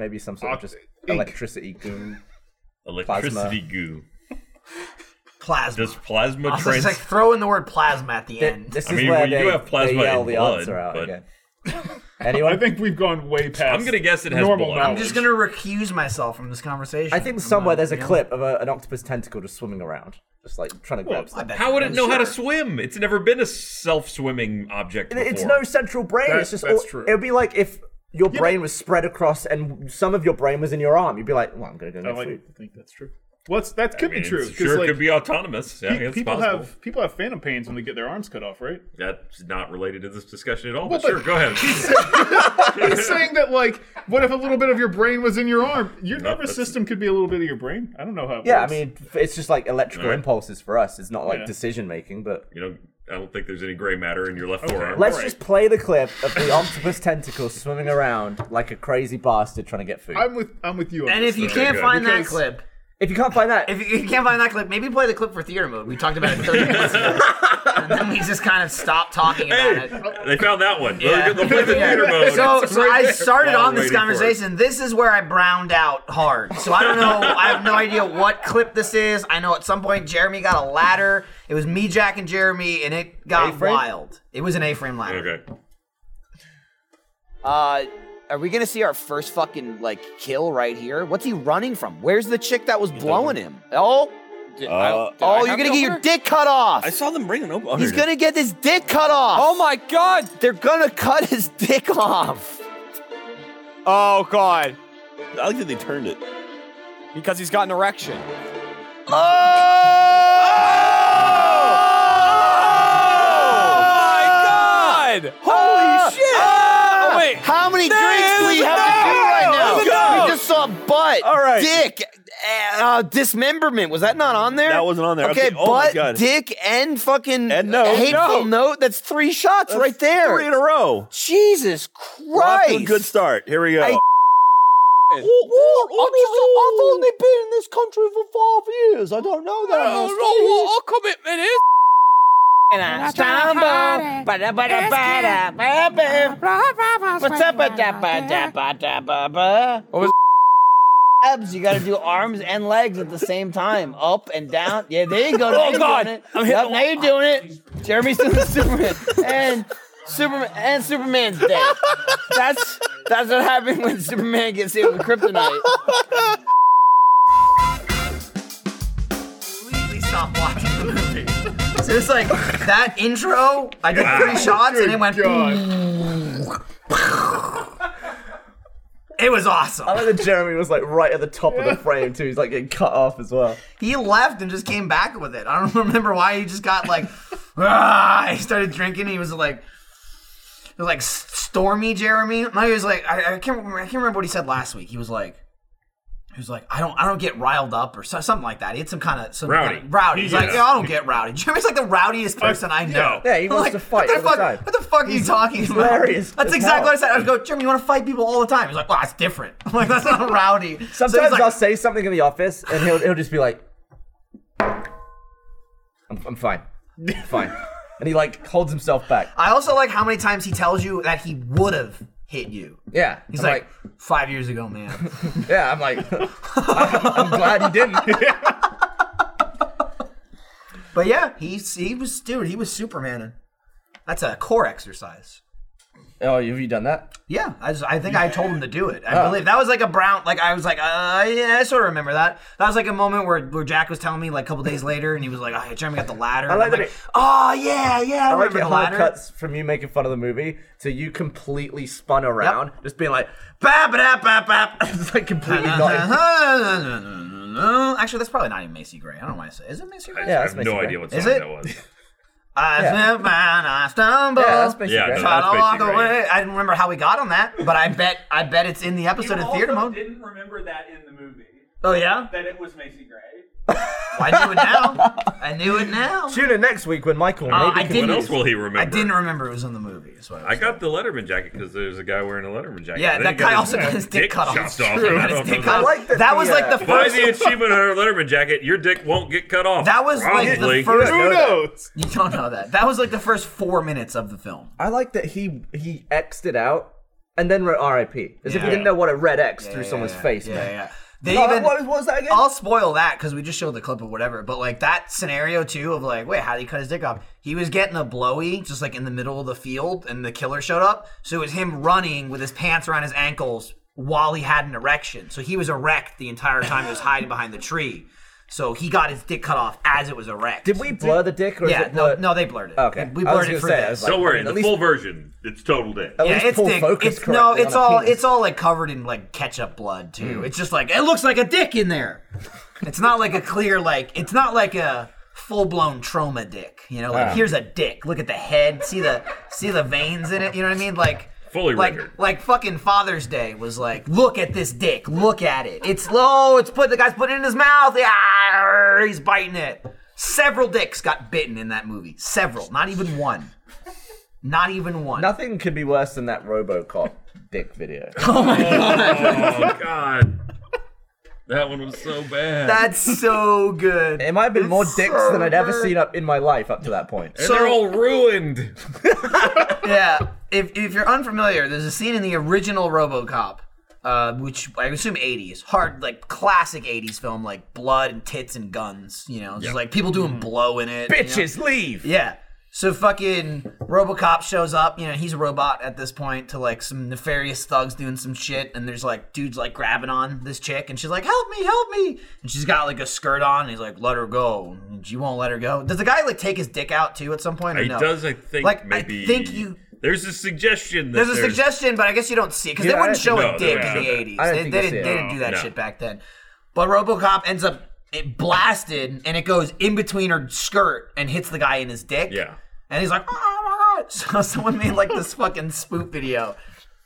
C: Maybe some sort of
D: Oct-
C: just
D: ink.
C: electricity
D: [LAUGHS]
C: goon.
B: Electricity goo.
A: Plasma.
B: Does plasma
A: I was
B: trans?
A: just like throwing the word plasma at the
C: Th-
A: end.
C: This is
B: I mean,
C: where
B: well, you
C: they,
B: do have plasma
C: they yell
B: and
C: the
B: blood,
C: answer out
B: but- [LAUGHS]
C: again.
D: I
C: Anyone?
D: think we've gone way past.
B: I'm gonna guess it has
D: normal
B: blood.
D: knowledge.
A: I'm just gonna recuse myself from this conversation.
C: I think
A: I'm
C: somewhere
A: not-
C: there's a
A: you know.
C: clip of a, an octopus tentacle just swimming around, just like trying to grab
A: I
C: stuff.
A: bet
B: [LAUGHS] How would it
A: I'm
B: know how to
A: sure.
B: swim? It's never been a self-swimming object
C: It-
B: before.
C: It's no central brain.
D: That-
C: it's just
D: that's
C: all-
D: true.
C: It would be like if your brain was spread across and some of your brain was in your arm. You'd be like, "Well, I'm gonna go
D: I
C: get
D: like
C: food."
D: to think that's true. Well, that's, that could
B: I mean,
D: be true.
B: it's-
D: 'cause,
B: Sure,
D: like,
B: it could be autonomous. Yeah,
D: pe-
B: it's
D: people
B: possible.
D: have people have phantom pains when they get their arms cut off,
B: [LAUGHS]
D: right?
B: That's not related to this discussion at all.
D: Well,
B: but sure,
D: but-
B: go ahead.
D: He's saying that like, what if a little bit of your brain was in your arm? Your
B: No,
D: nervous
B: that's-
D: system could be a little bit of your brain. I don't know how. It
C: Yeah, I
D: works.
C: mean, f- it's just like electrical
B: Alright.
C: impulses for us. It's not like
D: Yeah.
C: decision making, but
B: you know, I don't think there's any gray matter in your left forearm.
C: let's
D: Alright.
C: just play the clip of the [LAUGHS] octopus tentacles swimming around like a crazy bastard trying to get food.
D: I'm with I'm with you. On
A: And
D: this,
A: if you
D: though.
A: can't
B: good.
A: find that
D: Because-
A: clip,
C: If you can't find that,
A: if you can't find that clip, maybe play the clip for theater mode. We talked about it 30 minutes
B: [LAUGHS]
A: ago. And then we just kind of stopped talking about
B: Hey,
A: it. Oh.
B: they found that one.
A: Yeah.
B: They'll play the
A: [LAUGHS] Yeah.
B: theater mode.
A: So, so I started
B: While
A: on this
B: waiting for it.
A: conversation. This is where I browned out hard. So I don't know. I have no idea what clip this is. I know at some point Jeremy got a ladder. It was me, Jack, and Jeremy, and it got
C: A-frame?
A: wild. It was an A-frame ladder.
B: Okay.
G: Uh, are we gonna see our first fucking like kill right here? What's he running from? Where's the chick that was blowing him? Oh,
I: Did- I-
B: Uh,
I: did I
G: oh, you're
I: have
G: gonna
I: the
G: get your
I: opener?
G: dick cut off.
I: I saw them bring an opener.
G: He's gonna get his dick cut off.
I: Oh my god!
G: They're gonna cut his dick off.
I: Oh god! I like that they turned it because he's got an erection. Oh!
G: Ah!
I: my Oh, god! Holy shit! Oh, wait.
G: How many
I: There
G: drinks do we
I: is-
G: have to do
I: no!
G: right now?
I: Let's go!
G: We just saw butt,
I: All right.
G: dick, eh, uh, dismemberment. Was that not on there?
I: That wasn't on there.
G: Okay,
I: Okay, oh my
G: butt,
I: God.
G: dick, and fucking
I: And no, no.
G: hateful note. That's three shots [LAUGHS] right there.
C: [LAUGHS]
I: Three in a row.
G: Jesus
I: We're off
G: Christ!
I: to a good start. Here we go.
G: I-
I: I've
G: I've only been in this country for five years. I don't know that.
I: Oh, Our commitment is.
J: What's up,
G: abs. You got to do arms and legs at the same time, up and down. Yeah, there you go. Now
I: Oh,
G: you're
I: God.
G: doing it.
I: I'm
G: Yep,
I: hitting
G: now you're doing it. Jeremy's doing the Superman and Superman and Superman's dead. That's that's what happened when Superman gets hit with kryptonite.
A: completely stopped watching the movie. So it's like that intro. I did three shots and it went. [LAUGHS] It was awesome.
C: I like that Jeremy was like right at the top of the frame too. He's like getting cut off as well.
A: He left and just came back with it. I don't [LAUGHS] remember why he just got like. ah, he started drinking. He was like. It was like stormy Jeremy. No, he was like I, I can't remember, I can't remember what he said last week. He was like. He was like, I don't, I don't get riled up or so, something like that. He had some kind of some
B: Rowdy.
A: Kind of, rowdy. He's like,
B: Yeah.
A: yeah, I don't get rowdy. [LAUGHS] Jeremy's like the rowdiest person I know.
C: Yeah, he
A: I'm
C: wants
A: like,
C: to fight
A: What
C: all
A: the,
C: the
A: fuck,
C: time.
A: what the fuck are you talking about?
C: hilarious
A: That's
C: as
A: exactly
C: hell.
A: what I said. I would go, Jeremy, you want to fight people all the time. He's like, well, that's different. [LAUGHS] I'm like, that's not rowdy. So he's
C: Sometimes
A: like,
C: I'll say something in the office and he'll he'll just be like, "I'm, I'm fine, I'm fine," and he like holds himself
G: [LAUGHS]
C: back.
A: I also like how many times he tells you that he would have hit you.
C: Yeah,
A: He's
C: I'm
A: like, five years ago,
C: [LAUGHS]
A: man.
C: like, yeah, I'm like, I'm, I'm glad you didn't. [LAUGHS]
A: but yeah, he he was dude. He was Supermaning. That's a core exercise.
C: oh, have you done that?
A: Yeah, I, just, I think I told him to do it. I believe that was like a brown. Like I was like, uh, yeah, I sort of remember that. That was like a moment where, where Jack was telling me like a couple days later, and he was like, "Oh, Jeremy got the ladder." I
C: like that it-
A: oh yeah, yeah, I,
C: I like
A: remember
C: it
A: the
C: how
A: ladder. [LAUGHS]
C: it cuts from you making fun of the movie to you completely spun around, just being like, bap, bap, bap, bap. [LAUGHS] It's like completely
A: Uh-huh.
C: not.
A: [LAUGHS] Actually, that's probably not even Macy Gray. I don't know why I say. Is it Macy Gray?
C: Yeah,
B: I
C: that's
B: have no
C: basically-
B: idea what song
A: Is it? [LAUGHS]
B: that was.
A: I
C: yeah.
A: slip and I stumble.
C: Yeah, that's basically
B: Yeah,
C: it.
B: no,
A: Try
B: that's
A: to walk
B: Macy Gray.
A: away. I didn't remember how we got on that, but I bet I bet it's in the episode
H: you
A: of theater
H: also
A: mode.
H: didn't remember that in the movie
A: Oh yeah,
H: that it was Macy Gray.
A: well, I knew it now.
H: [LAUGHS]
A: I knew it now.
C: Tune in next week when Michael
A: Uh,
C: maybe
A: I
C: can
A: didn't-
B: What else will he remember?
A: I didn't remember it was in the movie. Is what I, was
B: I got the Letterman jacket because there's a guy wearing a Letterman jacket.
A: Yeah,
B: Then he
A: that guy
B: his
A: also got his dick cut off.
B: chopped
A: It's
B: off,
A: true.
B: and I
A: Got [LAUGHS] his
B: don't
A: dick
B: know
A: cut
B: that-
A: off.
C: like that
A: that
C: the,
A: was like
C: uh,
A: the
B: Buy
A: first.
B: the achievement on a Letterman jacket. Your dick won't get cut off.
A: That was like the
B: Probably.
A: first.
D: Who knows?
A: You don't know that. That was like the first four minutes of the film.
C: I like that he he X'd it out and then wrote RIP as if he didn't know what a red X through someone's face
A: Yeah,
C: meant.
A: yeah. They
C: Oh,
A: even.
C: what, was- what was that again?
A: I'll spoil that because we just showed the clip of whatever. But like that scenario too of like, wait, how did he cut his dick off? He was getting a blowy just like in the middle of the field, and the killer showed up. So it was him running with his pants around his ankles while he had an erection. So he was erect the entire time. he was hiding behind the tree. So he got his dick cut off as it was erect.
C: Did we blur the dick or
A: Yeah,
C: is it
A: no,
C: blurred?
A: no, they blurred it.
C: Okay.
A: we
C: I was
A: blurred it
C: gonna
A: for
C: say, I
A: this.
C: was like,
B: Don't
C: I
B: worry,
C: mean,
B: the
C: at least-
B: full version. It's total dick.
C: At
A: yeah,
C: least
A: it's
C: pull
A: dick.
C: focus
A: It's no,
C: correctly
A: it's
C: on a
A: all
C: penis. Hmm.
A: it's all like covered in like ketchup blood too. It's just like it looks like a dick in there. It's not like a clear like. It's not like a full blown trauma dick. You know, like
K: Ah.
A: here's a dick. Look at the head. See the see the veins in it. You know what I mean? Like
K: Fully
A: like
K: rendered.
A: like fucking Father's Day was like. Look at this dick. Look at it. It's low. It's put the guy's putting it in his mouth. Yeah, he's biting it. Several dicks got bitten in that movie. Several. Not even one. Not even one.
C: Nothing could be worse than that RoboCop dick video.
K: Oh god. That one was so bad.
A: That's so good.
C: It might have been more dicks than I'd ever seen up in my life up to that point.
K: and they're all ruined.
A: yeah. If, if you're unfamiliar, there's a scene in the original RoboCop, uh, which I assume 80s, hard like classic 80s film, like blood and tits and guns. You know, just like people doing blow in it. you know?
C: leave.
A: Yeah. So fucking RoboCop shows up. You know, he's a robot at this point to like some nefarious thugs doing some shit, and there's like dudes like grabbing on this chick, and she's like, "Help me, help me!" And she's got like a skirt on, and he's like, "Let her go." And she won't let her go. Does the guy like take his dick out too at some point? Or
K: It
A: no?
K: does, I think.
A: Like, I
K: maybe.
A: think you-
K: There's a suggestion. That
A: There's a suggestion, but I guess you don't see it because
C: Yeah,
A: they
C: I
A: wouldn't
C: don't
A: show
K: think-
A: a
K: no, they
A: dick
K: don't
A: in the
K: show that.
A: '80s.
C: I don't
A: They,
C: think
A: they didn't.
C: you see it.
A: They didn't do that
K: No.
A: shit back then. But RoboCop ends up it blasted, and it goes in between her skirt and hits the guy in his dick.
K: Yeah.
A: and he's like, "Oh my god!" [LAUGHS] So someone made like this fucking spook video,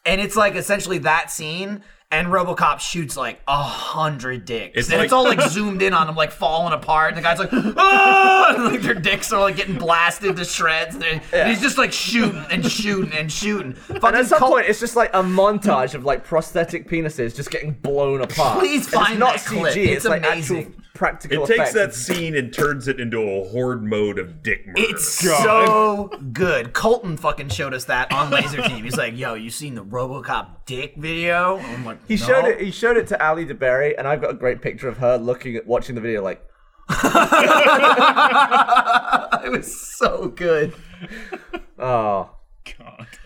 A: and it's like essentially that scene. And RoboCop shoots like a hundred dicks,
K: It's
A: and
K: like-
A: it's all
C: [LAUGHS]
A: like zoomed in on them, like falling apart. And the guy's like, "Ah!" [LAUGHS] And, like their dicks are like getting blasted to shreds. And,
C: [LAUGHS]
A: they're- and he's just like shooting and shooting and shooting.
C: And
A: Fucking
C: at some
A: Col-
C: point, it's just like a montage of like prosthetic penises just getting blown apart.
A: Please
C: And
A: find
C: it's not
A: that
C: CG.
A: clip.
C: It's,
A: It's
C: like
A: amazing.
C: actual practical.
K: It takes
C: effects.
K: that scene and turns it into a horde mode of dick murder.
A: It's
D: God.
A: so good. Colton fucking showed us that on Laser Team. He's like, "Yo, you seen the RoboCop dick video?" Oh I'm like,
C: He
A: "No."
C: showed it. He showed it to Ali DeBerry, and I've got a great picture of her looking at watching the video like.
A: [LAUGHS] It was so good.
C: Oh,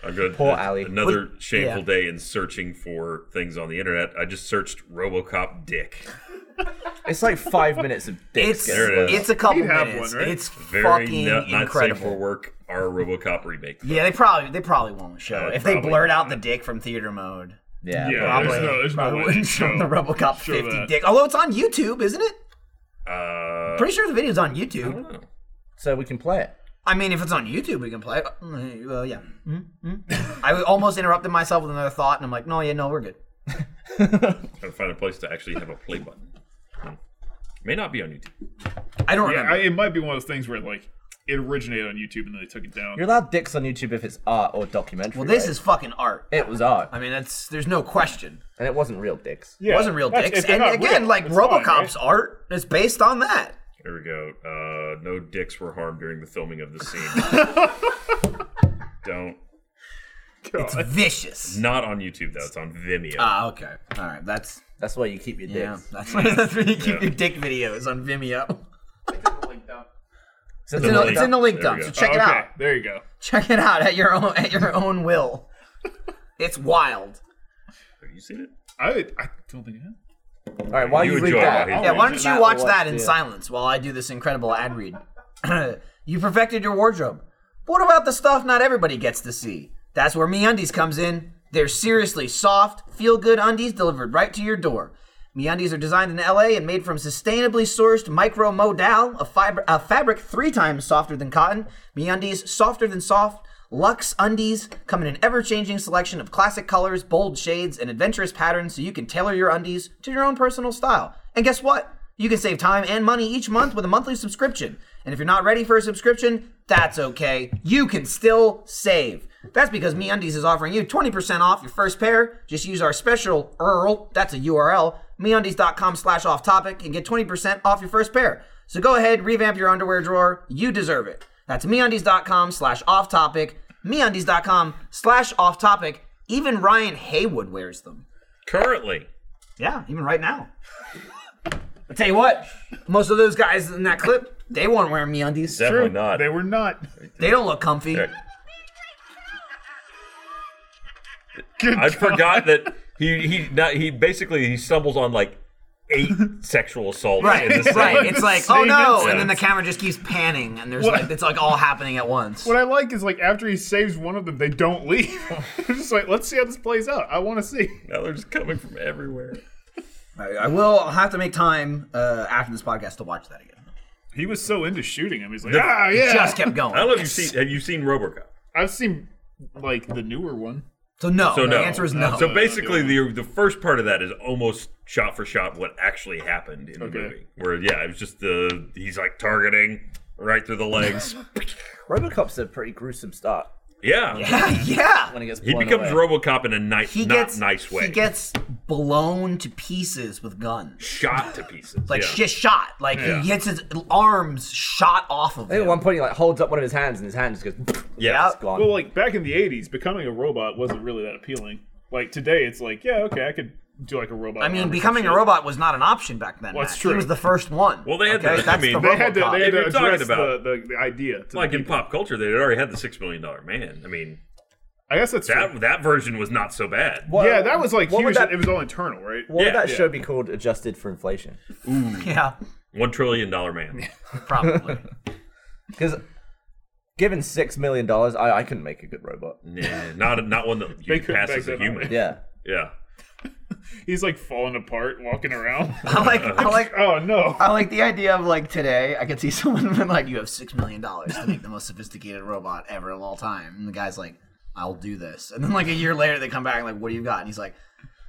K: a good
C: Poor Ali.
K: Another shameful
A: yeah.
K: day in searching for things on the internet. I just searched RoboCop dick.
C: it's like five minutes of
A: It's
C: dicks.
K: There it is.
A: it's a couple
D: You have
A: minutes.
D: one, right?
A: It's
K: Very
A: fucking
K: not, not safe for
A: incredible.
K: work. Our RoboCop remake.
A: yeah, they probably they probably won't show
D: Uh,
K: Yeah,
A: it.
K: they
A: If they
K: probably
A: blurred
K: won't.
A: out the dick from theater mode,
C: yeah.
D: Yeah, there's
A: probably-
D: no, there's no
A: probably [LAUGHS]
D: way.
A: wouldn't show the RoboCop
D: show
A: 50
D: that.
A: dick. Although it's on YouTube, isn't it?
K: Uh,
A: Pretty sure the video's on
K: I
A: YouTube.
K: don't know.
C: So we can play it.
A: I mean, if it's on YouTube, we can play it. Mm, Well, yeah.
D: Hmm?
A: Mm, mm. I almost interrupted myself with another thought, and I'm like, no, yeah, no, we're good.
K: Gotta find a place to actually have a play button. Hmm. May not be on YouTube.
A: I don't
D: Yeah,
A: remember.
D: I, it might be one of those things where like it originated on YouTube and then they took it down.
C: You're allowed dicks on YouTube if it's art or documentary.
A: well, this
C: right?
A: is fucking art.
C: It was art,
A: I mean, that's there's no question.
C: and it wasn't real dicks.
D: yeah,
A: it wasn't real
D: that's-
A: dicks.
D: if they're
A: And
D: not
A: again,
D: real,
A: like
D: it's fine,
A: [LAUGHS]
D: right?
A: Robocop's art is based on that.
K: Here we go. Uh, no dicks were harmed during the filming of the scene.
A: [LAUGHS]
K: Don't.
A: It's vicious.
K: Not on YouTube though. It's on Vimeo.
A: Ah, okay. All right, that's
C: That's why you keep your dicks.
A: yeah. That's where, that's where you keep
K: Yeah.
A: your dick videos on [LAUGHS] Vimeo.
C: So
A: It's in, the,
K: link
A: it's in the link
K: There
A: dump,
K: we
A: so
K: go.
A: check
D: okay,
A: it out.
D: There you go.
A: Check it out at your own at your own will. It's wild.
K: Have you seen it?
D: I I don't think I have.
C: All right, why
K: You
C: you, read
K: enjoy
C: that?
K: it while he
A: Yeah, why don't
K: reads
A: you
C: That
A: watch
C: was-
A: that in
C: yeah.
A: silence while I do this incredible ad read? [CLEARS THROAT] you perfected your wardrobe. But what about the stuff not everybody gets to see? That's where MeUndies comes in. They're seriously soft, feel-good undies delivered right to your door. MeUndies are designed in LA and made from sustainably sourced micro modal, a, fiber, a fabric three times softer than cotton. MeUndies, softer than soft. Lux undies come in an ever-changing selection of classic colors, bold shades, and adventurous patterns so you can tailor your undies to your own personal style. And guess what? You can save time and money each month with a monthly subscription. And if you're not ready for a subscription, that's okay. You can still save. That's because MeUndies is offering you 20% off your first pair. Just use our special URL, that's a URL, MeUndies.com slash off topic and get 20% off your first pair. So go ahead, revamp your underwear drawer. You deserve it. That's MeUndies.com slash off topic, MeUndies.com slash off topic. Even Ryan Haywood wears them.
K: Currently.
A: Yeah, even right now. I tell you what, most of those guys in that clip, they weren't wearing me undies.
K: Definitely not.
D: They were not.
A: They don't look comfy.
K: Yeah. I forgot
C: [LAUGHS]
K: that he he not, he basically he stumbles on like
C: [LAUGHS]
K: eight sexual assaults.
A: Right,
K: in the
A: right.
K: same-
A: It's like,
D: Same
A: oh no,
K: instance.
A: and then the camera just keeps panning, and there's
D: What?
A: like it's like all happening at once.
D: What I like is like after he saves one of them, they don't [LAUGHS] leave. They're just like, let's see how this plays out. I want to see.
K: now they're just coming from everywhere.
A: I, I will I'll have to make time uh, after this podcast to watch that again.
D: He was so into shooting him. He's like, ah, yeah.
A: Just kept going.
B: I don't know if you've seen. Have you seen RoboCop?
D: I've seen like the newer one.
A: So Oh, no.
B: So no.
A: The answer is no.
B: [LAUGHS] So basically, the the first part of that is almost shot for shot what actually happened in
D: Okay.
B: the movie. Where yeah, it was just the he's like targeting right through
A: [LAUGHS]
B: the legs.
C: Robocop's a pretty gruesome start
B: yeah.
A: yeah, [LAUGHS] yeah.
C: when he gets
B: He
C: blown
B: becomes
C: away.
B: RoboCop in a ni-
A: He
B: not
A: gets
B: nice way.
A: He gets blown to pieces with guns.
B: shot to pieces.
A: Like
B: yeah.
A: just shot. Like he gets his arms shot off of
C: I think
A: him.
C: at one point he like holds up one of his hands and his hand just goes.
B: Yeah.
C: It's gone.
D: Well, like back in the '80s, becoming a robot wasn't really that appealing. Like today, it's like, yeah, okay, I could do like a robot.
A: I mean,
D: arm or
A: becoming
D: some
A: a
D: shit.
A: robot was not an option back then.
D: Well, that's
A: Matt.
D: true.
A: He was the first one.
B: Well, they had
A: okay?
B: the- I
A: That's
B: mean,
A: the
D: They had to,
A: RoboCop.
D: they had to
B: If you're talking
D: address
B: about-
D: the, the, the idea. To
B: Like
D: the
B: in
D: people.
B: pop culture, they had already had the six million dollar man. I mean,
D: I guess that's true.
B: that that version was not so bad.
C: What-
D: yeah, that was like
C: what
D: huge.
C: Would that,
D: It was all internal, right?
C: what would
B: Yeah,
C: that
D: yeah.
C: show be called? Adjusted for inflation.
A: Yeah,
B: One trillion dollar man.
A: probably. [LAUGHS]
C: Because given six million dollars, I, I couldn't make a good robot.
B: nah, not not one that
D: They
B: you
D: couldn't
B: pass
D: back
B: as a
D: that up.
B: human.
C: Yeah.
B: Yeah.
D: He's like falling apart, walking around. [LAUGHS]
A: I like, I like,
D: oh no!
A: I like the idea of like today. I could see [LAUGHS] someone been like, "You have six million dollars to make the most sophisticated robot ever of all time," and the guy's like, "I'll do this." And then like a year later, they come back and like, "What do you got?" And he's like,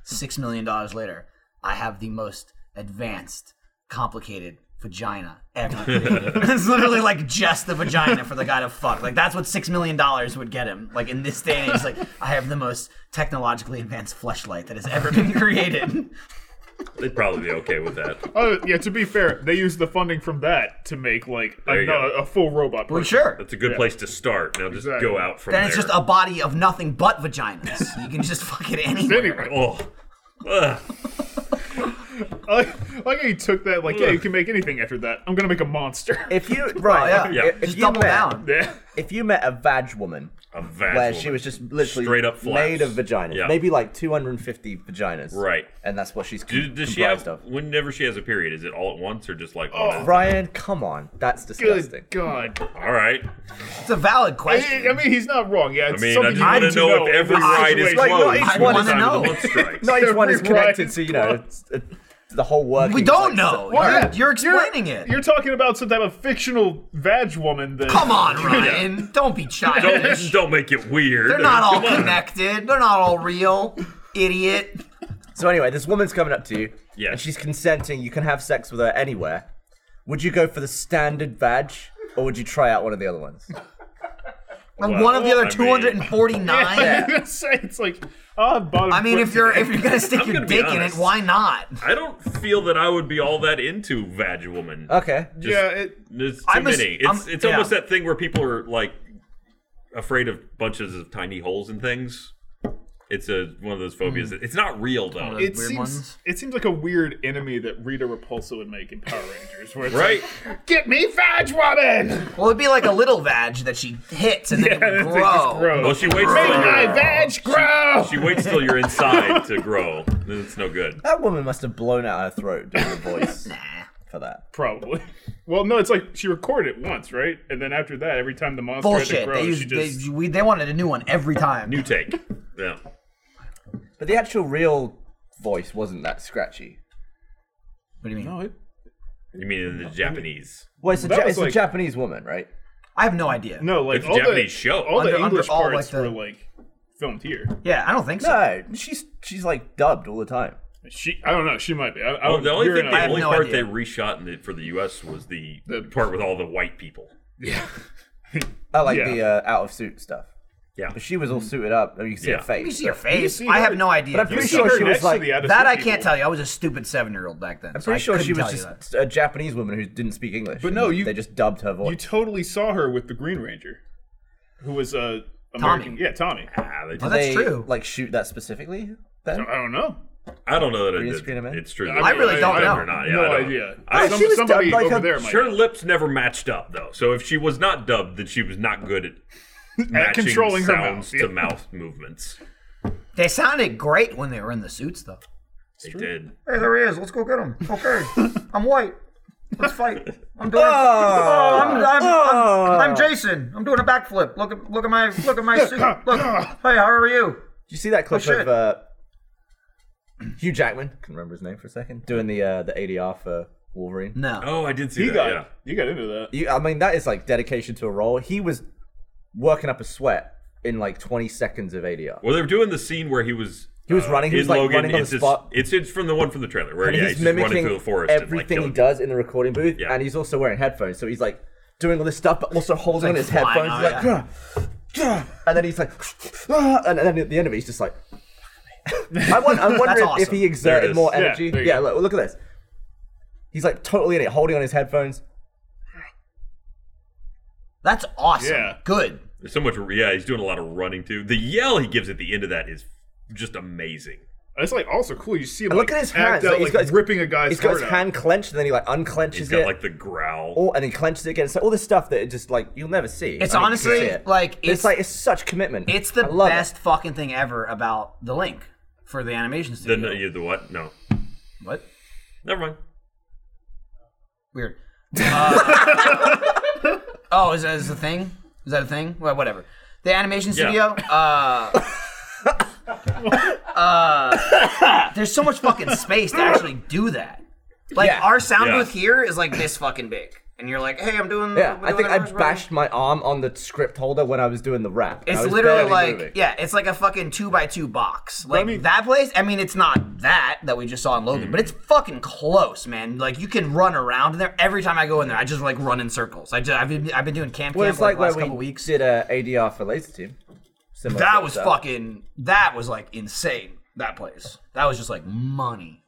A: six million dollars later, I have the most advanced, complicated." Vagina ever. created." it's literally like just the vagina for the guy to fuck. Like that's what six million dollars would get him. Like in this day and age, like I have the most technologically advanced fleshlight that has ever been [LAUGHS] created.
B: They'd probably be okay with that.
D: Oh yeah. To be fair, they used the funding from that to make like a,
B: There you go.
D: a full robot.
A: Well,
D: person.
A: sure.
B: That's a good place to start. Now just
D: Exactly.
B: go out from
A: Then
B: there.
A: it's just a body of nothing but vaginas. you can just fuck it anywhere.
D: Anyway,
B: oh. Ugh.
D: I like, I like how you took that. Like, yeah, you can make anything after that. I'm gonna make a monster. [LAUGHS]
C: If
B: [LAUGHS]
C: you right,
A: yeah.
B: Yeah.
C: If, if
A: Just
C: you
A: double
C: met,
A: down.
D: yeah.
C: If you met a vag woman
B: A vast
C: where
B: woman.
C: she was just literally
B: Straight up flaps.
C: made of vaginas,
B: Yeah.
C: maybe like 250 vaginas,
B: Right.
C: And that's what she's com-
B: Do- does she
C: comprised
B: have
C: of.
B: whenever she has a period? Is it all at once or just like? one at-
C: Ryan, come on, that's disgusting.
D: Good God.
B: all right.
A: It's a valid
D: I, I
A: question.
D: mean, he's not wrong. Yeah. It's
B: I mean, I just
D: something you
B: want to
D: need
B: know,
D: know
B: if every
D: in this
B: ride is
D: situation.
C: Like,
B: closed.
C: not each
A: I
C: one
A: wanna
B: Time of the
A: know.
B: month strikes.
C: Not each one is
D: Every
C: connected
D: ride
C: to
D: is
C: you know it's, it's the whole work.
A: we don't know.
D: What?
A: You're, you're explaining it.
D: You're talking about some type of fictional vag woman. That
A: Come
D: [LAUGHS]
A: on, Ryan. Don't be childish.
B: Don't, don't make it weird.
A: They're not all
B: Come on.
A: connected. They're not all real. Idiot.
C: So anyway, this woman's coming up to you,
B: Yeah.
C: and she's consenting. You can have sex with her anywhere. Would you go for the standard vag, or would you try out one of the
A: [LAUGHS]
C: other ones?
A: Like one of the other
B: I mean-
A: 249.
D: I'm gonna say [LAUGHS] it's like oh, bottom.
A: I mean,
D: foot
A: if you're
D: today.
A: if you're gonna stick
B: I'm
A: your
B: gonna be
A: dick in it,
B: honest.
A: why not?
B: I don't feel that I would be all that into vag woman.
C: Okay.
B: Just-
D: yeah, it,
B: There's too
A: I'm a s-
B: many.
A: I'm-
B: it's it's
A: yeah.
B: almost that thing where people are like afraid of bunches of tiny holes and things. It's a one of those phobias.
A: Hmm.
B: that- It's not real though,
A: weird
D: it seems
A: ones.
D: it seems like a weird enemy that Rita Repulsa would make in Power Rangers, where it's
B: right?
D: like, "Get me vag [LAUGHS] woman,
A: Well, it'd be like a little vag that she hits and then it would
D: It's like, just
A: grow.
D: grow.
B: Well, she waits
D: Make
B: till
D: my
B: you're
D: vag grow.
B: she waits till you're inside to grow. Then it's no good.
C: That woman must have blown out her throat doing
A: [LAUGHS]
C: the voice for that.
D: Probably. Well, no, it's like she recorded it once, right? And then after that, every time the monster had
A: Bullshit.
D: to grow,
A: They,
D: she
A: used,
D: just
A: they, we, they wanted a new one every time.
B: New take. Yeah.
C: But the actual real voice wasn't that scratchy.
A: What do you mean?
D: no, it,
B: You mean in the Japanese?
C: Well, it's a,
D: That
C: ja-
D: was
C: it's a
D: like-
C: Japanese woman, right?
A: I have no idea.
D: no, like
B: It's a
D: all the
B: Japanese show.
D: all the
A: Under- under
D: English
A: all, like,
D: parts
A: the-
D: were like filmed here.
A: Yeah, I don't think so.
C: No, she's she's like dubbed all the time.
D: She, I don't know, she might be. I, I
B: Oh,
D: would-
B: the only
D: you're
B: thing,
D: in
B: the
D: a-
B: only
A: no
B: part
A: idea.
B: they reshot in the, for the U.S. was the, part with all the white people.
C: I like
D: Yeah. Hmm.
C: the uh, out of suit stuff.
B: Yeah.
C: But she was all suited up. and You can see
B: Yeah.
C: her face.
A: You see your
C: so-
A: face.
D: see
A: I have
D: her-
A: no idea.
C: But I'm
D: You
C: pretty
D: see
C: sure
D: her
C: she was
D: next to
C: like-
D: the Odyssey
A: that I
D: people.
A: can't tell you. I was a stupid seven-year-old back then.
C: I'm pretty sure she was just a Japanese woman who didn't speak English.
D: But no,
C: and
D: you-
C: they just dubbed her voice.
D: You totally saw her with the Green Ranger, who was uh, American.
A: Tommy.
D: Yeah, Tommy.
B: Ah, they
A: Well,
B: just,
A: that's
C: they,
A: true.
C: Like shoot that specifically?
D: I
C: Then?
D: don't- I don't know.
B: I don't know that
C: Green
B: it,
C: screen of
B: did.
C: it?
B: It's true.
A: I really don't know.
B: Or not. Yeah,
D: no
B: I don't
D: idea.
B: I-
C: she was dubbed
D: somebody
C: like
D: over
C: a-
D: there might
B: Her
D: know.
B: lips never matched up though, so if she was not dubbed, then she was not
D: [LAUGHS]
B: good at, matching
D: controlling her
B: sounds
D: mouth,
B: to
D: yeah.
B: mouth movements.
A: They sounded great when they were in the suits, though.
B: They did.
A: Hey, there he is. Let's go get him. [LAUGHS] Okay, I'm white. Let's fight. I'm doing.
C: Oh,
A: I'm, I'm, I'm, I'm Jason. I'm doing a backflip. Look at look at my look at my suit. Look. Hey, how are you?
C: Did you see that clip
A: shit.
C: of uh, [CLEARS THROAT] Hugh Jackman, couldn't remember his name for a second, doing the uh, the ADR for Wolverine.
A: No.
B: Oh, I did see
D: He
B: that.
D: got
B: yeah.
D: you got into that.
C: You, I mean, that is like dedication to a role. He was working up a sweat in like 20 seconds of ADR.
B: Well, they were doing the scene where he was.
C: He was running, he
B: Uh, in
C: was, like,
B: Logan.
C: running on the
B: it's, just-
C: spot.
B: It's, it's from the one from the trailer where
C: And
B: yeah, he's,
C: he's
B: just running
C: mimicking
B: through the forest.
C: everything
B: and, like,
C: he does in the recording booth,
B: Yeah.
C: and he's also wearing headphones. So he's like doing all this stuff, but also holding on his
A: flying
C: headphones.
A: out,
C: He's like, "Grr, grr," and then he's like, [LAUGHS] "Ah," and then at the end of it, he's just like. [LAUGHS] I wonder, I'm wondering if
A: awesome.
C: he
B: There it
C: exerted
B: is.
C: more
B: Yeah,
C: energy.
D: there you
C: Yeah,
D: go.
C: look, look at this. He's like totally in it, holding on his headphones.
A: That's awesome.
D: Yeah.
A: Good.
B: There's so much. Yeah, he's doing a lot of running too. The yell he gives at the end of that is just amazing.
D: It's like also cool. You see him
C: And
D: like,
C: look at his
D: act
C: hands.
D: out,
C: like,
D: like,
C: he's got his,
D: ripping a guy's
C: He's got his
D: heart out.
C: hand clenched, and then he like unclenches
B: He's
C: it.
B: got like the growl.
C: Oh, and he clenches it again. So all this stuff that it just like you'll never see.
A: It's
C: I mean, you
A: honestly,
C: see it.
A: like, it's-
C: it's, like it's such commitment.
A: It's
C: I
A: the
C: love it.
A: best fucking thing ever about the link for the animation
B: The,
A: studio.
B: no, yeah, the what? No,
A: What?
B: never mind.
A: Weird. Uh, oh, is that is the thing? Is that a thing? Well, whatever. The animation studio. Uh, uh, there's so much fucking space to actually do that. Like
C: Yeah.
A: our sound
B: Yeah.
A: booth here is like this fucking big, and you're like, hey, I'm doing.
C: Yeah,
A: we're
C: I
A: doing
C: think I
A: ours right.
C: bashed my arm on the script holder when I was doing the rap. I
A: It's
C: was
A: literally
C: barely
A: like
C: moving.
A: yeah, it's like a fucking two by two box. Like
D: mean-
A: that place. I mean, it's not that that we just saw in
C: Hmm.
A: Logan, but it's fucking close, man. Like you can run around in there. Every time I go in there, I just like run in circles. I just I've been, I've been doing camp
C: Well,
A: camp
C: it's like
A: like,
C: when
A: last couple
C: we
A: weeks.
C: did uh, ADR for Laser Team. Similar sort
A: That
C: of
A: was
C: stuff.
A: fucking. That was like insane. That place. That was just like money.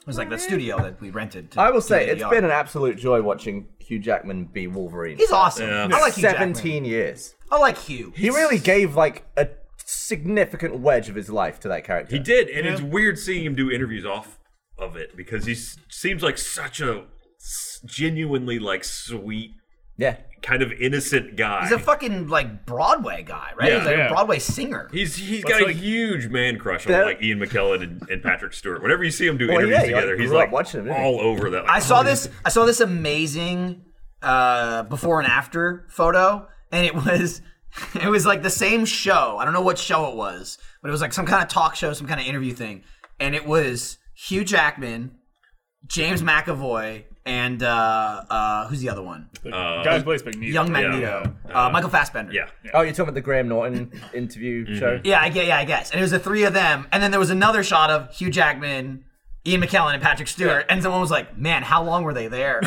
A: It was like that studio that we rented. To
C: I will
A: to
C: say
A: do
C: it's
A: the
C: been
A: art.
C: an absolute joy watching Hugh Jackman be Wolverine.
A: He's awesome.
B: Yeah.
A: I like Hugh Jackman.
C: seventeen years.
A: I like Hugh.
C: He really gave like a significant wedge of his life to that character.
B: He did, and it's weird seeing him do interviews off of it because he s- seems like such a s- genuinely like sweet,
C: Yeah,
B: kind of innocent guy.
A: He's a fucking like Broadway guy, right?
B: Yeah.
A: He's like
D: Yeah.
A: a Broadway singer.
B: He's he's
D: Well,
B: got
D: it's
B: a
D: like-
B: huge man crush on
C: Yeah.
B: like Ian McKellen and, and Patrick Stewart. Whenever you see him do
C: yeah,
B: interviews
C: he, like,
B: together, he's
C: grew up
B: like
C: watching him, didn't he?
B: all over that. Like,
A: I saw
B: oh,
A: this. I saw this amazing uh, before and after photo, and it was [LAUGHS] it was like the same show. I don't know what show it was, but it was like some kind of talk show, some kind of interview thing, and it was Hugh Jackman, James McAvoy, and uh, uh, who's the other one?
D: Oh, Guys, plays Magneto.
A: Young Magneto, uh, Michael Fassbender.
B: uh, Yeah,
C: Oh, you're talking about the Graham Norton interview
B: Mm-hmm.
C: show?
A: Yeah, I get. Yeah, I guess. And it was the three of them, and then there was another shot of Hugh Jackman, Ian McKellen, and Patrick Stewart. And someone was like, "Man, how long were they
B: [LAUGHS]
A: there?"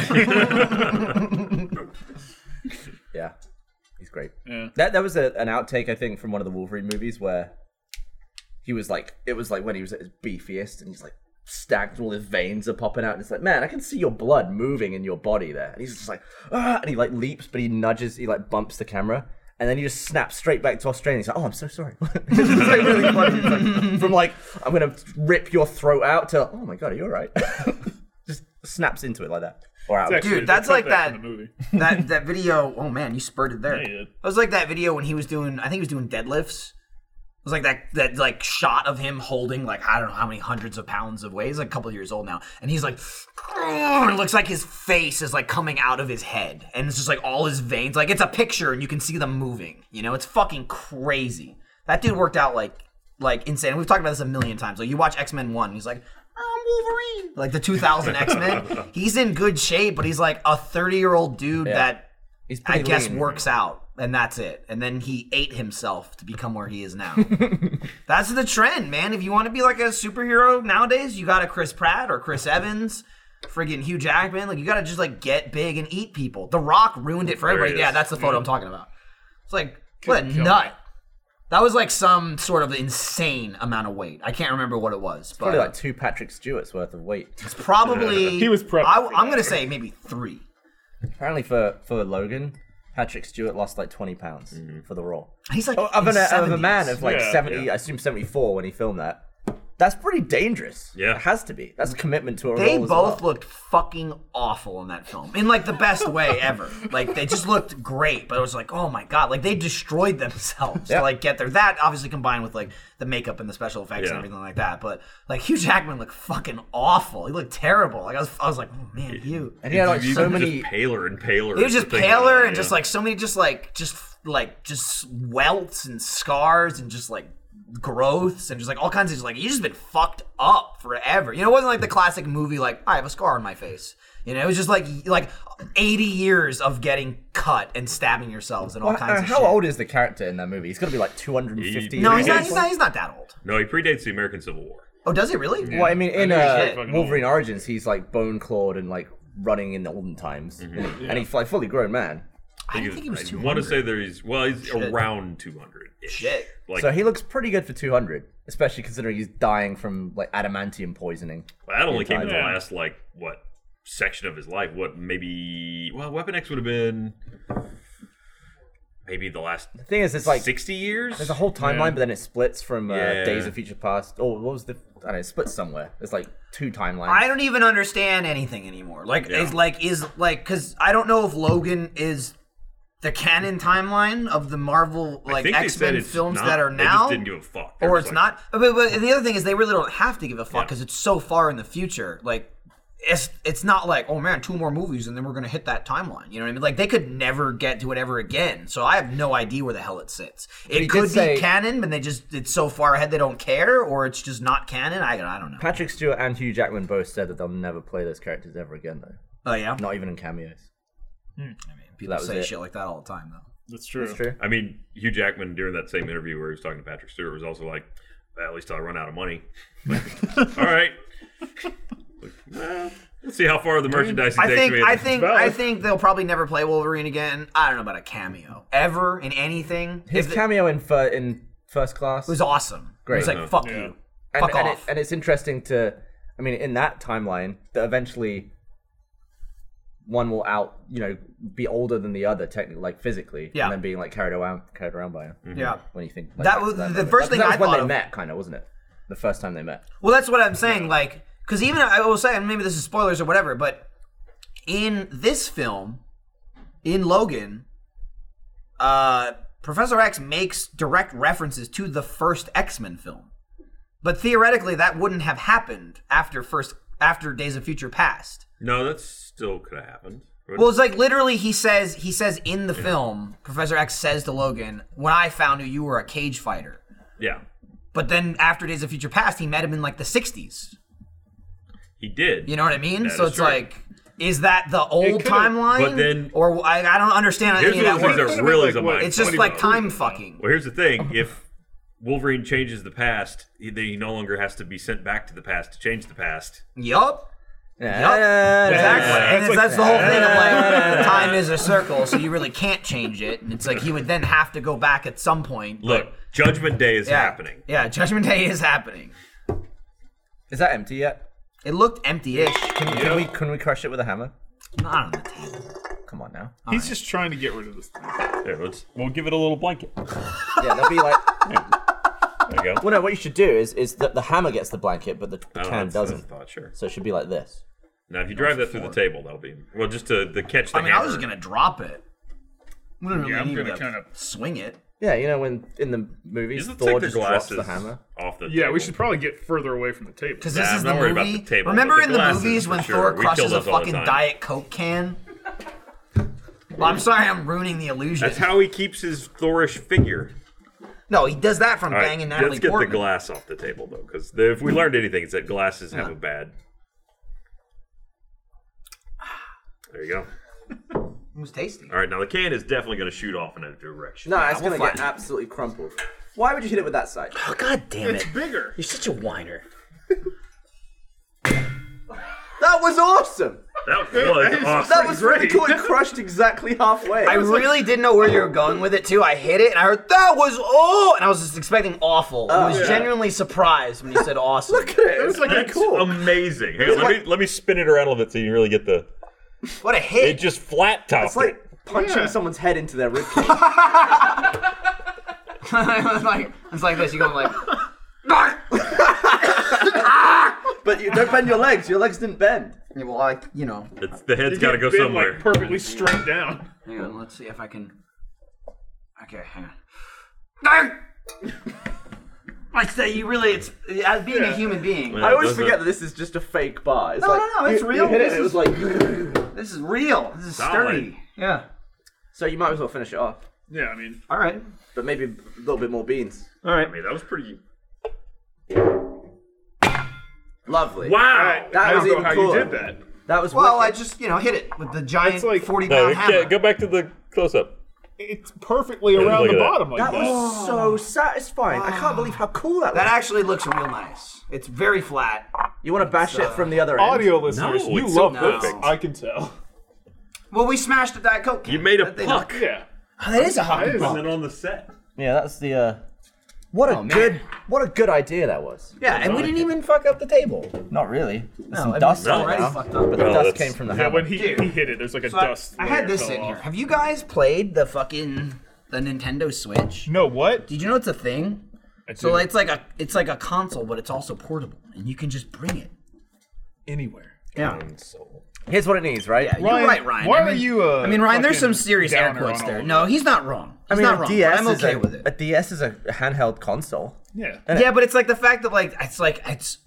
C: Yeah. He's great.
D: Yeah.
C: That that was a, an outtake I think from one of the Wolverine movies where he was like it was like when he was at his beefiest and he's like stacked all his veins are popping out and it's like man I can see your blood moving in your body there and he's just like ah and he like leaps but he nudges he like bumps the camera and then he just snaps straight back to Australia he's like oh I'm so sorry [LAUGHS] it's like really funny It's like, from like I'm gonna rip your throat out to oh my god are you alright [LAUGHS] just snaps into it like that or out
D: Actually,
A: Dude, that's
D: they cut
A: like that-
D: from
C: [LAUGHS]
D: the movie.
A: that that video. Oh man, you spurted there.
D: you did.
A: It was like that video when he was doing. I think he was doing deadlifts. It was like that that like shot of him holding like I don't know how many hundreds of pounds of weight. He's like a couple of years old now, and he's like, [SNIFFS] "Grr," and it looks like his face is like coming out of his head, and it's just like all his veins. Like it's a picture, and you can see them moving. You know, it's fucking crazy. That dude worked out like like insane. We've talked about this a million times. Like you watch X Men One, he's like. I'm Wolverine, like the 2000 X Men. He's in good shape, but he's like a 30 year old dude that
C: he's
A: I
C: pretty
A: guess
C: lean.
A: works out, and that's it. And then he ate himself to become where he is now. that's the trend, man. If you want to be like a superhero nowadays, you got to Chris Pratt or Chris Evans, friggin' Hugh Jackman. Like you got to just like get big and eat people. The Rock ruined it for
B: There
A: everybody.
B: he
A: Yeah,
B: is.
A: that's the photo I'm talking about. It's like what a nut. That was like some sort of insane amount of weight. I can't remember what it was, but
C: probably like two Patrick Stewart's worth of weight
A: it's probably
D: He was prepped
A: I,
D: for
A: I'm
D: that.
A: gonna say maybe three.
C: Apparently for for Logan, Patrick Stewart lost like twenty pounds for the role.
A: He's like
C: Oh, of,
A: in
C: an,
A: his
C: of a
A: 70s.
C: man of like
D: Mm-hmm. Yeah,
C: seventy, I assume seventy four when he filmed that. That's pretty dangerous.
B: Yeah.
C: it has to be. That's a commitment to a
A: They
C: role. as
A: both
C: well.
A: looked fucking awful in that film, in like the best way ever. Like they just looked great, but it was like, oh my god, like they destroyed themselves
C: Yeah.
A: to like get there. That obviously combined with like the makeup and the special effects
B: Yeah.
A: and everything like that. But like Hugh Jackman looked fucking awful. He looked terrible. Like I was, I was like, oh man, Hugh.
C: And he had like
B: he's
C: so
B: just
C: many.
B: paler and paler.
A: He was
B: as
A: just
B: the thing went
A: paler
B: on,
A: and just
B: yeah.
A: like so many, just like just like just welts and scars and just like growths and just like all kinds of just like he's just been fucked up forever. You know, it wasn't like the classic movie like I have a scar on my face. You know, it was just like like eighty years of getting cut and stabbing yourselves and all
C: Well,
A: kinds of
C: uh, how
A: shit.
C: old is the character in that movie? He's got to be like 250.
A: No, he's
C: years
A: not.
C: old.
A: He's not. He's not that old.
B: No, he predates the American Civil War.
A: Oh, does he really?
C: Well, I mean, in
D: he's
C: uh,
D: pretty fucking
C: Wolverine Origins, he's like bone clawed and like running in the olden times,
D: Mm-hmm.
C: and he's like fully grown man.
A: I didn't think he was too.
B: want to say that he's well, he's around 200.
A: Shit.
B: Like
C: so he looks pretty good for 200, especially considering he's dying from like adamantium poisoning.
B: well, that only came in the
C: Yeah.
B: last like what section of his life? What maybe? Well, Weapon X would have been maybe the last
C: The thing is, it's like
B: 60 years.
C: there's a whole timeline, but then it splits from uh,
B: Yeah.
C: Days of Future Past. Or what was the? I don't know. It splits somewhere. There's like two timelines.
A: I don't even understand anything anymore. Like, is like is like because I don't know if Logan is the canon timeline of the Marvel
B: I
A: like
B: think they
A: X
B: said
A: Men
B: it's
A: films
B: not-
A: that are
B: They
A: now,
B: just didn't give a fuck. They were
A: or it's
B: just like,
A: not. But, but the other thing is they really don't have to give a fuck because it's so far in the future. Like. It's, it's not like oh man two more movies and then we're gonna hit that timeline you know what I mean like they could never get to it ever again so I have no idea where the hell it sits
C: he
A: it
C: did
A: could be
C: say-
A: canon but they just it's so far ahead they don't care or it's just not canon I, I don't know
C: Patrick Stewart and Hugh Jackman both said that they'll never play those characters ever again, though.
A: oh yeah
C: Not even in cameos.
A: People
C: That was
A: say
C: it.
A: shit like that all the time, though.
D: That's true.
C: That's true.
B: I mean, Hugh Jackman during that same interview where he was talking to Patrick Stewart was also like, "Well, "At least till I run out of money." [LAUGHS] Like, All right. [LAUGHS] Like, well, let's see how far the merchandise
A: I
B: takes
A: think,
B: me.
A: I think,
D: valid.
A: I think they'll probably never play Wolverine again. I don't know about a cameo ever in anything.
C: His
A: If it
C: cameo in fir- in First Class
A: was awesome. Great. It was like fuck you,
C: and,
A: fuck
C: and
A: off.
C: It, and it's interesting to, I mean, in that timeline, that eventually one will out, you know, be older than the other, technically, like physically,
A: Yeah.
C: and then being like carried around, carried around by him.
A: yeah.
C: When you think like,
A: That
C: back
A: was-
C: to
A: the
C: moment.
A: first thing
C: that was
A: I
C: when
A: thought
C: they
A: of-
C: met, kind of, wasn't it? The first time they met.
A: Well, that's what I'm saying. Like, because even I will say, and maybe this is spoilers or whatever, but in this film, in Logan, uh, Professor X makes direct references to the first X Men film, but theoretically that wouldn't have happened after first after Days of Future Past.
B: no, that still could have happened.
A: Well, it's like literally he says he says in the film, Professor X says to Logan, "When I found you, you were a cage fighter."
B: yeah,
A: But then after Days of Future Past, he met him in like the '60s.
B: he did.
A: You know what I mean?
B: That
A: so
B: is
A: it's
B: true.
A: like, is that the old
D: could've-
A: timeline?
B: But then-
A: or I, I don't understand how
B: Here's
A: any of
B: the
A: that
B: thing
A: works.
D: Could've
B: that
D: been
B: really
D: like,
B: is a
D: what,
B: mind.
A: It's just
D: 20
A: like
D: bucks.
A: time fucking.
B: Well, here's the
A: Oh.
B: thing: if Wolverine changes the past, he, then he no longer has to be sent back to the past to change the past.
A: Yup.
C: Yeah.
A: Exactly. and
D: That's
A: it's,
D: like-
A: that's the whole thing of
B: [LAUGHS]
A: like time is a circle, so you really can't change it. And it's like he would then have to go back at some point.
B: Look, Judgment Day is
A: yeah.
B: happening.
A: Yeah, Judgment Day is happening.
C: Is that empty yet?
A: It looked empty-ish.
C: Can, can we can we crush it with a hammer?
A: Not on the table.
C: Come on now.
D: He's just trying to get rid of this thing.
B: There, let's,
K: We'll give it a little
A: [LAUGHS]
K: blanket.
C: Yeah, that'd be like. [LAUGHS]
B: there you go.
C: Well, no, what you should do is is that the hammer gets the blanket, but the, the
B: Oh,
C: can
B: that's- that's a
C: doesn't.
B: thought, sure.
C: So it should be like this.
B: Now, if you drive that through the table, that'll be well. Just to the catch the
A: I mean, I was just
B: hammer.
A: gonna drop it. We don't really
D: Yeah, I'm
A: need
D: gonna
A: to
D: kinda-
A: swing it.
C: Yeah, you know when in the movies
B: Just
C: Thor
B: take the
C: just drops the
B: glasses
C: hammer.
B: off the
D: Yeah,
B: table.
D: we should probably get further away from the table.
A: Because this
B: Nah,
A: is
B: I'm
A: the
B: not worried
A: movie.
B: about the table,
A: Remember
B: but
A: in
B: the
A: the
B: glasses
A: movies
B: for
A: when
B: sure.
A: Thor
B: We kill
A: crushes a
B: those all the
A: fucking
B: time.
A: Diet Coke can? Well, I'm sorry, I'm ruining the illusion.
B: That's how he keeps his Thorish figure.
A: no, he does that from
B: All right,
A: banging Natalie
B: let's get
A: Portman.
B: the glass off the table though, because if we learned anything, it's that glasses have a bad. There you go.
A: It was tasty.
B: All right, now the can is definitely going to shoot off in a direction.
C: No, it's gonna get absolutely crumpled. Why would you hit it with that side?
G: Oh, God damn
D: It's
G: it.
D: bigger.
G: You're such a whiner.
C: That was awesome.
B: That was awesome.
C: That was really cool. It crushed exactly
A: [LAUGHS]
C: halfway.
A: I really didn't know where you were going with it too. I hit it and I heard that was oh, and I was just expecting awful.
B: Oh,
A: I was
C: yeah.
A: genuinely surprised when you
B: [LAUGHS]
A: said awesome.
C: look at it. It was like
B: That's
C: cool.
B: amazing. Hey, let me let me spin it around a little bit so you really get the.
A: what a hit!
K: It just flat topped
C: it's like
K: it.
C: punching
D: Yeah.
C: someone's head into their ribcage.
A: it was like it's like this. You going like
B: [LAUGHS]
C: but you don't bend your legs. Your legs didn't bend.
A: yeah, [LAUGHS] well, I you know.
B: It's, the head's got to go
D: Been,
B: somewhere.
D: Like, perfectly straight down.
A: Hang on, let's see if I can. Okay, hang on. [LAUGHS] I say you really, it's as being a human being.
B: Yeah,
C: I always
B: those are-
C: forget that this is just a fake bar. It's
A: No,
C: like,
A: no, no, it's
C: you,
A: real.
C: You hit it.
A: This
C: and It was like.
A: [LAUGHS] This is real. This is
B: Solid.
A: sturdy. Yeah.
C: so you might as well finish it off.
D: Yeah, I mean,
G: All right.
C: but maybe a little bit more beans.
G: All right.
K: I mean, that was pretty.
C: Lovely.
K: Wow.
C: That
D: I
C: was
D: don't know
C: even
D: how
C: cooler.
D: you did that.
C: That was
A: Well, I
C: wicked.
A: just you know hit it with the giant
D: That's like-
A: forty
B: No,
A: pound
B: it-
A: hammer.
B: yeah, go back to the close up.
D: It's perfectly around
B: look
D: the
B: at that.
D: bottom like
C: That
D: that.
C: was so satisfying. I can't believe how cool that was.
A: That actually looks real nice. It's very flat.
C: You want to bash
A: uh,
C: it from the other end?
D: Audio listeners,
B: No,
D: you
B: it's so
D: love this.
B: perfect.
D: I
A: [LAUGHS]
D: can tell.
A: Well, we smashed a diet coke.
B: You made a
A: That thing up.
B: puck.
D: Yeah.
A: Oh, that is a hockey
D: That is-
A: puck.
B: then on the set.
C: Yeah, that's the. uh What a
A: Oh, man.
C: good, what a good idea that was.
A: Yeah, and we didn't even fuck up the table.
C: Not really. There's
A: No,
C: some
A: I mean,
C: dust
A: it's
C: on it
A: already
C: now,
A: fucked up.
C: but the
B: Well,
C: dust
B: that's-
C: came from the
D: Yeah,
C: hammer.
D: when he, he hit it, there's like a
A: So I-
D: dust.
A: I,
D: layer
A: had this
D: fell
A: in
D: off.
A: here. Have you guys played the fucking the Nintendo Switch?
D: No, what?
A: Did you know it's a thing?
D: I
A: So
D: did
A: it's like a it's like a console, but it's also portable, and you can just bring it.
D: anywhere.
A: Yeah,
C: Here's what it needs, right?
A: yeah,
D: Ryan,
A: you're right, Ryan.
D: why
A: I mean,
D: are you, uh,
A: I mean, Ryan, there's some
D: fucking
A: serious air
D: downer on
A: quotes
D: all
A: there.
D: of
A: No, he's not wrong. He's
C: I mean,
A: not
C: a
A: wrong.
C: DS
A: I'm
C: is
A: okay
C: a,
A: with it.
C: A DS is a handheld console.
D: Yeah.
A: Yeah, but it's like the fact that like it's like it's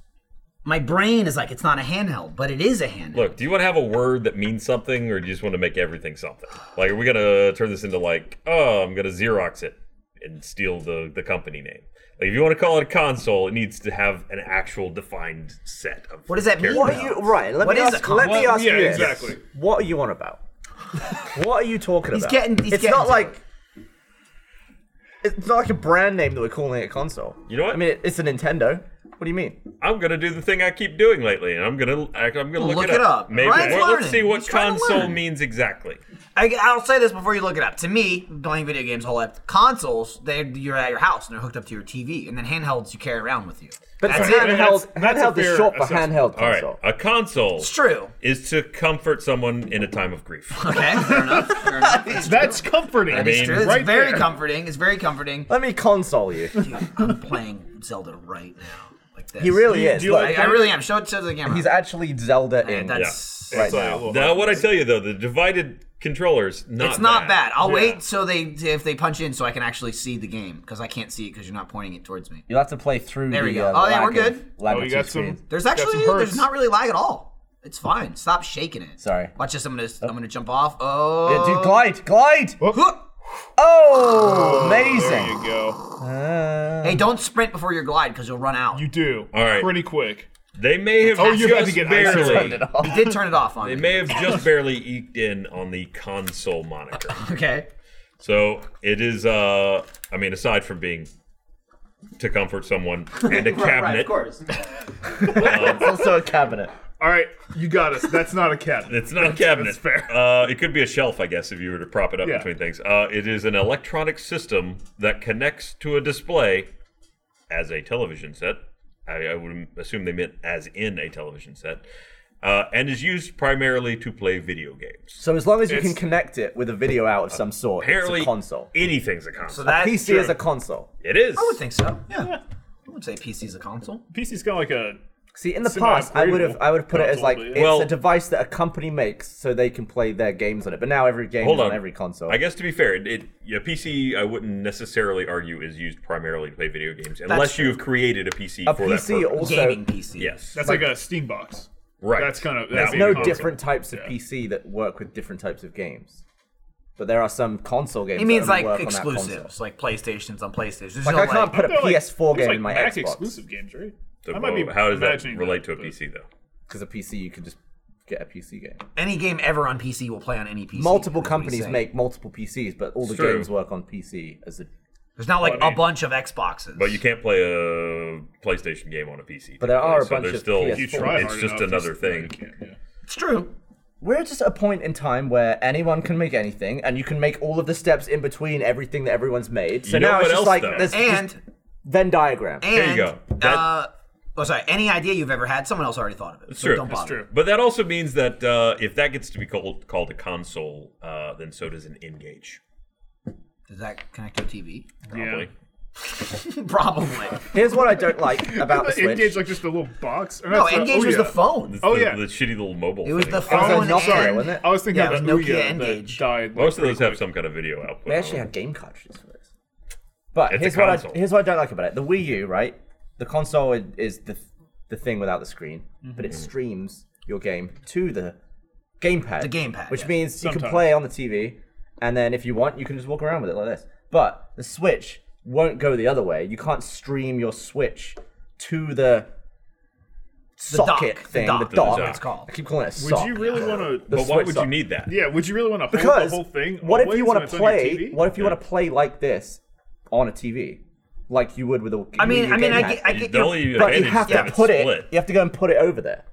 A: my brain is like it's not a handheld, but it is a handheld.
B: Look, do you want to have a word that means something, or do you just want to make everything something? Like, are we gonna turn this into like, oh, I'm gonna Xerox it and steal the the company name? Like, if you want to call it a console, it needs to have an actual defined set of.
A: What does that mean?
B: characters.
C: What are you right? Let
A: What
C: me
A: is a
C: ask. Let me
D: console?
C: ask
D: Yeah,
C: you this.
D: exactly.
C: What are you on about? what are you talking about?
A: getting- he's
C: it's
A: getting
C: not
A: to
C: like. It's not like a brand name that we're calling it a console.
B: You know what?
C: I mean, it, it's a Nintendo. What do you mean?
B: I'm gonna do the thing I keep doing lately, and I'm gonna act- I'm gonna look,
A: Look
B: it
A: it
B: up.
A: up.
B: Maybe
A: Ryan's
B: Well, let's
A: learning.
B: see what
A: He's trying to
B: console
A: learn.
B: means exactly.
A: I, I'll say this before you look it up. To me, playing video games, whole life, consoles, they you're at your house and they're hooked up to your TV, and then handhelds you carry around with you.
C: But
A: That's
C: it's
A: it.
C: handheld.
D: That's- that's a
C: handheld is
D: fair
C: short for
D: assessment.
C: handheld
B: All right,
C: console.
B: a console
A: It's true.
B: is to comfort someone in a time of grief.
A: [LAUGHS] Okay, fair enough. Fair
D: [LAUGHS]
A: enough. It's
D: That's comforting.
B: mean,
A: true. It's
D: right
A: very
D: there.
A: comforting. It's very comforting.
C: Let me console you.
A: I'm playing Zelda right now, like this.
C: He really is.
D: do you
C: Look,
A: I, I really am. Show it, show it to the camera.
C: he's actually Zelda
A: Yeah,
C: in.
A: that's.
C: right
D: It's like
C: now.
D: a little-
B: now, what I tell you though, the divided controllers not
A: It's not
B: bad.
A: bad. I'll
D: Yeah.
A: wait so they if they punch in so I can actually see the game because I can't see it because you're not pointing it towards me.
C: You'll have to play through.
A: There
C: the,
A: we go.
C: uh,
A: Oh, yeah,
C: lag
A: we're
C: of-
A: good.
C: lag
D: Oh,
C: of
D: you
C: two
D: got some.
C: screens.
A: There's
D: got some
A: actually
D: perks.
A: there's not really lag at all. It's fine. Stop shaking it.
C: Sorry.
A: Watch this. I'm gonna I'm gonna jump off. Oh.
C: Yeah, dude, glide, glide.
A: Huh.
C: Oh, amazing.
D: There you go.
A: Hey, don't sprint before your glide because you'll run out.
D: You do.
B: All right.
D: Pretty quick.
B: They may have
D: Oh,
B: just
D: you had to get
B: barely.
D: isolated.
A: He did turn it off on
B: They
A: me.
B: may have just barely eked in on the console moniker.
A: Okay.
B: So it is. Uh, I mean, aside from being to comfort
A: [LAUGHS]
B: someone and a cabinet,
A: course.
C: It's also a cabinet.
D: All right, you got us. That's not
A: [LAUGHS]
D: a cat.
B: it's not a cabinet.
D: That's fair.
B: Uh, it could be a shelf, I guess, if you were to prop it up
D: Yeah.
B: between things. Uh, it is an electronic system that connects to a display as a television set. I, I would assume they meant as in a television set, uh, and is used primarily to play video games.
C: So as long as you can
D: It's-
C: connect it with a video out of some sort,
B: Apparently,
C: it's a console.
B: Anything's a console.
A: that
C: PC is a console.
B: it is.
A: I would think so. Yeah. I would say PC's a console.
D: PC's kind of like a.
C: See, in the
D: It's an
C: past, I would have
D: upgradable
C: I would have put it as
D: console,
C: like
D: but yeah.
C: it's
B: Well-
C: a device that a company makes so they can play their games on it. But now every game
B: Hold
C: is
B: on.
C: on. every console.
B: I guess to be fair, it, it yeah, PC I wouldn't necessarily argue is used primarily to play video games unless you have created a PC
C: a
B: for
C: PC
B: that purpose.
C: also
A: Gaming PC.
B: Yes,
D: That's like, a Steam box.
B: right.
D: That's kind of.
B: That's
D: That's
B: no
C: no
D: a console.
C: different types of PC that work with different types of games. But there are some console games.
A: He means
C: that only
A: like
C: work on that console.
A: exclusives, like PlayStations on PlayStation. There's
C: Like
A: no,
C: I can't put a
D: They're like-
C: PS4
D: it's
C: game
D: like
C: in my
D: Mac
C: Xbox
D: exclusive games, right?
B: So,
D: I might be
B: well, how does that
D: imagining
B: relate to
D: that,
B: a
D: but-
B: PC though?
C: because a PC you could just get a PC game.
A: any game ever on PC will play on any PC. is what
C: multiple
A: he's
C: companies
A: saying.
C: make multiple PCs, but all the
B: true.
C: games work on PC as a.
A: There's not like
D: I mean-
A: a bunch of Xboxes.
B: But you can't play a PlayStation game on a PC.
C: But there are a
B: so
C: bunch
B: there's
C: of
B: still
C: PS4
D: You try
B: it's
D: hard
B: just
D: enough, you
B: another
D: s-
B: thing.
D: you can't, yeah.
A: It's true.
C: We're just at a point in time where anyone can make anything, and you can make all of the steps in between everything that everyone's made. So
B: You know
C: now
B: what
C: it's just
B: else,
C: like
B: though?
C: there's
A: And
C: just Venn diagram.
A: and
B: you go. That-
A: uh, oh, sorry. Any idea you've ever had, someone else already thought of it. so
B: true.
A: Don't
B: That's
A: bother.
D: true.
B: But that also means that uh, if that gets to be called called a console, uh, then so does an N-Gage.
A: Does that connect to a TV?
B: Probably.
A: [LAUGHS] Probably.
C: Here's what I
B: [LAUGHS]
C: don't like about the
D: But
C: Switch.
D: Engage like just a little box. Or
A: no,
D: that's a-
A: Engage
D: oh,
A: was the
D: yeah.
A: phone.
B: It's
D: Oh,
B: the,
D: yeah.
B: the shitty little mobile.
A: It was
B: thing.
A: the
C: was a
A: phone.
C: Nokia,
A: and-
C: wasn't it?
D: I was thinking
A: Yeah,
D: about
A: it was Nokia
D: Ouya
A: Engage.
D: that died.
B: Most of those have some kind of video output.
C: They actually
B: on
C: had game cartridges for this. But
B: It's a
C: here's what I
B: console.
C: here's what I don't like about it. The Wii U, right? The console i- is the the thing without the screen, but it streams your game to the gamepad.
A: The gamepad,
C: which
A: yes.
C: means you can
D: Sometimes.
C: play on the TV and then if you want, you can just walk around with it like this. But the Switch won't go the other way. You can't stream your Switch to the, socket
A: dock, the
C: thing,
A: dock.
C: the
A: The
C: dock.
K: dock.
C: It's called. I keep calling it a
D: Would
C: sock.
D: you really want to?
K: But why would you need that?
D: Yeah, would you really want to hold
C: because
D: the whole thing?
C: what if
D: always
C: you want
D: when
C: to
D: it's on your
C: play?
D: TV?
C: What if you want to play like this on a TV, like you would with a?
A: I mean,
C: with your
A: I mean, I
C: gamepad?
A: get, I get
K: The
A: your-
K: only
C: but you
K: advantage
C: have
K: is that
C: to
K: it's
C: put
K: split.
C: it. You have to go and put it over there.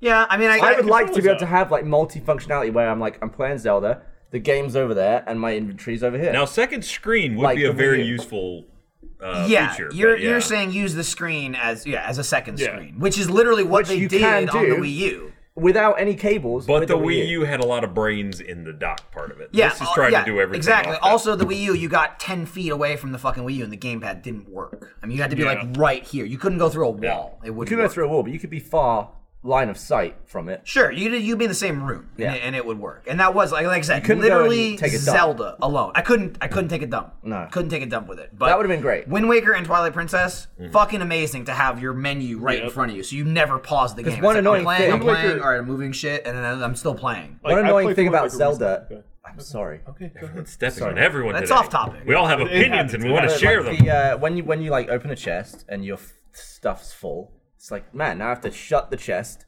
A: yeah. I mean, I,
C: I would like to be able
D: controllers
C: to
D: up.
C: have like multi-functionality where I'm like I'm playing Zelda, the game's over there, and my inventory's over here.
B: Now, second screen would
C: Like
B: be a
C: the
B: very
C: Wii U.
B: useful uh,
A: yeah,
B: feature. but
A: you're
B: yeah.
A: you're saying use the screen as yeah as a second
D: Yeah.
A: screen, which is literally what
C: Which
A: they
C: you
A: did
C: can
A: on the
C: do.
A: Wii U.
C: Without any cables,
B: But
C: with
B: the Wii U had a lot of brains in the dock part of it.
A: Yeah,
B: this is
A: uh,
B: trying
A: yeah,
B: to do everything.
A: Exactly.
B: off that.
A: Also, the Wii U, you got ten feet away from the fucking Wii U, and the gamepad didn't work. I mean, you had to be like right here. You couldn't go through a wall. It
C: you
A: wouldn't
C: could go
A: work.
C: through a wall, but you could be far line of sight from it.
A: Sure, you you'd be in the same room, and,
C: Yeah.
A: it, and it would work. And that was like like I said,
C: couldn't go and
A: literally
C: take a dump.
A: Zelda alone. I couldn't I couldn't take a dump.
C: No.
A: couldn't take a dump with it. But
C: That would've been great. Mm-hmm.
A: Wind Waker and Twilight Princess, fucking amazing to have your menu right in front of you, so you never pause the game.
C: one
A: It's like,
C: annoying
A: I'm playing,
C: thing-
A: I'm
C: Wind
A: playing, all right, I'm moving shit, and then I'm still playing.
D: Like,
C: One
D: I
C: annoying
D: played
C: thing
D: Wind
C: about
D: Waker
C: Zelda.
D: recently.
C: I'm sorry.
D: Okay, go ahead.
B: stepping on everyone.
A: That's
B: today.
A: off topic.
B: We all have opinions and we want to
C: But,
B: share
C: like,
B: them.
C: The, uh, when you when you like open a chest and your f- stuff's full, it's like man, now I have to shut the chest,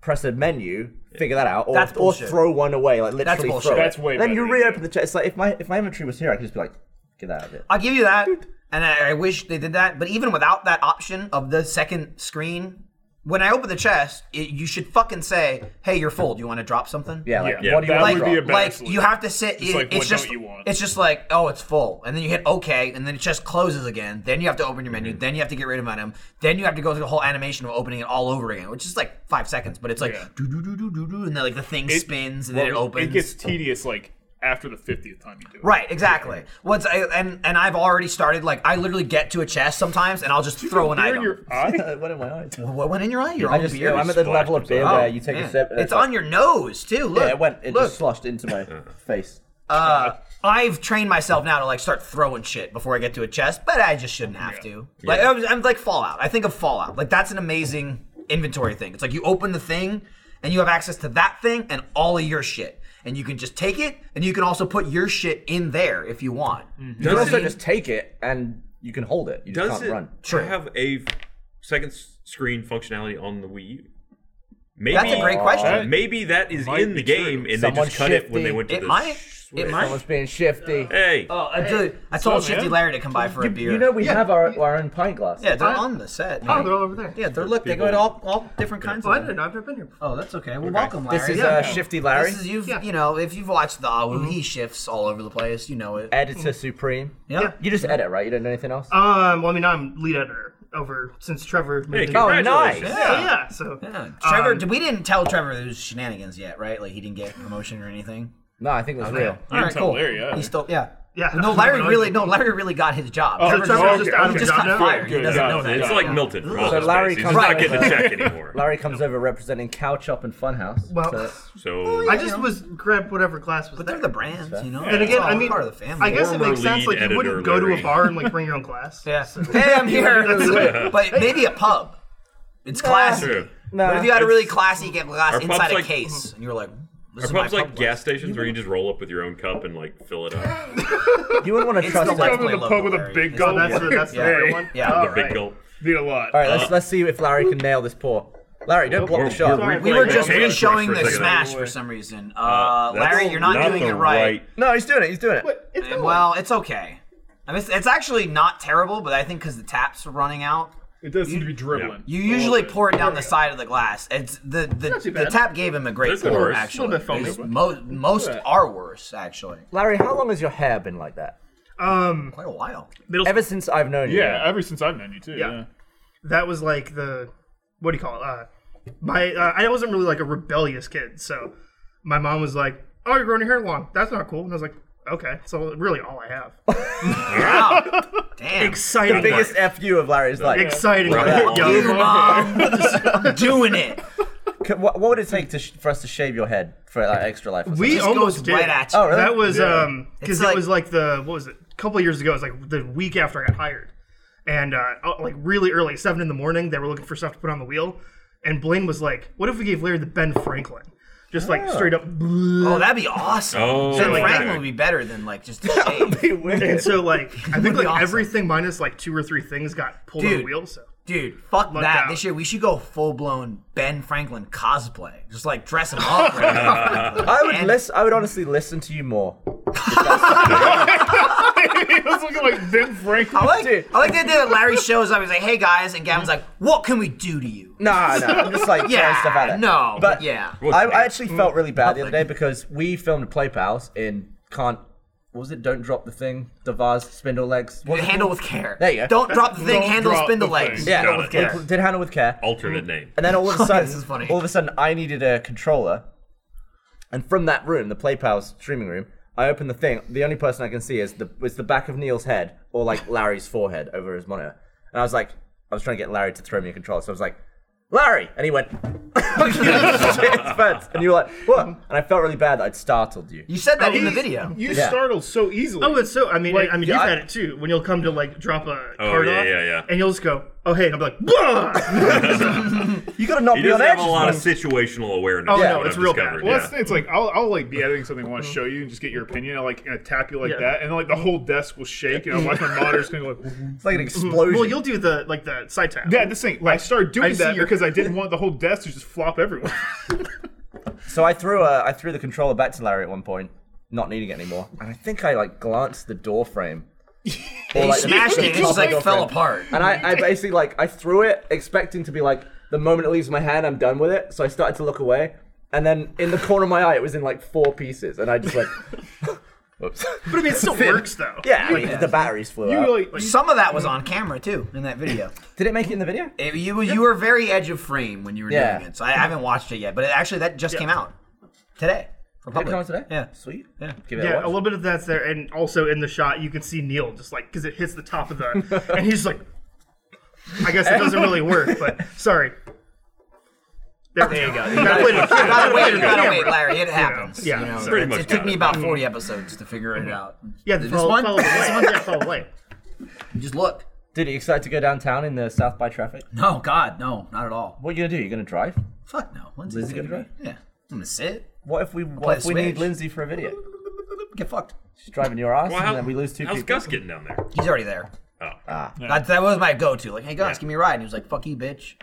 C: press a menu, figure that out, or,
A: That's
C: or
A: bullshit.
C: throw one away, like literally
A: bullshit.
C: throw. it.
D: That's way
C: Then you
D: better.
C: reopen the chest. It's like if my if my inventory was here, I could just be like, get that out of it.
A: I'll give you that, and I, I wish they did that. But even without that option of the second screen, when I open the chest, it, you should fucking say, "Hey, you're full. Do you want to drop something?"
C: Yeah, like,
D: Yeah,
C: what do you
D: that
C: want
D: would
C: to
D: be a
C: drop?
D: better
A: like
D: solution.
A: you have to sit.
D: Just
A: it-
D: like,
A: it's
D: what
A: just
D: don't you want?
A: it's just like oh, it's full, and then you hit okay, and then it just closes again. Then you have to open your
D: Mm-hmm.
A: menu. Then you have to get rid of an item. Then you have to go through the whole animation of opening it all over again, which is like five seconds. But it's like
D: Yeah.
A: do do do do do do, and then like the thing
D: It-
A: spins and
D: well,
A: then it opens.
D: It gets tedious like after the fiftieth time you do it.
A: Right, exactly. Once I and and I've already started like I literally get to a chest sometimes and I'll just throw an
D: Here
A: item.
D: in your eye.
C: what am I?
A: What went in your eye? Your
C: I
A: own
C: just,
A: beer.
C: I'm at the level of beer
A: Oh,
C: where you take
A: man.
C: a sip. and
A: It's on your nose too. Look,
C: Yeah, it went. It
A: look.
C: just sloshed into my face.
A: Uh, I've trained myself now to like start throwing shit before I get to a chest, but I just shouldn't have to. Like I'm, I'm like Fallout. I think of Fallout. Like that's an amazing inventory thing. It's like you open the thing and you have access to that thing and all of your shit, and you can just take it and you can also put your shit in there if you want.
D: Mm.
C: You can
B: Does
C: also
B: it-
C: just take it and you can hold it. You just
B: Does
C: can't
B: it
C: run.
B: have a f- second s- screen functionality on the Wii U? Maybe,
A: That's a great question.
B: Maybe that is
D: Might
B: in the
D: be true.
B: game, and
C: Someone
B: they just cut it when they went to
A: It
B: the.
A: might. It
B: Switch.
A: might.
C: Someone's being shifty.
B: Hey,
A: Oh, uh, dude, I told
D: so,
A: Shifty
D: man?
A: Larry to come by for a beer.
C: You know we have our, our own pint glass.
A: yeah, they're on the set.
L: Oh, they're all over there.
A: Yeah, they're look. They go to all, all different kinds.
L: Oh, I
A: of
L: don't know. I've never been here.
A: Oh, that's okay. Well, welcome, Larry.
C: This is
A: Yeah.
C: uh, Shifty Larry,
A: This is you've
L: Yeah.
A: you know if you've watched the Awu, he shifts all over the place. You know it.
C: editor supreme.
A: Yeah.
C: You just edit, right? You don't do anything else.
L: Um, well, I mean, I'm lead editor over since Trevor. moved in.
C: oh, nice.
L: yeah. yeah. So um,
A: Yeah. Trevor, did- we didn't tell Trevor there was shenanigans yet, right? Like he didn't get promotion or anything.
C: No, I think it was real.
A: All right,
D: tell
A: cool.
D: Larry, yeah.
A: He still, yeah.
L: Yeah.
A: No, Larry really, no, Larry really got his job.
D: Oh,
L: So
A: Trevor
L: Trevor's
A: just,
D: okay,
L: just out of
D: okay,
L: a
A: just
L: job
A: got
L: now.
A: fired. he
D: Good,
A: doesn't
D: got
A: know
D: it,
A: that.
B: it's
D: yeah.
B: like
A: Yeah.
B: Milton. from
A: So
B: Office
C: Larry
B: Space. He's
C: comes
B: not
A: out-
B: getting a check anymore.
C: Larry comes over representing Couch Up and Funhouse.
L: Well,
C: So-
B: So
L: I just was grabbed whatever glass was
A: But
L: there.
A: they're the brands, you know.
L: And
A: It's
L: again,
A: all
L: I mean,
A: part of the family.
L: I guess it
B: Former
L: makes sense.
B: lead
L: Like you
B: editor
L: wouldn't go to
B: Larry.
L: a bar and like bring your own
A: [LAUGHS]
L: glass.
A: Yeah. Hey,
L: [LAUGHS]
A: I'm here. but maybe a pub. It's classy.
B: True.
C: Nah.
A: What if you had a really classy glass
B: Our
A: inside
B: pub's
A: a
B: like-
A: case, and you were like, "This
B: Are
A: is my
B: pubs
A: pub
B: like
A: glass."
B: gas stations where you just roll up with your own cup and like fill it up?
C: you wouldn't want to trust
A: the
C: it.
A: light-
D: Go
C: All
D: to the
A: Definitely
D: pub with a
A: love
D: big
L: Oh,
D: gulp.
L: that's the,
D: [LAUGHS]
L: that's the
A: Yeah.
L: other one.
A: Yeah.
L: All
B: the big
L: right.
B: gulp.
D: Need a lot.
C: right, let's let's see if Larry can nail this pour. Larry, don't block the shot.
A: We were just
B: Hands
A: re-showing
B: for a
A: the
B: second.
A: Smash for some reason. Uh,
B: That's
A: Larry, you're not, doing
B: the
A: it right.
C: No, he's doing it. He's doing it.
A: And, well, it's okay. I mean, it's, it's actually not terrible, but I think because the taps are running out,
D: It does seem to be dribbling.
A: you
D: a little
A: usually
D: bit.
A: pour it down the side of the glass. It's the the,
L: too
A: the
L: bad.
A: tap gave him a great
B: There's been
A: pour.
B: worse.
A: Actually,
D: Little bit foamy,
A: There's
D: but-
A: mo- most are worse actually.
C: Larry, how long has your hair been like that?
L: Um,
A: Quite a while.
C: Ever since I've known you.
D: Yeah, ever since I've known you too.
L: Yeah.
D: Yeah.
L: that was like the what do you call it? Uh, my uh, I wasn't really like a rebellious kid, so my mom was like, "Oh, you're growing your hair long. That's not cool." And I was like, "Okay." So really, all
A: [LAUGHS]
L: I have.
A: Wow. Damn.
C: The
L: Exciting.
C: biggest fu of Larry is
A: [LAUGHS]
C: like.
L: Exciting.
B: Right.
L: Yeah.
A: Here, mom. I'm doing it.
C: c- What, what would it take to sh- for us to shave your head for like, extra life? or something?
L: We
A: Just
L: almost
A: goes
L: did.
A: right at you.
C: Oh, really?
L: That was um
A: It's
L: because
A: like-
L: it was like the what was it? A couple of years ago, it was like the week after I got hired, and uh, oh, like really early, seven in the morning, they were looking for stuff to put on the wheel, and Blaine was like, "What if we gave Larry the Ben Franklin?" Just like straight up.
A: Oh, that'd be awesome.
L: Oh.
A: so
L: Like
A: Franklin
L: that.
A: would be better than like just a shave.
L: [LAUGHS] And so like I think like
A: awesome.
L: everything minus like two or three things got pulled on the
A: Dude.
L: wheel. So
A: Dude, fuck
L: Look
A: that.
L: out.
A: This year we should go full blown Ben Franklin cosplay. Just like dress him up. right?
C: [LAUGHS] I would listen. I would honestly listen to you more.
L: he was looking like Ben Franklin.
A: I like I like the idea that Larry shows up. He's like, "Hey guys," and Gavin's like, "What can we do to you?"
C: Nah,
A: [LAUGHS]
C: no, I'm just like throwing
A: Yeah,
C: stuff at it.
A: no,
C: but
A: yeah.
C: I, I actually felt really bad the other day because we filmed Play Pals in can't. What was it? Don't drop the thing. Devaz spindle legs. What was it
A: handle
C: called?
A: with care.
C: There you go.
A: Don't drop the thing.
D: Don't
A: handle
D: drop
A: spindle
D: the
A: legs.
D: thing.
C: yeah,
A: Handle with
C: we
A: care.
C: pl- did handle with care.
B: Alternate name.
C: And then all of a sudden,
A: This is funny.
C: all of a sudden, I needed a controller. And from that room, the PlayPals streaming room, I opened the thing. The only person I can see is the was the back of Neil's head or like Larry's forehead over his monitor. And I was like, I was trying to get Larry to throw me a controller, so I was like, Larry, and he went, [LAUGHS] "Shit, Spence." and you were like, what? And I felt really bad that I'd startled you.
A: You said that in the
D: He-
A: video.
D: You
C: Yeah.
D: startled so easily. [LAUGHS]
L: Oh, it's so. I mean, I mean, you've
C: I-
L: had it too. When you'll come to like drop a card
B: yeah,
L: off,
B: yeah, yeah.
L: and you'll just go, "Oh hey," and I'll be like, "Bah!"
C: You gotta not
B: He
C: be on
B: doesn't
C: edge.
B: have a lot of situational awareness.
L: Oh,
B: is
L: no,
B: what
L: it's
B: I've
L: real
B: discovered,
L: bad.
D: Well,
B: yeah.
D: that's the thing. It's like I'll, I'll like be editing something I want to show you and just get your opinion. I like and tap you like
L: Mm-hmm. Yeah.
D: that, and like the whole desk will shake, and I'm like
L: [LAUGHS]
D: my monitor's gonna go like.
C: It's like an
B: [LAUGHS]
C: explosion.
L: well, you'll do the like the side tap.
D: Yeah, this thing. Like, I started doing
L: I see
D: that
L: your-
D: because I
L: [LAUGHS]
D: didn't want the whole desk to just flop everywhere. [LAUGHS]
C: So I threw a, I threw the controller back to Larry at one point, not needing it anymore, and I think I like glanced the
A: [LAUGHS]
C: door frame. or,
A: He
C: like, the-
A: smashed it.
C: the
A: and It
C: top
A: just like
C: door
A: fell
C: frame.
A: apart.
C: And I, I basically like I threw it expecting to be like the moment it leaves my hand, I'm done with it. So I started to look away, and then in the corner of my eye, it was in like four pieces, and I just
A: [LAUGHS]
C: went, "Whoops."
L: but I mean, it still works though.
C: yeah, I mean, the batteries flew out.
D: You like
A: Some of that was on camera too in that video.
C: Did it make it in the video?
A: It- you you were very edge of frame when you were
C: Yeah.
A: doing it. So I, I haven't watched it yet, but it, actually that just came out today for
C: Did it
A: public.
C: come out today?
A: Yeah.
C: sweet.
A: Yeah.
C: Give it
L: Yeah, a
C: a watch.
L: little bit of that's there, and also in the shot you can see Neil just like because it hits the top of the, and he's like, I guess it doesn't really work, but sorry. There, you go. You gotta wait. You
A: gotta
L: gotta
A: wait, you
L: wait.
A: gotta wait, Larry. It happens.
L: Yeah,
A: you know,
L: so-
A: it's-
B: much
A: it took
B: got
A: me
B: it.
A: about 40 episodes to figure it out.
L: Yeah,
A: this
L: follow,
A: one,
L: follow the
A: [LAUGHS] this
L: light.
A: one,
L: yeah, follow the light.
A: you just look.
C: Did you excited to go downtown in the South by traffic?
A: No, God, no, not at all.
C: What are you gonna do? You're gonna drive?
A: Fuck no. Lindsay's
C: Lindsay
A: taking
C: gonna
A: me. Yeah, I'm gonna sit.
C: What if we
A: play
C: what if we
A: Switch.
C: need Lindsay for a video?
A: Get fucked.
C: She's driving your ass,
B: Well, how-
C: and then we lose two
B: How's
C: people.
B: Gus getting down there?
A: He's already there.
B: Oh,
C: Ah.
A: That, that was my go-to. Like, hey guys,
B: Yeah.
A: give me a ride. And he was like, "Fuck you, bitch."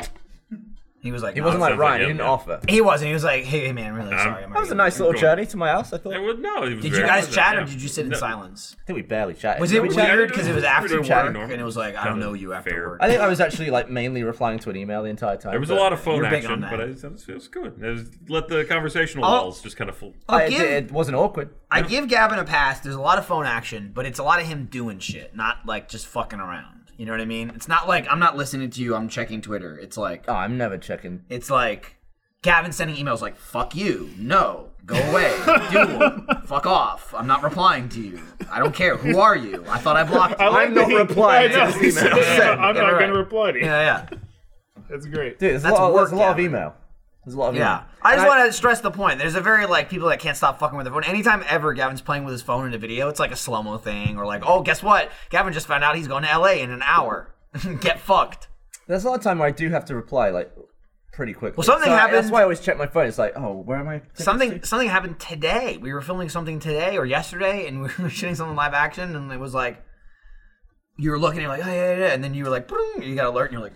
A: He was like,
C: He
A: "Nah,
C: wasn't like
B: sounds like
C: Ryan.
B: him,
C: He didn't
B: yeah.
C: offer.
A: He wasn't. He was like, "Hey, hey, man, I'm really
L: Um,
A: sorry." I'm
C: That was a
A: already-
C: nice little
B: Cool.
C: journey to my house. I thought.
B: it
C: I
B: was, no. It was
A: Did you
B: very
A: guys
B: pleasant,
A: chat,
B: yeah.
A: or did you sit in
B: No,
A: silence?
C: think we barely chatted.
A: Was
C: Did
A: it
C: we chat?
A: weird because it was after
B: Pretty
A: work,
B: normal.
A: and it was like, "I don't know you after
B: Fair.
A: work."
C: I think I was actually like mainly replying to an email the entire time.
B: There was a
C: but
B: lot of phone
A: You're big on
B: action,
A: that.
B: but it was, it was good. It was, let the conversational
A: I'll-
B: walls just kind of fall.
A: I'll
C: I- it,
A: give-
C: it wasn't awkward.
A: I give Gavin a pass. There's a lot of phone action, but it's a lot of him doing shit, not like just fucking around. You know what I mean? It's not like I'm not listening to you. I'm checking Twitter. It's like
C: Oh, I'm never checking.
A: it's like Gavin sending emails like "fuck you," no, go away, do one, fuck off. I'm not replying to you. I don't care. Who are you? I thought I blocked you.
C: I'm [LAUGHS] not replying to
D: I know.
C: this email.
D: I'm not
A: Yeah, right.
D: gonna reply to you.
A: yeah, yeah,
D: That's great.
C: Dude, there's a
A: That's
C: lot. There's a
A: work
C: lot of
A: gathering.
C: email. There's a lot of
A: yeah.
C: email.
A: I just
C: And
A: want to stress the point. There's a very like people that can't stop fucking with their phone. Anytime ever Gavin's playing with his phone in a video, it's like a slow mo thing or like, oh, guess what? Gavin just found out he's going to L.A. in an hour. [LAUGHS] Get fucked.
C: There's a lot of time where I do have to reply like pretty quickly.
A: Well, something
C: So I- That's
A: happened-
C: why I always check my phone. It's like, oh, where am I?
A: something something happened today. We were filming something today or yesterday, and [LAUGHS] we were shooting something live action, and it was like you were looking, you're like, oh, yeah, yeah, yeah, and then you were like, "Bling," and you got alert, and you're like,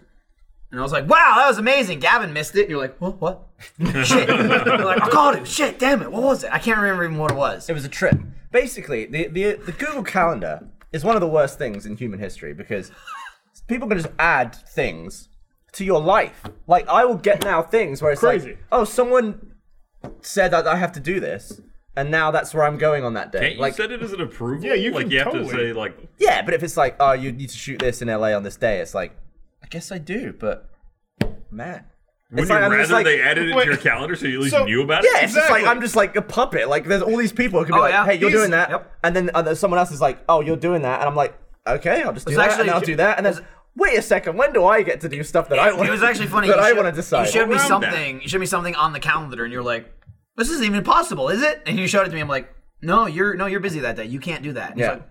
A: and I was like, wow, that was amazing. Gavin missed it, and you're like, what? [LAUGHS] What? shit. You're like, I called him. Shit, damn it. What was it? I can't remember even what it was.
C: It was a trip. Basically, the, the the Google Calendar is one of the worst things in human history because people can just add things to your life. Like I will get now things where it's
D: Crazy.
C: like, oh, someone said that I have to do this, and now that's where I'm going on that day.
B: Can't you
C: like,
B: set it as an approval?
D: Yeah, you
B: like
D: can
B: you have to
D: totally-
B: say like
C: yeah, but if it's like, oh, you need to shoot this in LA on this day, it's like, I guess I do, but man,
B: Would
C: It's
B: you
C: like, I'm
B: rather
C: just like-
B: they added it
D: Wait.
B: to your calendar so you at least
D: So-
B: knew about it?
C: Yeah, it's just like
D: Exactly.
C: I'm just like a puppet. Like there's all these people who can be
A: Oh,
C: like,
A: yeah.
C: "Hey, you're
A: He's-
C: doing that,"
A: yep.
C: and then and then someone else is like, "Oh, you're doing that," and I'm like, "Okay, I'll just do
A: was
C: that,
A: actually-
C: and I'll do that," and then wait a second, when do I get to do stuff that I want?
A: It was actually funny.
C: that
A: You
C: I
A: sho-
C: want to decide.
A: You showed me
B: Around
A: something. You showed me something on the calendar, and you're like, "This isn't even possible, is it?" And you showed it to me. I'm like, "No, you're no, you're busy that day. You can't do that." And he's
C: Yeah.
A: like,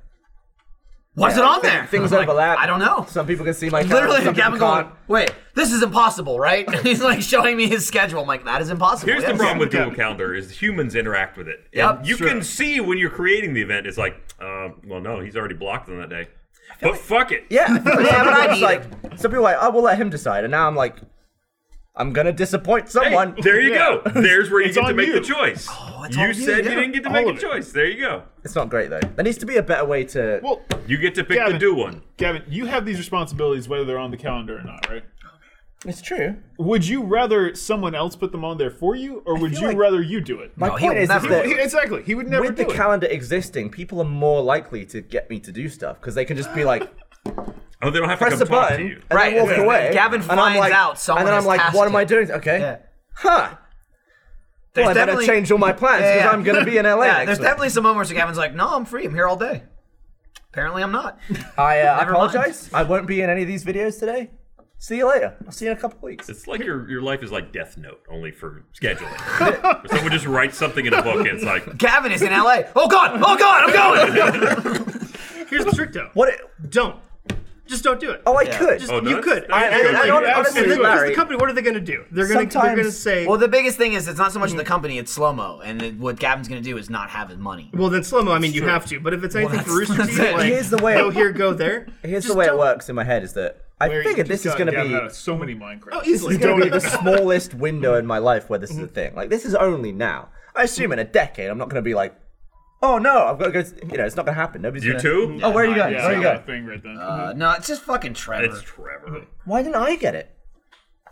A: Why is
C: Yeah,
A: it on
C: thi-
A: there?
C: Things
A: I'm like,
C: overlap.
A: I don't know.
C: Some people can see my
A: [LAUGHS]
C: calendar,
A: Literally,
C: some people
A: Gavin going,
C: can't.
A: wait, this is impossible, right? [LAUGHS] He's like showing me his schedule. I'm like, that is impossible.
B: Here's the
A: yes.
B: problem with Google Calendar is humans interact with it.
A: Yep,
B: And you
A: sure.
B: can see when you're creating the event, it's like, uh, well, no, he's already blocked on that day. But fuck it.
A: [LAUGHS]
C: Yeah, [LAUGHS] I feel like
A: Yeah, but I
C: sometimes,
A: need
C: like some people are like, oh, we'll let him decide, and now I'm like, I'm gonna disappoint
B: Hey,
C: someone.
B: there you
D: [LAUGHS]
B: go. There's where you
D: It's
B: get to
D: on
B: make
D: you.
B: the choice.
C: Oh,
A: it's
B: you
A: on you,
B: said
A: yeah.
B: you didn't get to
D: All
B: make
D: of
B: a
D: it.
B: choice. There you go.
C: It's not great though. There needs to be a better way to.
D: Well,
B: You get to pick
D: Gavin.
B: the do one.
D: Gavin, you have these responsibilities whether they're on the calendar or not, right?
C: it's true.
D: Would you rather someone else put them on there for you, or would
C: feel
D: you
C: like-
D: rather you do it?
C: My
A: No, he'll
C: point is, is
A: never- [LAUGHS]
C: that
D: He- exactly. He would never
C: with
D: do
C: the
D: it.
C: calendar existing, people are more likely to get me to do stuff because they can just be like,
B: Oh, they don't have to
C: press
B: come
C: the
B: talk to
C: button,
B: you.
C: and
A: Right,
C: then walk
A: and then
C: away.
A: Gavin
C: and I'm
A: finds
C: like-
A: out someone
C: and then
A: has
C: I'm like,
A: tasked
C: what am I
A: him."
C: doing? Okay,
A: Yeah.
C: huh?
A: There's
C: well, I better
A: definitely-
C: change all my plans because
A: Yeah, yeah.
C: I'm gonna be in LA.
A: Yeah,
C: next
A: there's
C: week.
A: definitely some moments where Gavin's like, no, I'm free. I'm here all day. Apparently, I'm not. [LAUGHS]
C: I, uh, I
A: Never mind.
C: apologize. I won't be in any of these videos today. See you later. I'll see you in a couple weeks.
B: It's like your, your life is like Death Note, only for scheduling. Someone just writes something in a book and it's like,
A: Gavin is in LA. Oh God! Oh God! I'm going.
L: Here's the trick, though.
C: What? It,
L: Don't. Just don't do it.
C: oh, I
A: Yeah.
C: could.
L: Just,
B: oh, no,
L: you
B: that's-
L: could.
B: that
C: I-
B: is a good
C: I
B: thing.
C: don't-
B: That's
C: honestly,
B: good.
L: And then, 'cause
C: Larry-
L: the company, what are they going to do? They're going to they're going to
C: Sometimes-
L: say,
A: Well,
L: well,
A: the biggest thing is it's not so much the
B: Mm-hmm.
A: company; it's slow mo, and it- what Gavin's going to do is not have his money.
L: then slow mo. I mean, you have to. But if it's anything for
A: that's-
L: Rooster
A: that's
L: Teeth,
A: it.
L: like
C: Here's the way-
L: go here, go there.
C: Here's the
L: just
C: way it
L: don't-
C: works in my head is that I
D: Larry,
C: figured
D: you've
C: this is going
D: gotten
C: to
D: Gavin out
C: be
D: of so many Minecraft.
L: Oh, easily.
C: it's going to be
L: Don't
C: the
L: even.
C: smallest window in my life where this is a thing. Like this is only now. I assume in a decade I'm not going to be like, oh no, I've got to go. To, you know, it's not going to happen. Nobody's
B: You
C: gonna,
B: too?
C: Oh, where are you going?
D: yeah,
C: where are you
D: that
C: going?
D: thing right then.
A: Uh, no, it's just fucking Trevor.
B: It's Trevor.
C: Why didn't I get it?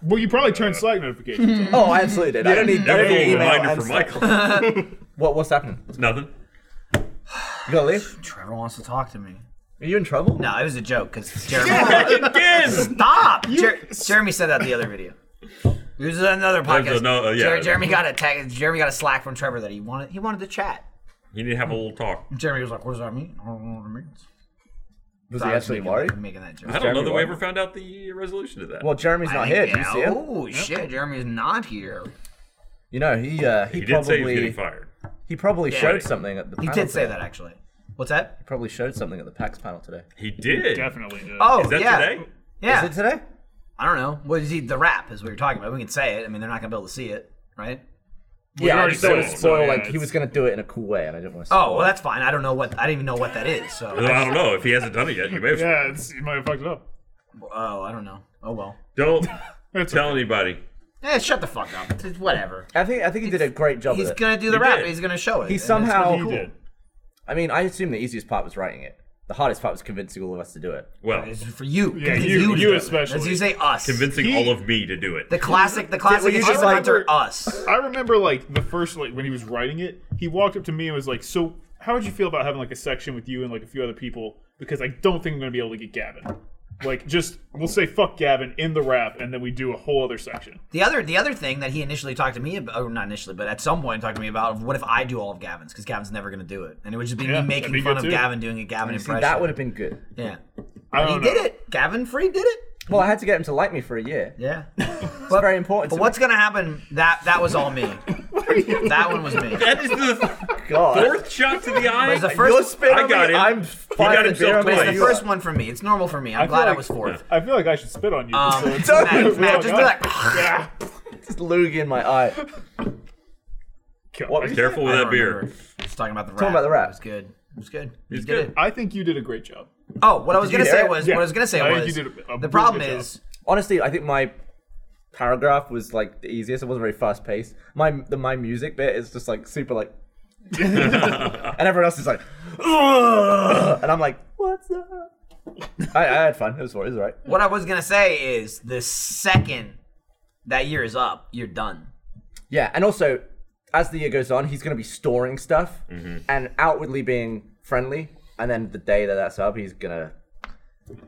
D: well, you probably
A: uh,
D: turned
A: [LAUGHS]
D: Slack notifications.
C: Oh, I absolutely did. I don't need. I
B: That
C: don't
B: was a
C: need
B: little
C: email.
B: reminder
C: and
B: for
C: stuff.
B: Michael.
C: What? What's happening?
B: It's nothing.
C: You gotta leave.
A: Trevor wants to talk to me.
C: Are you in trouble?
A: No, it was a joke
B: [LAUGHS]
A: because Jeremy. Stop! Jer- Jeremy said that the other video. It was another
B: That was
A: podcast.
B: ano- uh, yeah.
A: Jer- Jeremy got a tag- Jeremy got a slack from Trevor that he wanted. He wanted to chat.
B: You need to have a little talk.
A: Jeremy was like, "What does that mean? I don't know what it means."
C: Was
A: So
C: he
A: I was
C: actually
A: making,
C: worried?
A: that- making that joke.
B: I don't know
C: Jeremy
B: that we
C: White.
B: ever found out the resolution to that.
C: Well, Jeremy's not here. Do you
A: Yeah,
C: see him?
A: Oh shit! Jeremy's not here.
C: You know, he uh, he,
B: he did say he was
C: probably
B: getting
C: he,
B: fired.
C: probably showed
B: Right.
C: something at the.
A: He
C: panel
A: did say
C: today.
A: that actually. What's that?
C: He probably showed something at the PAX panel today.
B: He did.
D: Definitely did.
A: Oh
B: Is that
A: yeah.
B: today?
A: Yeah.
C: Is it today?
A: I don't know. What is he? The rap is what you're talking about. We can say it. I mean, they're not gonna be able to see it, right?
C: yeah, I
D: already
C: just don't want
D: said
C: to
D: it, so
C: spoil.
D: yeah,
C: like he
D: it's-
C: was gonna do it in a cool way, and I didn't want to.
A: Oh, well, that's fine. I don't know what. I didn't even know what that is. So.
B: Well, I don't know if he hasn't done it yet. You may have.
D: Yeah, it's, you might have fucked it up.
A: Oh, I don't know. Oh well.
D: [LAUGHS]
B: Don't
D: That's
B: tell anybody.
A: Eh, shut the fuck up. It's whatever.
C: I think I think he did a great job.
A: He's
C: with it.
A: gonna do the
B: He
A: rap.
B: did.
A: He's gonna show it. and
C: He
A: it's gonna
C: somehow-
A: be
C: He
A: cool.
D: did.
C: I mean, I assume the easiest part was writing it. The hardest part was convincing all of us to do it.
B: Well,
A: It's for you.
D: Yeah,
A: It's
D: you-
A: to
D: you
A: do it.
D: especially.
A: That's you say us.
B: convincing all of me to do it.
A: The classic. The classic.
C: you
A: is
C: just
A: just
C: like-
A: Hunter us.
D: I remember like the first like when he was writing it, he walked up to me and was like, "So, how would you feel about having like a section with you and like a few other people? Because I don't think I'm gonna be able to get Gavin. Like, just we'll say fuck Gavin in the rap, and then we do a whole other section.
A: The other. The other thing that he initially talked to me about, or not initially, but at some point talked to me about, of what if I do all of Gavin's? Because Gavin's never gonna do it, and it would just be
D: Yeah,
A: me
D: that'd
A: making
D: be
A: fun
D: good
A: of
D: too.
A: Gavin doing a Gavin
C: See,
A: impression.
C: that would have been good.
A: Yeah.
D: I
A: He
D: don't know.
A: did it. Gavin Free did it.
C: Well, I had to get him to like me for a year.
A: Yeah.
C: It's very important.
A: But
C: to
A: what's
C: me.
A: gonna happen? That that was
D: [LAUGHS]
A: all me. that one was me.
B: that is the
C: God?
B: fourth
A: [LAUGHS]
B: shot to the eye.
A: It's the
C: You're
A: first.
C: spinning
B: I got
C: me,
B: him.
C: I'm
B: He
C: firing
B: got himself
C: beer on me,
B: twice.
A: It's the
C: you are-
A: first one for me. It's normal for me. I'm
D: I
A: glad
D: feel
A: I
D: like-
A: was fourth.
D: I feel like I should spit on you.
A: Um,
D: so it's-
A: Matt, Matt,
D: Well,
A: just be like,
D: [LAUGHS] yeah.
C: It's loogie in my eye. Talking
D: God.
C: What was
D: I-
B: Careful with
A: I
B: that
A: [SIGHS] don't
B: beer.
A: remember. Just talking about the rap.
C: about the
A: It
C: rap.
A: was good. It was good. You
B: It's
A: did
B: good.
A: it.
D: I think you did a great job.
A: Oh, what I was
C: you
A: gonna
C: hear
A: say
C: it?
A: was
D: Yeah.
A: what I was gonna say
D: I think
A: was
D: you did a- a
A: the
D: really
A: problem
D: good
A: is
C: Honestly, I think my paragraph was like the easiest. It wasn't very fast paced. My the my music bit is just like super
B: [LAUGHS]
C: like, [LAUGHS] and everyone else is like, "Ugh," and I'm like, what's up? I, I had fun. It was it was alright.
A: what I was gonna say is the second that year is up, you're
D: [LAUGHS]
A: done.
C: Yeah, and also as the year goes on, he's gonna be storing stuff and outwardly being friendly, and then the day that that's up, he's gonna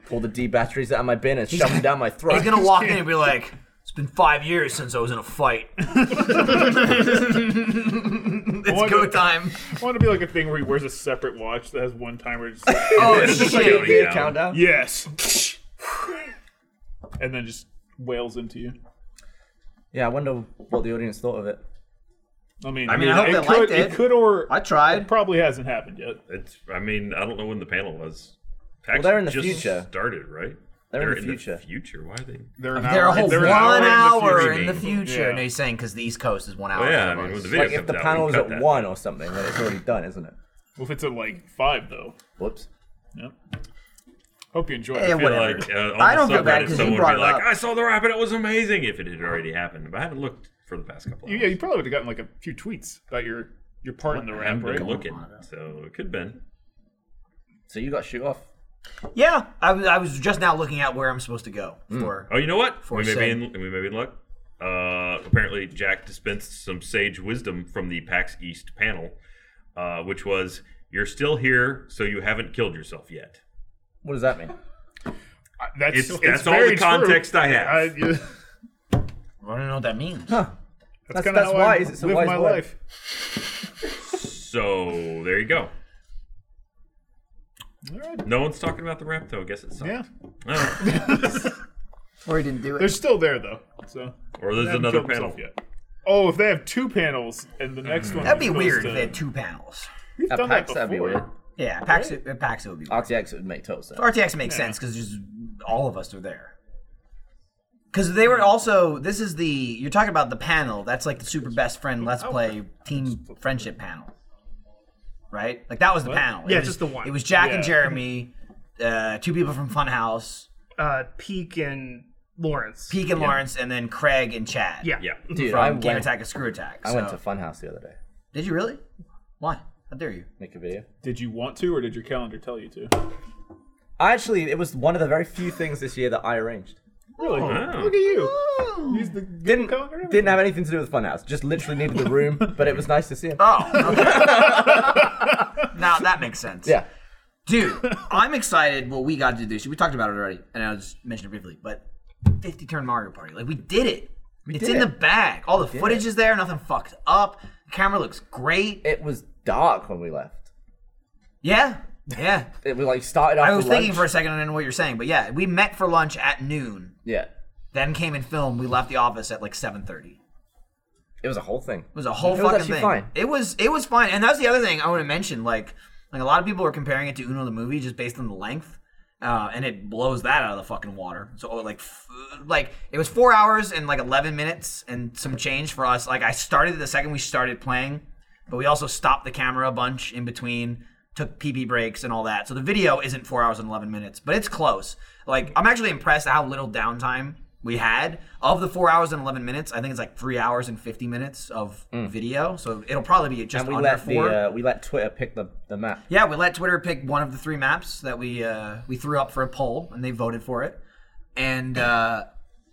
C: pull the D batteries out of my bin and shove them down my throat.
A: He's
C: [LAUGHS]
A: gonna walk in and be like, "It's been five years since I was in a
D: [LAUGHS]
A: fight. [LAUGHS] it's go time."
D: I want to be like a thing where he wears a separate watch that has one timer. Just like, [LAUGHS]
A: Oh
B: Counting
A: shit!
B: down.
C: countdown.
D: yes, [LAUGHS] and then just wails into you.
C: Yeah, I wonder what the audience thought of it.
D: I mean,
A: I mean, I hope they
D: it could,
A: liked it.
D: could or
A: I tried.
D: probably hasn't happened yet.
B: It's. I mean, I don't know when the panel was. PAX
C: they're in the
B: just
C: future.
B: Started right.
C: They're in the future.
B: future. Why are they?
D: They're an
A: They're a
D: hour-
A: whole
D: they're an
A: one
D: hour
A: hour
D: in
A: in
D: the
A: the
D: future.
A: future.
D: Yeah.
A: No, he's saying because the East Coast is one hour.
B: Well, Oh, yeah,
A: ahead
B: I
A: of
B: mean,
A: us.
B: with the video
C: Like if
B: comes
C: the
B: out, we
C: panel was
B: cut
C: at
B: that.
C: one or something, then it's already done, isn't it?
D: Well, if it's at like five though.
C: Whoops.
D: Yep. Hope you enjoy.
A: Eh,
D: it.
B: I feel
A: whatever.
B: like uh, on
A: I
B: the
A: don't feel bad
B: subreddit,
A: 'cause you
B: someone would
A: brought
B: be
A: it
B: like,
A: up.
B: "I saw the rap and it was amazing." If it had already happened, but I haven't looked for the past couple.
D: You-
B: hours.
D: yeah, you probably would have gotten like a few tweets about your your part in the
B: I
D: rap,
B: haven't
D: right?
B: been looking, so it could have been.
C: So you got shoot off.
A: Yeah, I was, I was just now looking at where I'm supposed to go for.
B: Oh, you know what? we may be
A: said.
B: in. We may be in luck. Uh, apparently, Jack dispensed some sage wisdom from the PAX East panel, uh, which was, "You're still here, so you haven't killed yourself yet."
C: What
A: [LAUGHS]
C: does that mean?
D: Uh, That's
B: It's-
D: it's
B: that's all
D: very
B: the
D: true.
B: context I have.
D: [LAUGHS] I, yeah, that's
A: I don't know what that means.
C: That's,
D: kinda how I
C: It's a
D: live
C: wise
D: my
C: word.
D: life.
B: So there you go.
D: All right.
B: No one's talking about the rap, though. I guess it's
D: Yeah,
B: Oh,
A: Or he didn't do
D: they're still there though. So
B: or
D: They [LAUGHS]
B: there's
D: haven't
B: another
D: killed themselves
B: panel. Mm.
D: Yet. Oh, if they have two panels and the next one
A: That'd be
D: is
A: weird if
D: supposed to-
A: they
B: uh,
A: had two panels.
D: We've
C: At
D: done
C: PAX,
D: that
C: that'd be
D: before.
C: weird.
A: Yeah, PAX, it- PAX it would be. weird.
C: RTX would make total sense.
A: RTX makes sense 'cause sense because just all of us are there. Because they were also this is the you're talking about the panel that's like the super best friend let's
L: Oh,
A: play team friendship panel, right? Like that was the panel. It
L: Yeah,
A: was-
L: just the one.
A: It was Jack
D: Yeah.
A: and Jeremy, uh, two people from Funhouse,
L: Uh, Peak and Lawrence.
A: Peak and Lawrence, and then Craig and Chad.
L: Yeah.
B: Yeah.
C: Dude,
A: from
C: I
A: Game
C: went,
A: Attack and Screw Attack.
C: I went
A: so-
C: to Funhouse the other day.
A: Did you really? Why? How dare you?
C: Make a video.
D: Did you want to, or did your calendar tell you to?
C: I actually, it was one of the very few things this year that I arranged.
D: Really?
B: Oh.
D: Look at you.
A: Oh.
D: Use the Google
C: Didn't
D: calendar. and
C: didn't have anything to do with Funhouse. Just literally needed the
D: [LAUGHS]
C: room, but it was nice to see him.
A: Oh. Okay. [LAUGHS] now that makes sense.
C: Yeah.
A: Dude, I'm excited what we got to do this year. We talked about it already, and I'll just mention it briefly, but 50 turn Mario Party. Like, we did it. it's
C: did
A: in the
C: it.
A: bag. All the footage is there. Nothing fucked up. The camera looks great.
C: It was dark when we left.
A: Yeah.
C: [LAUGHS]
A: Yeah.
C: It was like started off.
A: I was thinking for a second, I didn't know what you're saying, but yeah, we met for lunch at noon,
C: Yeah.
A: then came and filmed. We left the office at like 7.30.
C: It was a whole thing.
A: It was a whole
C: It was
A: fucking
C: actually
A: thing.
C: fine.
A: It was it was fine, and that's the other thing I want to mention. Like like a lot of people are comparing it to Uno the movie just based on the length, uh, and it blows that out of the fucking water. So oh, like f- like it was four hours and like eleven minutes and some change for us. Like I started the second we started playing, but we also stopped the camera a bunch in between. Took PP breaks and all that, so the video isn't four hours and eleven minutes, but it's close. Like I'm actually impressed at how little downtime we had of the four hours and 11 minutes i think it's like three hours and 50 minutes of video so it'll probably be just
C: Mm. And we
A: under
C: let the
A: four
C: uh, we let Twitter pick the, the map.
A: yeah we let twitter pick one of the three maps that we uh, we threw up for a poll and they voted for it and uh,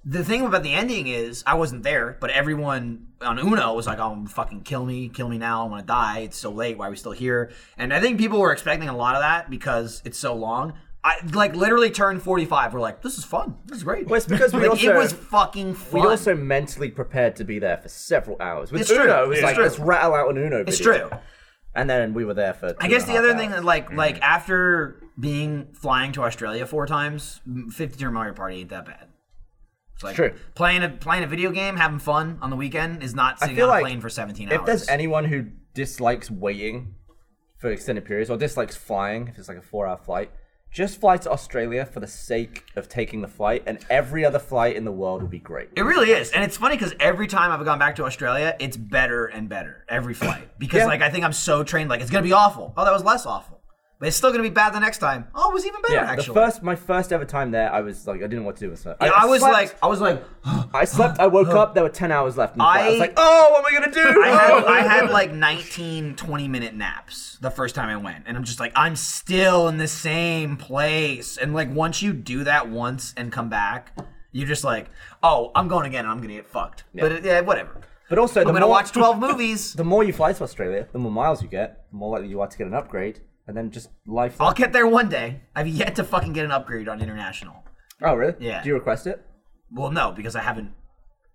A: the thing about the ending is i wasn't there but everyone on uno was like oh fucking kill me kill me now i want to die it's so late why are we still here and i think people were expecting a lot of that because it's so long I, like literally turned 45 we're like this is fun this is great
C: Well, it's because we
A: like,
C: also
A: it was fucking fun
C: we also mentally prepared to be there for several hours. With
A: It's
C: Uno,
A: true.
C: it was
A: It's
C: like
A: true.
C: let's rattle out an Uno.
A: It's
C: video.
A: true.
C: And then we were there for.
A: I guess the other thing that like
C: Mm-hmm.
A: like after being flying to Australia four times, fifty turn Mario Party ain't that bad. It's like
C: True.
A: playing a playing a video game, having fun on the weekend is not sitting
C: feel
A: on a
C: like
A: plane for seventeen
C: If
A: hours.
C: there's anyone who dislikes waiting for extended periods or dislikes flying, if it's like a four-hour flight, just fly to Australia for the sake of taking the flight, and every other flight in the world would be great.
A: It really is, and it's funny because every time I've gone back to Australia, it's better and better every
C: [COUGHS]
A: flight because
C: Yeah.
A: like I think I'm so trained. Like it's gonna be awful. Oh, that was less awful, but it's still gonna be bad the next time. Oh, it was even better
C: Yeah,
A: actually.
C: the first my first ever time there, I was like, I didn't know what to do with it.
A: And I, was
C: slept-
A: like, I was like,
C: I slept. I woke up. There were ten hours left. In the flight. I was
A: I-
C: like, oh, what am I gonna do?
A: I had,
C: [LAUGHS]
A: I had like 19, 20 minute naps the first time I went. And I'm just like, I'm still in the same place. And like, once you do that once and come back, you're just like, oh, I'm going again and I'm going to get fucked. But it, yeah, whatever.
C: but also, the
A: I'm going to
C: more-
A: watch
C: [LAUGHS]
A: 12 movies.
C: the more you fly to Australia, the more miles you get, the more likely you are to get an upgrade, and then just life.
A: I'll get there one day. I've yet to fucking get an upgrade on international.
C: Oh, really?
A: Yeah.
C: Do you request it?
A: Well, no, because I haven't.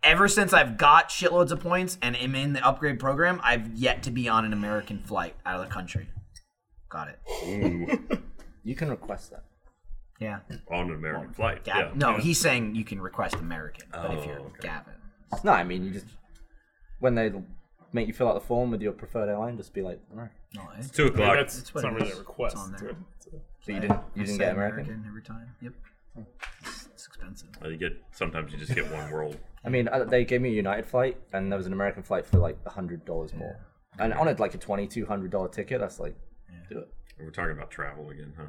A: Ever since I've got shitloads of points and am in the upgrade program, I've yet to be on an American flight out of the country. Got it.
C: You can request that.
A: Yeah.
B: on an American flight.
A: Gavin.
B: Yeah.
A: No, he's saying you can request American, but if you're
B: Oh, okay.
A: Gavin.
C: No, I mean you just when they make you fill out the form with your preferred airline, just be like, "Alright."
K: It's two o'clock.
D: That's
A: That's
D: it's
A: what
D: not
A: it
D: really
A: is.
D: a request.
A: It's on there.
D: it's a- it's a-
C: So you didn't
A: I
C: you didn't
A: say
C: get American?
A: every time. Yep. It's, it's expensive.
B: Uh, You get sometimes you just get one world.
C: I mean, uh, they gave me a United flight, and there was an American flight for like hundred dollars more, and on it like a twenty two hundred dollar ticket. That's like, do it.
B: We're talking about travel again, huh?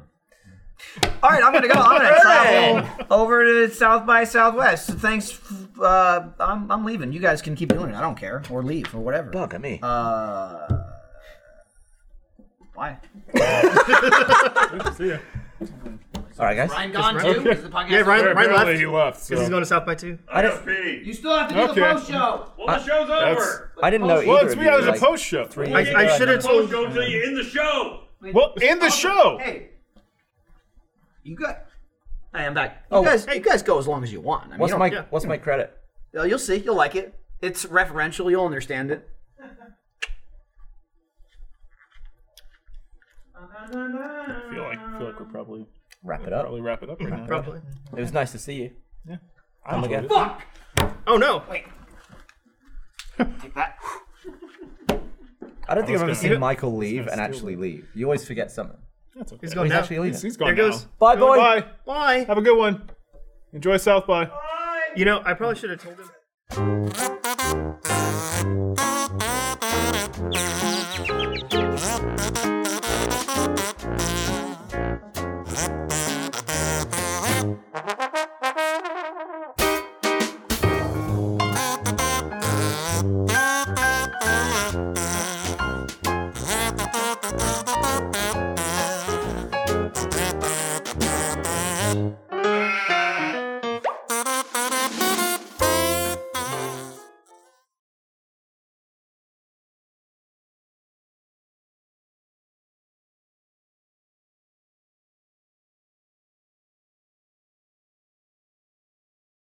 A: All right, I'm gonna go.
C: [LAUGHS]
A: I'm gonna travel over to South by Southwest. So thanks. f- Uh, I'm I'm leaving. You guys can keep doing it. I don't care, or leave, or whatever.
C: Bug at me.
A: Uh, bye.
D: See ya.
C: All right, guys.
A: Ryan gone too. Is the podcast
L: Yeah, Ryan,
D: Apparently
L: Ryan left.
D: he left. So.
L: Because he's going to South by 2.
C: I didn't.
A: You still have to do
D: Okay.
A: the post show.
B: Well, the show's
D: That's-
B: over.
C: I didn't know either.
D: well, it's
C: of
D: we
C: you,
D: have a
C: like-
D: post show. Three.
L: I, I should have
B: Post
L: told
B: show until you end the show.
D: Well, in the show.
A: Hey,
G: You got. Hey, I'm back. You guys, you guys go as long as you want. I mean,
C: Oh. What's
G: you
C: my
L: yeah.
C: What's my credit?
G: don't- uh, you'll see. You'll like it. It's referential. You'll understand it.
D: I feel like I feel like we're probably
C: Wrap it up.
D: probably wrap it up right now.
L: Probably.
C: It was nice to see you.
D: I
C: again.
D: enjoyed it.
L: Oh, no.
C: I don't think I've ever
D: gonna-
C: seen Michael leave and
D: steal
C: actually leave. You always forget something.
D: That's okay.
L: He's going
C: He's
L: now.
C: actually leaving.
D: He's
L: there
D: gone
L: goes.
D: now.
C: Bye, boy.
D: Bye.
L: Bye.
D: Have a good one. Enjoy South by.
L: You know, I probably should have told him.